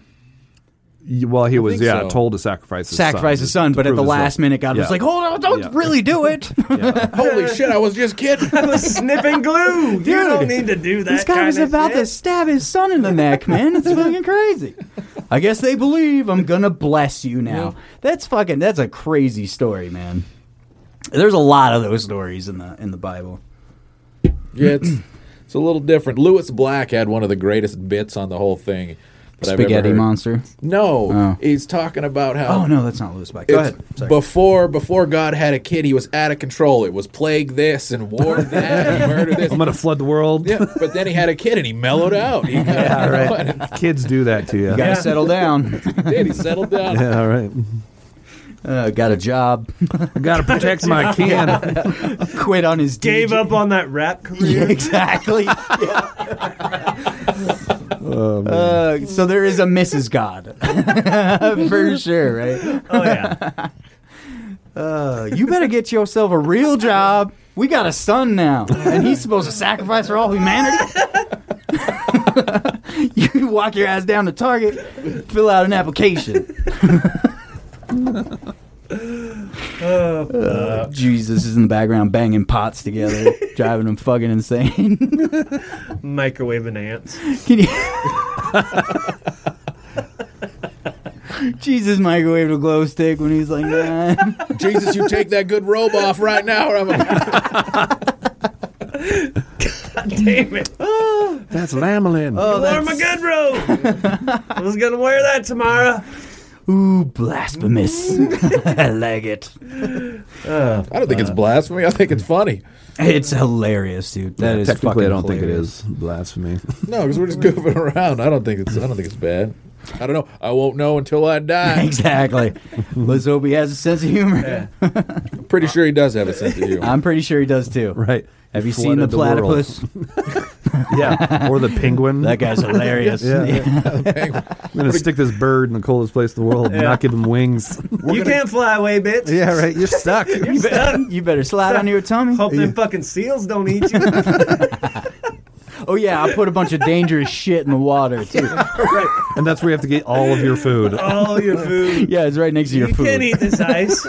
Speaker 6: Y- Well, he was
Speaker 1: think
Speaker 6: yeah
Speaker 1: so.
Speaker 6: told to sacrifice his
Speaker 3: Sacrificed his
Speaker 6: just
Speaker 3: son,
Speaker 6: to
Speaker 3: but at
Speaker 6: prove
Speaker 3: the
Speaker 6: his
Speaker 3: last
Speaker 6: love.
Speaker 3: minute, God was
Speaker 6: Yeah.
Speaker 3: like, "Hold on, don't
Speaker 6: Yeah.
Speaker 3: really do it."
Speaker 1: Holy shit! I was just kidding.
Speaker 2: I was sniffing glue. You don't need to do that.
Speaker 3: this guy was
Speaker 2: kinda
Speaker 3: about
Speaker 2: shit.
Speaker 3: to stab his son in the neck, man. It's fucking crazy. I guess they believe I'm gonna bless you now. That's fucking. That's a crazy story, man. There's a lot of those stories in the in the Bible.
Speaker 1: Yeah, it's, it's a little different. Lewis Black had one of the greatest bits on the whole thing. That I've ever
Speaker 3: Spaghetti
Speaker 1: heard.
Speaker 3: monster.
Speaker 1: No,
Speaker 3: Oh.
Speaker 1: he's talking about how.
Speaker 3: Oh no, that's not Lewis Black. Go
Speaker 1: it's
Speaker 3: ahead. Sorry.
Speaker 1: Before before God had a kid, he was out of control. It was plague this and war that and murder this.
Speaker 6: I'm gonna flood the world.
Speaker 1: yeah, but then he had a kid and he mellowed out. He,
Speaker 6: Yeah, right. Kids do that to you.
Speaker 3: Gotta
Speaker 2: Yeah.
Speaker 3: settle down.
Speaker 1: did. He settled down.
Speaker 6: Yeah, all right.
Speaker 3: Uh, got a job.
Speaker 4: Got to protect my can.
Speaker 3: Quit on his
Speaker 2: Gave
Speaker 3: DJ.
Speaker 2: up on that rap
Speaker 3: Yeah,
Speaker 2: career.
Speaker 3: exactly.
Speaker 2: Oh,
Speaker 3: uh, so there is a Mrs. God for sure, right?
Speaker 2: Oh yeah.
Speaker 3: Uh, you better get yourself a real job. We got a son now, and he's supposed to sacrifice for all humanity. you walk your ass down to Target, fill out an application.
Speaker 2: Oh,
Speaker 3: Uh, Jesus is in the background banging pots together, driving them fucking insane.
Speaker 2: Microwave and ants.
Speaker 3: Can you? Jesus microwaved a glow stick when he was like nine.
Speaker 1: Jesus, you take that good robe off right now, or I'm a-
Speaker 2: Damn it.
Speaker 4: That's lamelin.
Speaker 3: Oh,
Speaker 2: Wore my
Speaker 3: that's-
Speaker 2: good robe. I was gonna wear that tomorrow.
Speaker 3: Ooh, blasphemous. I like it.
Speaker 1: I don't think
Speaker 3: Uh.
Speaker 1: it's blasphemy. I think it's funny.
Speaker 3: It's hilarious, dude. That is
Speaker 4: Technically,
Speaker 3: fucking
Speaker 4: I don't think it
Speaker 3: hilarious.
Speaker 4: is blasphemy.
Speaker 1: No, because we're just goofing around. I don't think it's. I don't think it's bad. I don't know. I won't know until I die.
Speaker 3: Exactly. Let's hope he has a sense of humor.
Speaker 1: I'm pretty sure he does have a sense of humor.
Speaker 3: I'm pretty sure he does too.
Speaker 4: Right.
Speaker 3: Have you seen
Speaker 4: Flooded
Speaker 3: the
Speaker 4: world.
Speaker 3: platypus?
Speaker 4: yeah. Or the penguin.
Speaker 3: that guy's hilarious.
Speaker 4: Yeah.
Speaker 3: Yeah.
Speaker 4: I'm going to stick this bird in the coldest place in the world and not give him wings.
Speaker 2: you can't fly away, bitch.
Speaker 4: yeah, right. You're stuck.
Speaker 3: You, better, you better slide on your tummy.
Speaker 2: Hope them fucking seals don't eat you.
Speaker 3: Oh yeah, I put a bunch of dangerous shit in the water too.
Speaker 4: and that's where you have to get all of your food.
Speaker 2: All your food.
Speaker 3: Yeah, it's right next to your
Speaker 2: you
Speaker 3: food.
Speaker 2: can't eat this ice.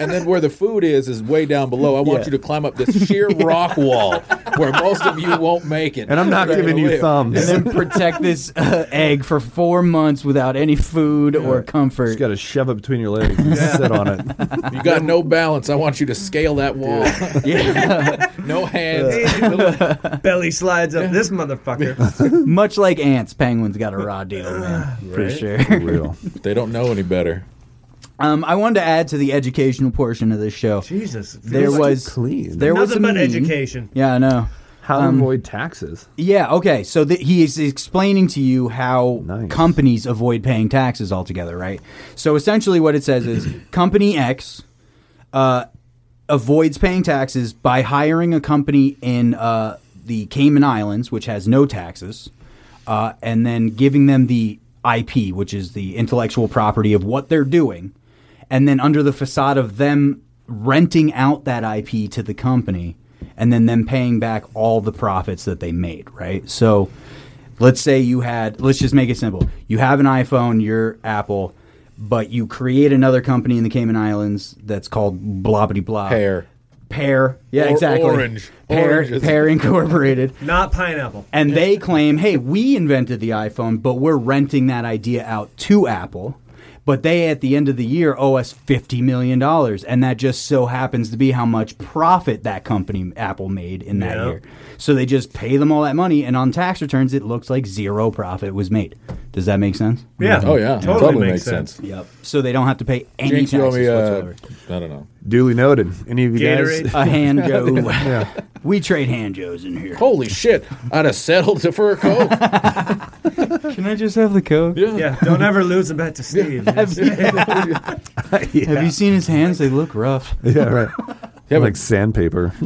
Speaker 1: And then where the food is is way down below. I want
Speaker 3: Yeah.
Speaker 1: you to climb up this sheer rock wall where most of you won't make it.
Speaker 4: And I'm not
Speaker 1: You're
Speaker 4: giving
Speaker 1: gonna
Speaker 4: you
Speaker 1: live.
Speaker 4: thumbs.
Speaker 3: and then protect this uh, egg for four months without any food or comfort.
Speaker 4: Just got to shove it between your legs and sit on it.
Speaker 1: You got no balance. I want you to scale that wall.
Speaker 3: yeah.
Speaker 1: no hands.
Speaker 2: Belly slides up this motherfucker.
Speaker 3: Much like ants, penguins got a raw deal,
Speaker 4: Ah,
Speaker 3: man, for sure.
Speaker 4: Real.
Speaker 1: they don't know any better.
Speaker 3: Um, I wanted to add to the educational portion of this show.
Speaker 2: Jesus.
Speaker 3: There was
Speaker 4: clean.
Speaker 3: there was a
Speaker 2: nothing but
Speaker 3: meme-
Speaker 2: education.
Speaker 3: Yeah, I know.
Speaker 4: How to avoid taxes.
Speaker 3: Yeah, okay. So th- he is explaining to you how
Speaker 4: Nice.
Speaker 3: companies avoid paying taxes altogether, right? So essentially, what it says is Company X uh, avoids paying taxes by hiring a company in uh, the Cayman Islands, which has no taxes, uh, and then giving them the IP, which is the intellectual property of what they're doing. And then under the facade of them renting out that IP to the company and then them paying back all the profits that they made, right? So let's say you had, let's just make it simple. You have an iPhone, you're Apple, but you create another company in the Cayman Islands that's called blobbity blah.
Speaker 1: Pear.
Speaker 3: Uh, Pear. Yeah,
Speaker 1: Or-
Speaker 3: exactly.
Speaker 1: orange.
Speaker 3: Pear,
Speaker 1: Oranges.
Speaker 3: Pear Incorporated.
Speaker 2: Not pineapple.
Speaker 3: And they claim, hey, we invented the iPhone, but we're renting that idea out to Apple. But they, at the end of the year, owe us $50 million. And that just so happens to be how much profit that company, Apple, made in that
Speaker 2: Yeah.
Speaker 3: year. So they just pay them all that money. And on tax returns, it looks like zero profit was made. Does that make sense?
Speaker 2: Yeah.
Speaker 1: Oh yeah,
Speaker 2: uh, Totally, makes, sense.
Speaker 3: Yep. So they don't have to pay any
Speaker 1: Jinx, you owe
Speaker 3: taxes
Speaker 1: me. Uh,
Speaker 3: whatsoever.
Speaker 1: I don't know.
Speaker 4: Duly noted. Any of you
Speaker 2: Gatorade.
Speaker 4: guys?
Speaker 3: A hand Joe. We trade hand Joes in here.
Speaker 1: Holy shit! I'd have settled to for a coke.
Speaker 3: Can I just have the code?
Speaker 2: Yeah. Don't ever lose a bet to Steve.
Speaker 3: Have you seen his hands? They look rough.
Speaker 4: Yeah, right. Yeah, like sandpaper.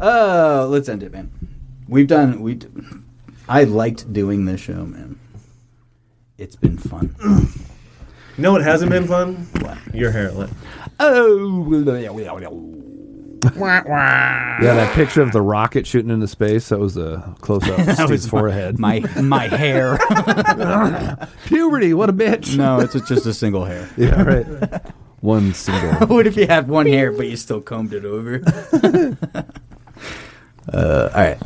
Speaker 3: Uh, let's end it, man. We've done. We. d- I liked doing this show, man. It's been fun.
Speaker 2: You know what hasn't been fun? Your hairlet.
Speaker 3: Oh,
Speaker 4: Yeah, that picture of the rocket shooting into space, that was a close up of Steve's forehead.
Speaker 3: my my hair.
Speaker 4: Puberty, what a bitch.
Speaker 3: no, it's just a single hair.
Speaker 4: Yeah, right. One single.
Speaker 3: What if you had one hair but you still combed it over? uh, all right.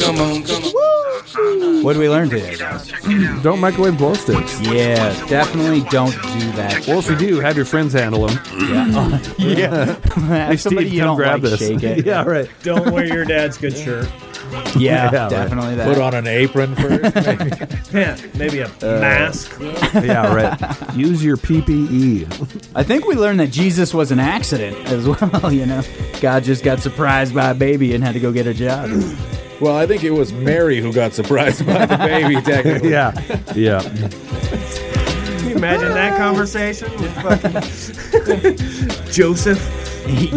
Speaker 5: Come on, come on.
Speaker 3: What did we learn today? guys?
Speaker 4: Don't microwave glow sticks.
Speaker 3: Yeah, definitely don't do that.
Speaker 4: Well, if you do, have your friends handle them.
Speaker 3: Yeah, hey, somebody
Speaker 4: Steve,
Speaker 3: you
Speaker 4: come
Speaker 3: don't
Speaker 4: grab
Speaker 3: like,
Speaker 4: this.
Speaker 3: shake it.
Speaker 4: yeah, right.
Speaker 2: Don't wear your dad's good shirt.
Speaker 3: yeah,
Speaker 4: right.
Speaker 3: definitely that.
Speaker 1: Put on an apron first. maybe.
Speaker 2: Yeah, maybe a mask.
Speaker 4: Yeah, right. Use your E. PPE.
Speaker 3: I think we learned that Jesus was an accident as well, you know. God just got surprised by a baby and had to go get a job.
Speaker 1: well, I think it was Mary who got surprised by the baby. Technically,
Speaker 4: Yeah. Yeah.
Speaker 2: imagine that conversation with fucking Joseph?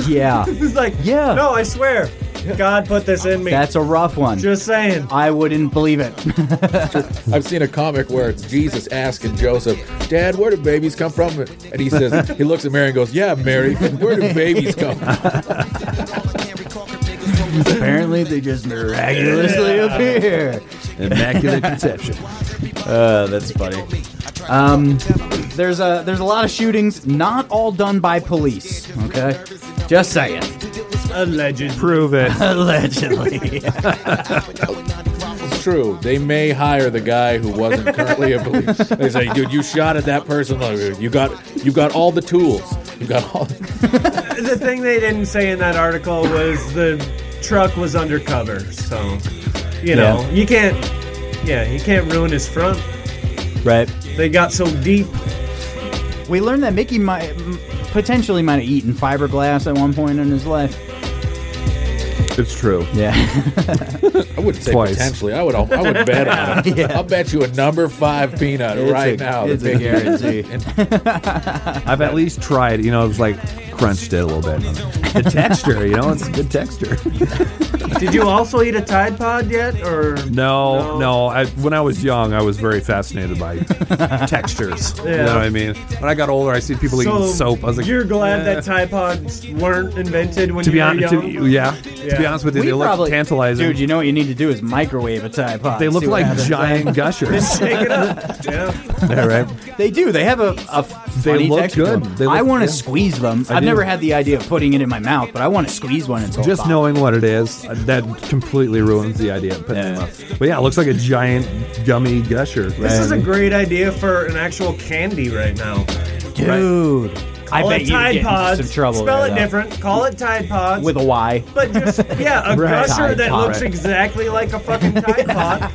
Speaker 3: yeah.
Speaker 2: He's like,
Speaker 3: Yeah.
Speaker 2: No, I swear, God put this in me.
Speaker 3: That's a rough one.
Speaker 2: Just saying.
Speaker 3: I wouldn't believe it.
Speaker 1: I've seen a comic where it's Jesus asking Joseph, "Dad, where do babies come from?" And he says, he looks at Mary and goes, "Yeah, Mary, where do babies come?" from?"
Speaker 3: Apparently, they just miraculously appear.
Speaker 6: Immaculate conception.
Speaker 3: Uh, that's funny. Um, there's a there's a lot of shootings, not all done by police. Okay, just saying.
Speaker 2: Alleged.
Speaker 6: Prove it.
Speaker 3: Allegedly,
Speaker 1: It's true. They may hire the guy who wasn't currently a police. They say, "Dude, you shot at that person. You got, you got all the tools. You got all."
Speaker 2: The thing they didn't say in that article was the truck was undercover. So, you know, you can't. Yeah, you can't ruin his front.
Speaker 3: right?
Speaker 2: They got so deep.
Speaker 3: We learned that Mickey might m- potentially might have eaten fiberglass at one point in his life.
Speaker 6: It's true.
Speaker 3: Yeah,
Speaker 1: I wouldn't say
Speaker 6: Twice.
Speaker 1: potentially. I would. I would bet on it.
Speaker 3: Yeah.
Speaker 1: I'll bet you a number five peanut
Speaker 3: It's
Speaker 1: right
Speaker 3: a-
Speaker 1: now.
Speaker 3: it's
Speaker 1: that
Speaker 3: a
Speaker 1: Mickey-
Speaker 3: guarantee.
Speaker 6: I've at least tried. You know, it was like crunched it a little bit. The texture, you know, it's good texture.
Speaker 2: Did you also eat a Tide Pod yet? Or
Speaker 6: No,
Speaker 2: No.
Speaker 6: no. I, when I was young, I was very fascinated by textures. You
Speaker 2: Yeah.
Speaker 6: know what I mean? When I got older, I see people eating soap. I was like,
Speaker 2: you're glad
Speaker 6: "Eh."
Speaker 2: that Tide Pods weren't invented when
Speaker 6: To
Speaker 2: you
Speaker 6: be
Speaker 2: were
Speaker 6: honest,
Speaker 2: young?
Speaker 6: to, yeah, To be
Speaker 2: Yeah.
Speaker 6: honest with you, they look tantalizing.
Speaker 3: Dude, you know what you need to do is microwave a Tide Pod.
Speaker 6: they look
Speaker 3: see what
Speaker 6: like
Speaker 3: happens.
Speaker 6: giant gushers.
Speaker 2: Shake it up. Yeah.
Speaker 6: yeah, right.
Speaker 3: They do. They have a, a funny
Speaker 6: look
Speaker 3: texture to
Speaker 6: good.
Speaker 3: them.
Speaker 6: They look-
Speaker 3: I want to
Speaker 6: yeah.
Speaker 3: squeeze them. I have
Speaker 6: do.
Speaker 3: never had the idea of putting it in my mouth, but I want to squeeze one until
Speaker 6: Just knowing what it is, uh, that completely ruins the idea of putting
Speaker 3: Yeah.
Speaker 6: them up. But yeah, it looks like a giant gummy gusher.
Speaker 2: This is a great idea for an actual candy right now.
Speaker 3: dude. I
Speaker 2: Call
Speaker 3: bet
Speaker 2: it
Speaker 3: you
Speaker 2: Tide
Speaker 3: get into
Speaker 2: Pods.
Speaker 3: some trouble.
Speaker 2: Spell
Speaker 3: there,
Speaker 2: it
Speaker 3: though.
Speaker 2: different. Call it Tide Pods.
Speaker 3: with a Y.
Speaker 2: but just yeah, a
Speaker 6: Right.
Speaker 2: crusher
Speaker 3: Tide
Speaker 2: that
Speaker 3: Pod.
Speaker 2: looks exactly like a fucking Tide Pod.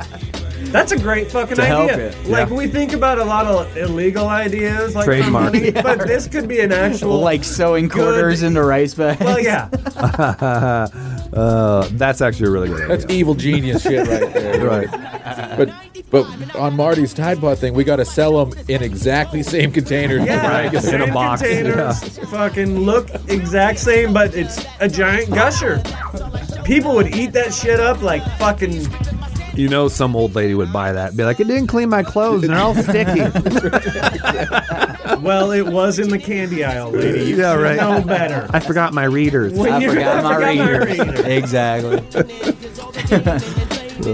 Speaker 2: That's a great fucking
Speaker 3: To help
Speaker 2: idea.
Speaker 3: it,
Speaker 2: Like
Speaker 6: yeah.
Speaker 2: we think about a lot of illegal ideas, like
Speaker 6: Trademark.
Speaker 2: money, but this could be an actual
Speaker 3: Like sewing quarters into rice bags.
Speaker 2: Well, yeah,
Speaker 6: Uh, that's actually a really good idea.
Speaker 1: That's evil genius shit right there.
Speaker 6: Right.
Speaker 1: But but on Marty's Tide Pod thing, we got to sell them in exactly same containers.
Speaker 2: yeah.
Speaker 1: Right.
Speaker 6: In
Speaker 2: Same
Speaker 6: a box,
Speaker 2: containers, fucking look exact same, but it's a giant gusher. People would eat that shit up like fucking
Speaker 6: You know, some old lady would buy that, and be like, "It didn't clean my clothes; they're all sticky."
Speaker 2: Well, it was in the candy aisle, lady. You
Speaker 6: Yeah,
Speaker 2: should
Speaker 6: right.
Speaker 2: know better.
Speaker 6: I forgot my readers.
Speaker 2: When
Speaker 3: I
Speaker 2: you-
Speaker 3: forgot my reader.
Speaker 2: reader.
Speaker 3: exactly.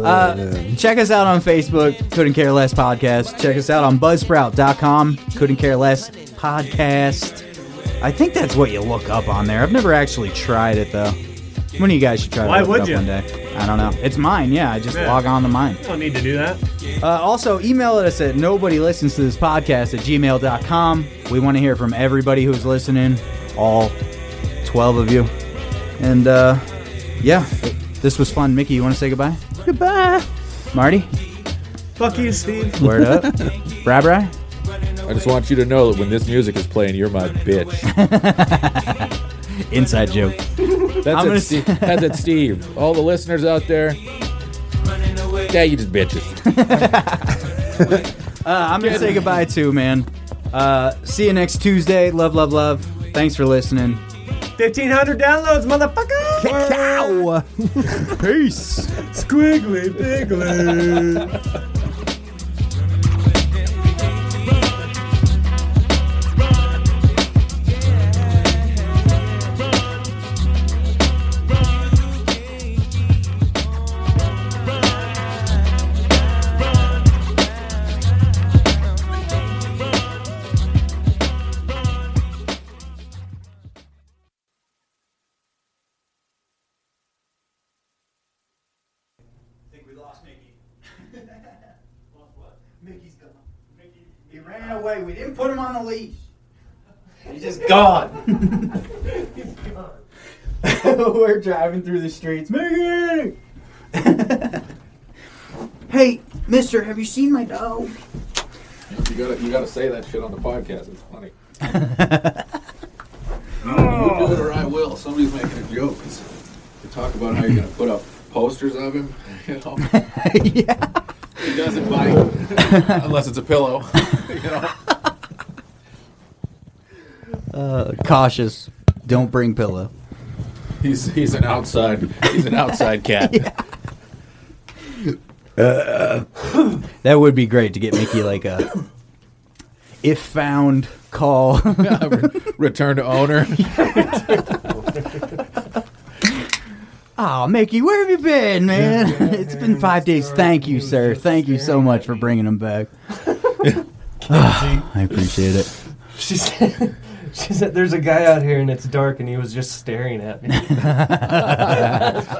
Speaker 3: uh, check us out on Facebook, Couldn't Care Less Podcast. Check us out on Buzzsprout.com, Couldn't Care Less Podcast. I think that's what you look up on there. I've never actually tried it though. One of you guys should try to
Speaker 2: Why
Speaker 3: look it
Speaker 2: would
Speaker 3: up
Speaker 2: you?
Speaker 3: one day. I don't know. It's mine, yeah. I just
Speaker 2: Yeah.
Speaker 3: log on to mine.
Speaker 2: Don't need to do that.
Speaker 3: Uh, also, email us at nobody listens to this podcast at gmail.com. We want to hear from everybody who's listening, all 12 of you. And uh, yeah, this was fun. Mickey, you want to say goodbye? Goodbye. Marty,
Speaker 2: Fuck you, Steve.
Speaker 3: word up. Bri Bri,
Speaker 1: I just want you to know that when this music is playing, you're my bitch.
Speaker 3: inside joke.
Speaker 1: That's
Speaker 3: I'm gonna
Speaker 1: it, Steve. That's it, Steve. All the listeners out there. Yeah, you just bitches.
Speaker 3: Uh, I'm going to say goodbye too, man. Uh, see you next Tuesday. Love, love, love. Thanks for listening.
Speaker 2: 1,500 downloads, motherfucker.
Speaker 6: Ow!
Speaker 3: Peace.
Speaker 2: Squiggly piggly.
Speaker 3: think we lost Mickey. lost what? Mickey's gone. Mickey. He ran away. We didn't put him on the leash. He's just gone. He's gone. We're driving through the streets. Mickey! hey, mister, have you seen my dog?
Speaker 1: You gotta, you gotta say that shit on the podcast. It's funny. do it or I will. Somebody's making a joke. To talk about how you're gonna put up posters of him. You know,
Speaker 3: yeah.
Speaker 1: he doesn't bite unless it's a pillow. you know.
Speaker 3: Uh, cautious. Don't bring pillow.
Speaker 1: He's he's an outside he's an outside cat.
Speaker 3: That would be great to get Mickey like a if found call.
Speaker 1: Return to owner.
Speaker 3: oh, Mickey, where have you been, man? it's been five days. Thank you, sir. Thank you so much for bringing him back. Ah, I appreciate it.
Speaker 2: She said, she said, there's a guy out here and it's dark and he was just staring at me.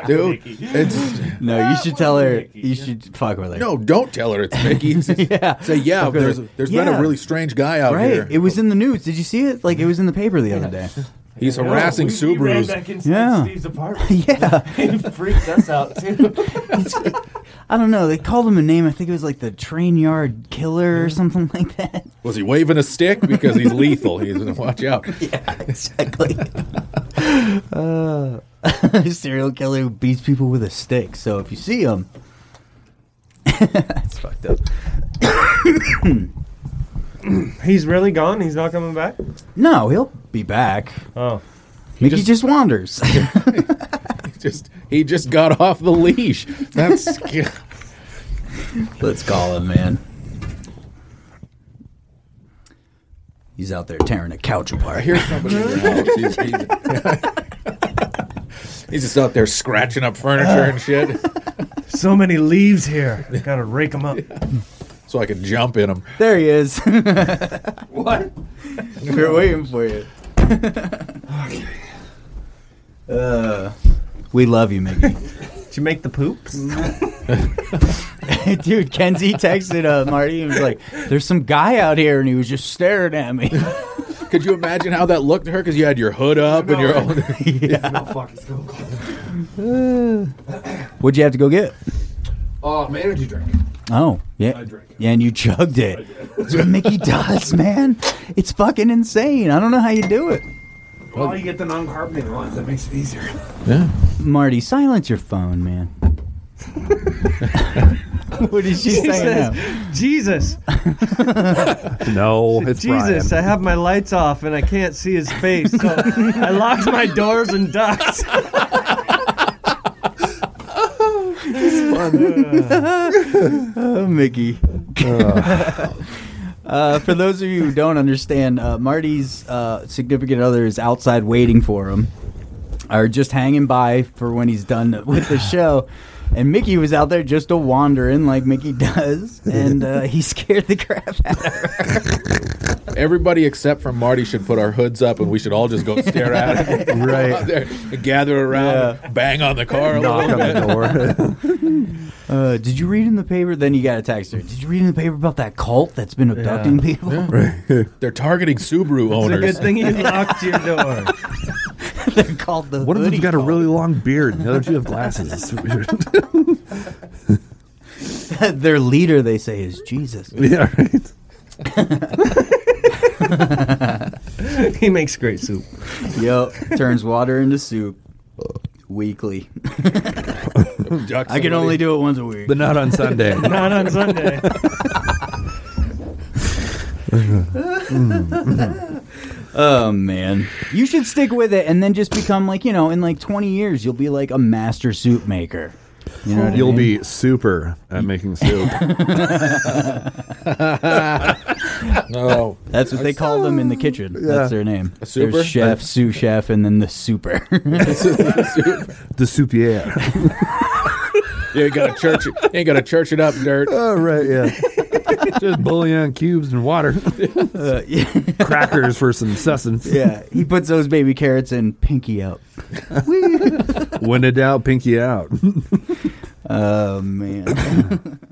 Speaker 1: Dude, it's
Speaker 3: No, you should tell her. You should fuck with her.
Speaker 1: no, don't tell her it's Mickey. yeah. Say yeah,
Speaker 3: Fuck with
Speaker 1: there's
Speaker 3: her.
Speaker 1: there's been
Speaker 3: Yeah.
Speaker 1: a really strange guy out
Speaker 3: right?
Speaker 1: here.
Speaker 3: It was in the news. Did you see it? Like it was in the paper the other day.
Speaker 1: he's harassing
Speaker 2: we, We ran
Speaker 1: Subarus.
Speaker 2: back into
Speaker 3: Yeah.
Speaker 2: Steve's apartment.
Speaker 3: yeah.
Speaker 2: He freaked us out too.
Speaker 3: I don't know. They called him a name. I think it was like the train yard killer or something like that.
Speaker 1: Was he waving a stick because he's lethal? He's watch out.
Speaker 3: exactly. uh, serial killer who beats people with a stick. So if you see him, that's fucked up.
Speaker 12: He's really gone. He's not coming back.
Speaker 3: No, he'll be back.
Speaker 12: Oh,
Speaker 3: Mickey just, wanders.
Speaker 1: Just he just got off the leash. That's
Speaker 3: Let's call him, man. He's out there tearing a couch
Speaker 1: I
Speaker 3: apart.
Speaker 1: hear somebody. in your house. He's, he's- he's just out there scratching up furniture and shit,
Speaker 12: so many leaves here. Gotta rake them up.
Speaker 1: so I can jump in him.
Speaker 3: There he is.
Speaker 2: what?
Speaker 3: We're waiting for you. Uh, we love you, Mickey.
Speaker 12: Did you make the poops?
Speaker 3: Dude, Kenzie texted uh, Marty and was like, "There's some guy out here," and he was just staring at me.
Speaker 1: Could you imagine how that looked to her? Because you had your hood up and your own.
Speaker 2: No, fuck, it's cool.
Speaker 3: What'd you have to go get?
Speaker 4: Oh, man, energy drink.
Speaker 3: Oh, yeah,
Speaker 4: drank it.
Speaker 3: yeah, and you chugged it. That's what Mickey does, man. It's fucking insane. I don't know how you do it.
Speaker 4: Well, you get the non-carbonated ones. That makes it easier.
Speaker 1: Yeah.
Speaker 3: Marty, silence your phone, man. what is she,
Speaker 2: He
Speaker 3: saying? now?
Speaker 2: says, Jesus,
Speaker 4: No, it's
Speaker 2: Jesus,
Speaker 4: Brian.
Speaker 2: I have my lights off and I can't see his face. So I locked my doors and ducked.
Speaker 3: Oh, Mickey. uh, for those of you who don't understand, uh, Marty's uh, significant other is outside waiting for him, or just hanging by for when he's done with the show. And Mickey was out there just a wandering like Mickey does, and uh, he scared the crap out of her.
Speaker 1: Everybody except for Marty should put our hoods up, and we should all just go stare at it.
Speaker 4: Right.
Speaker 1: Out there, gather around, bang on the car. A
Speaker 4: Knock
Speaker 1: little
Speaker 4: on
Speaker 1: bit.
Speaker 4: the door.
Speaker 3: Uh, did you read in the paper? Then you got a text her. Did you read in the paper about that cult that's been abducting people?
Speaker 1: They're targeting Subaru
Speaker 2: It's a
Speaker 1: owners.
Speaker 2: good thing you locked your door.
Speaker 3: They're called the.
Speaker 4: One of
Speaker 3: hoodie
Speaker 4: them's got a
Speaker 3: cult.
Speaker 4: really long beard, and the other two have glasses. It's weird.
Speaker 3: Their leader, they say, is Jesus.
Speaker 4: yeah, right.
Speaker 2: he makes great soup.
Speaker 3: Yep. Turns water into soup weekly.
Speaker 1: Duck
Speaker 3: I
Speaker 1: somebody.
Speaker 3: can only do it once a week.
Speaker 4: But not on Sunday.
Speaker 2: Not on Sunday.
Speaker 3: Oh man. You should stick with it and then just become like, you know, in like 20 years you'll be like a master soup maker. You know what I
Speaker 4: You'll
Speaker 3: mean?
Speaker 4: be super at making soup.
Speaker 1: No.
Speaker 3: That's what they call them in the kitchen. That's their name. There's
Speaker 1: super?
Speaker 3: chef, sous chef, and then the super.
Speaker 4: the soupier.
Speaker 1: You ain't got to church. It. You ain't got to church it up, dirt.
Speaker 4: Oh, right, yeah. Just bouillon cubes and water.
Speaker 3: Uh, yeah.
Speaker 4: Crackers for some sustenance.
Speaker 3: yeah. He puts those baby carrots in pinky up.
Speaker 4: When in doubt, pinky out.
Speaker 3: Oh man.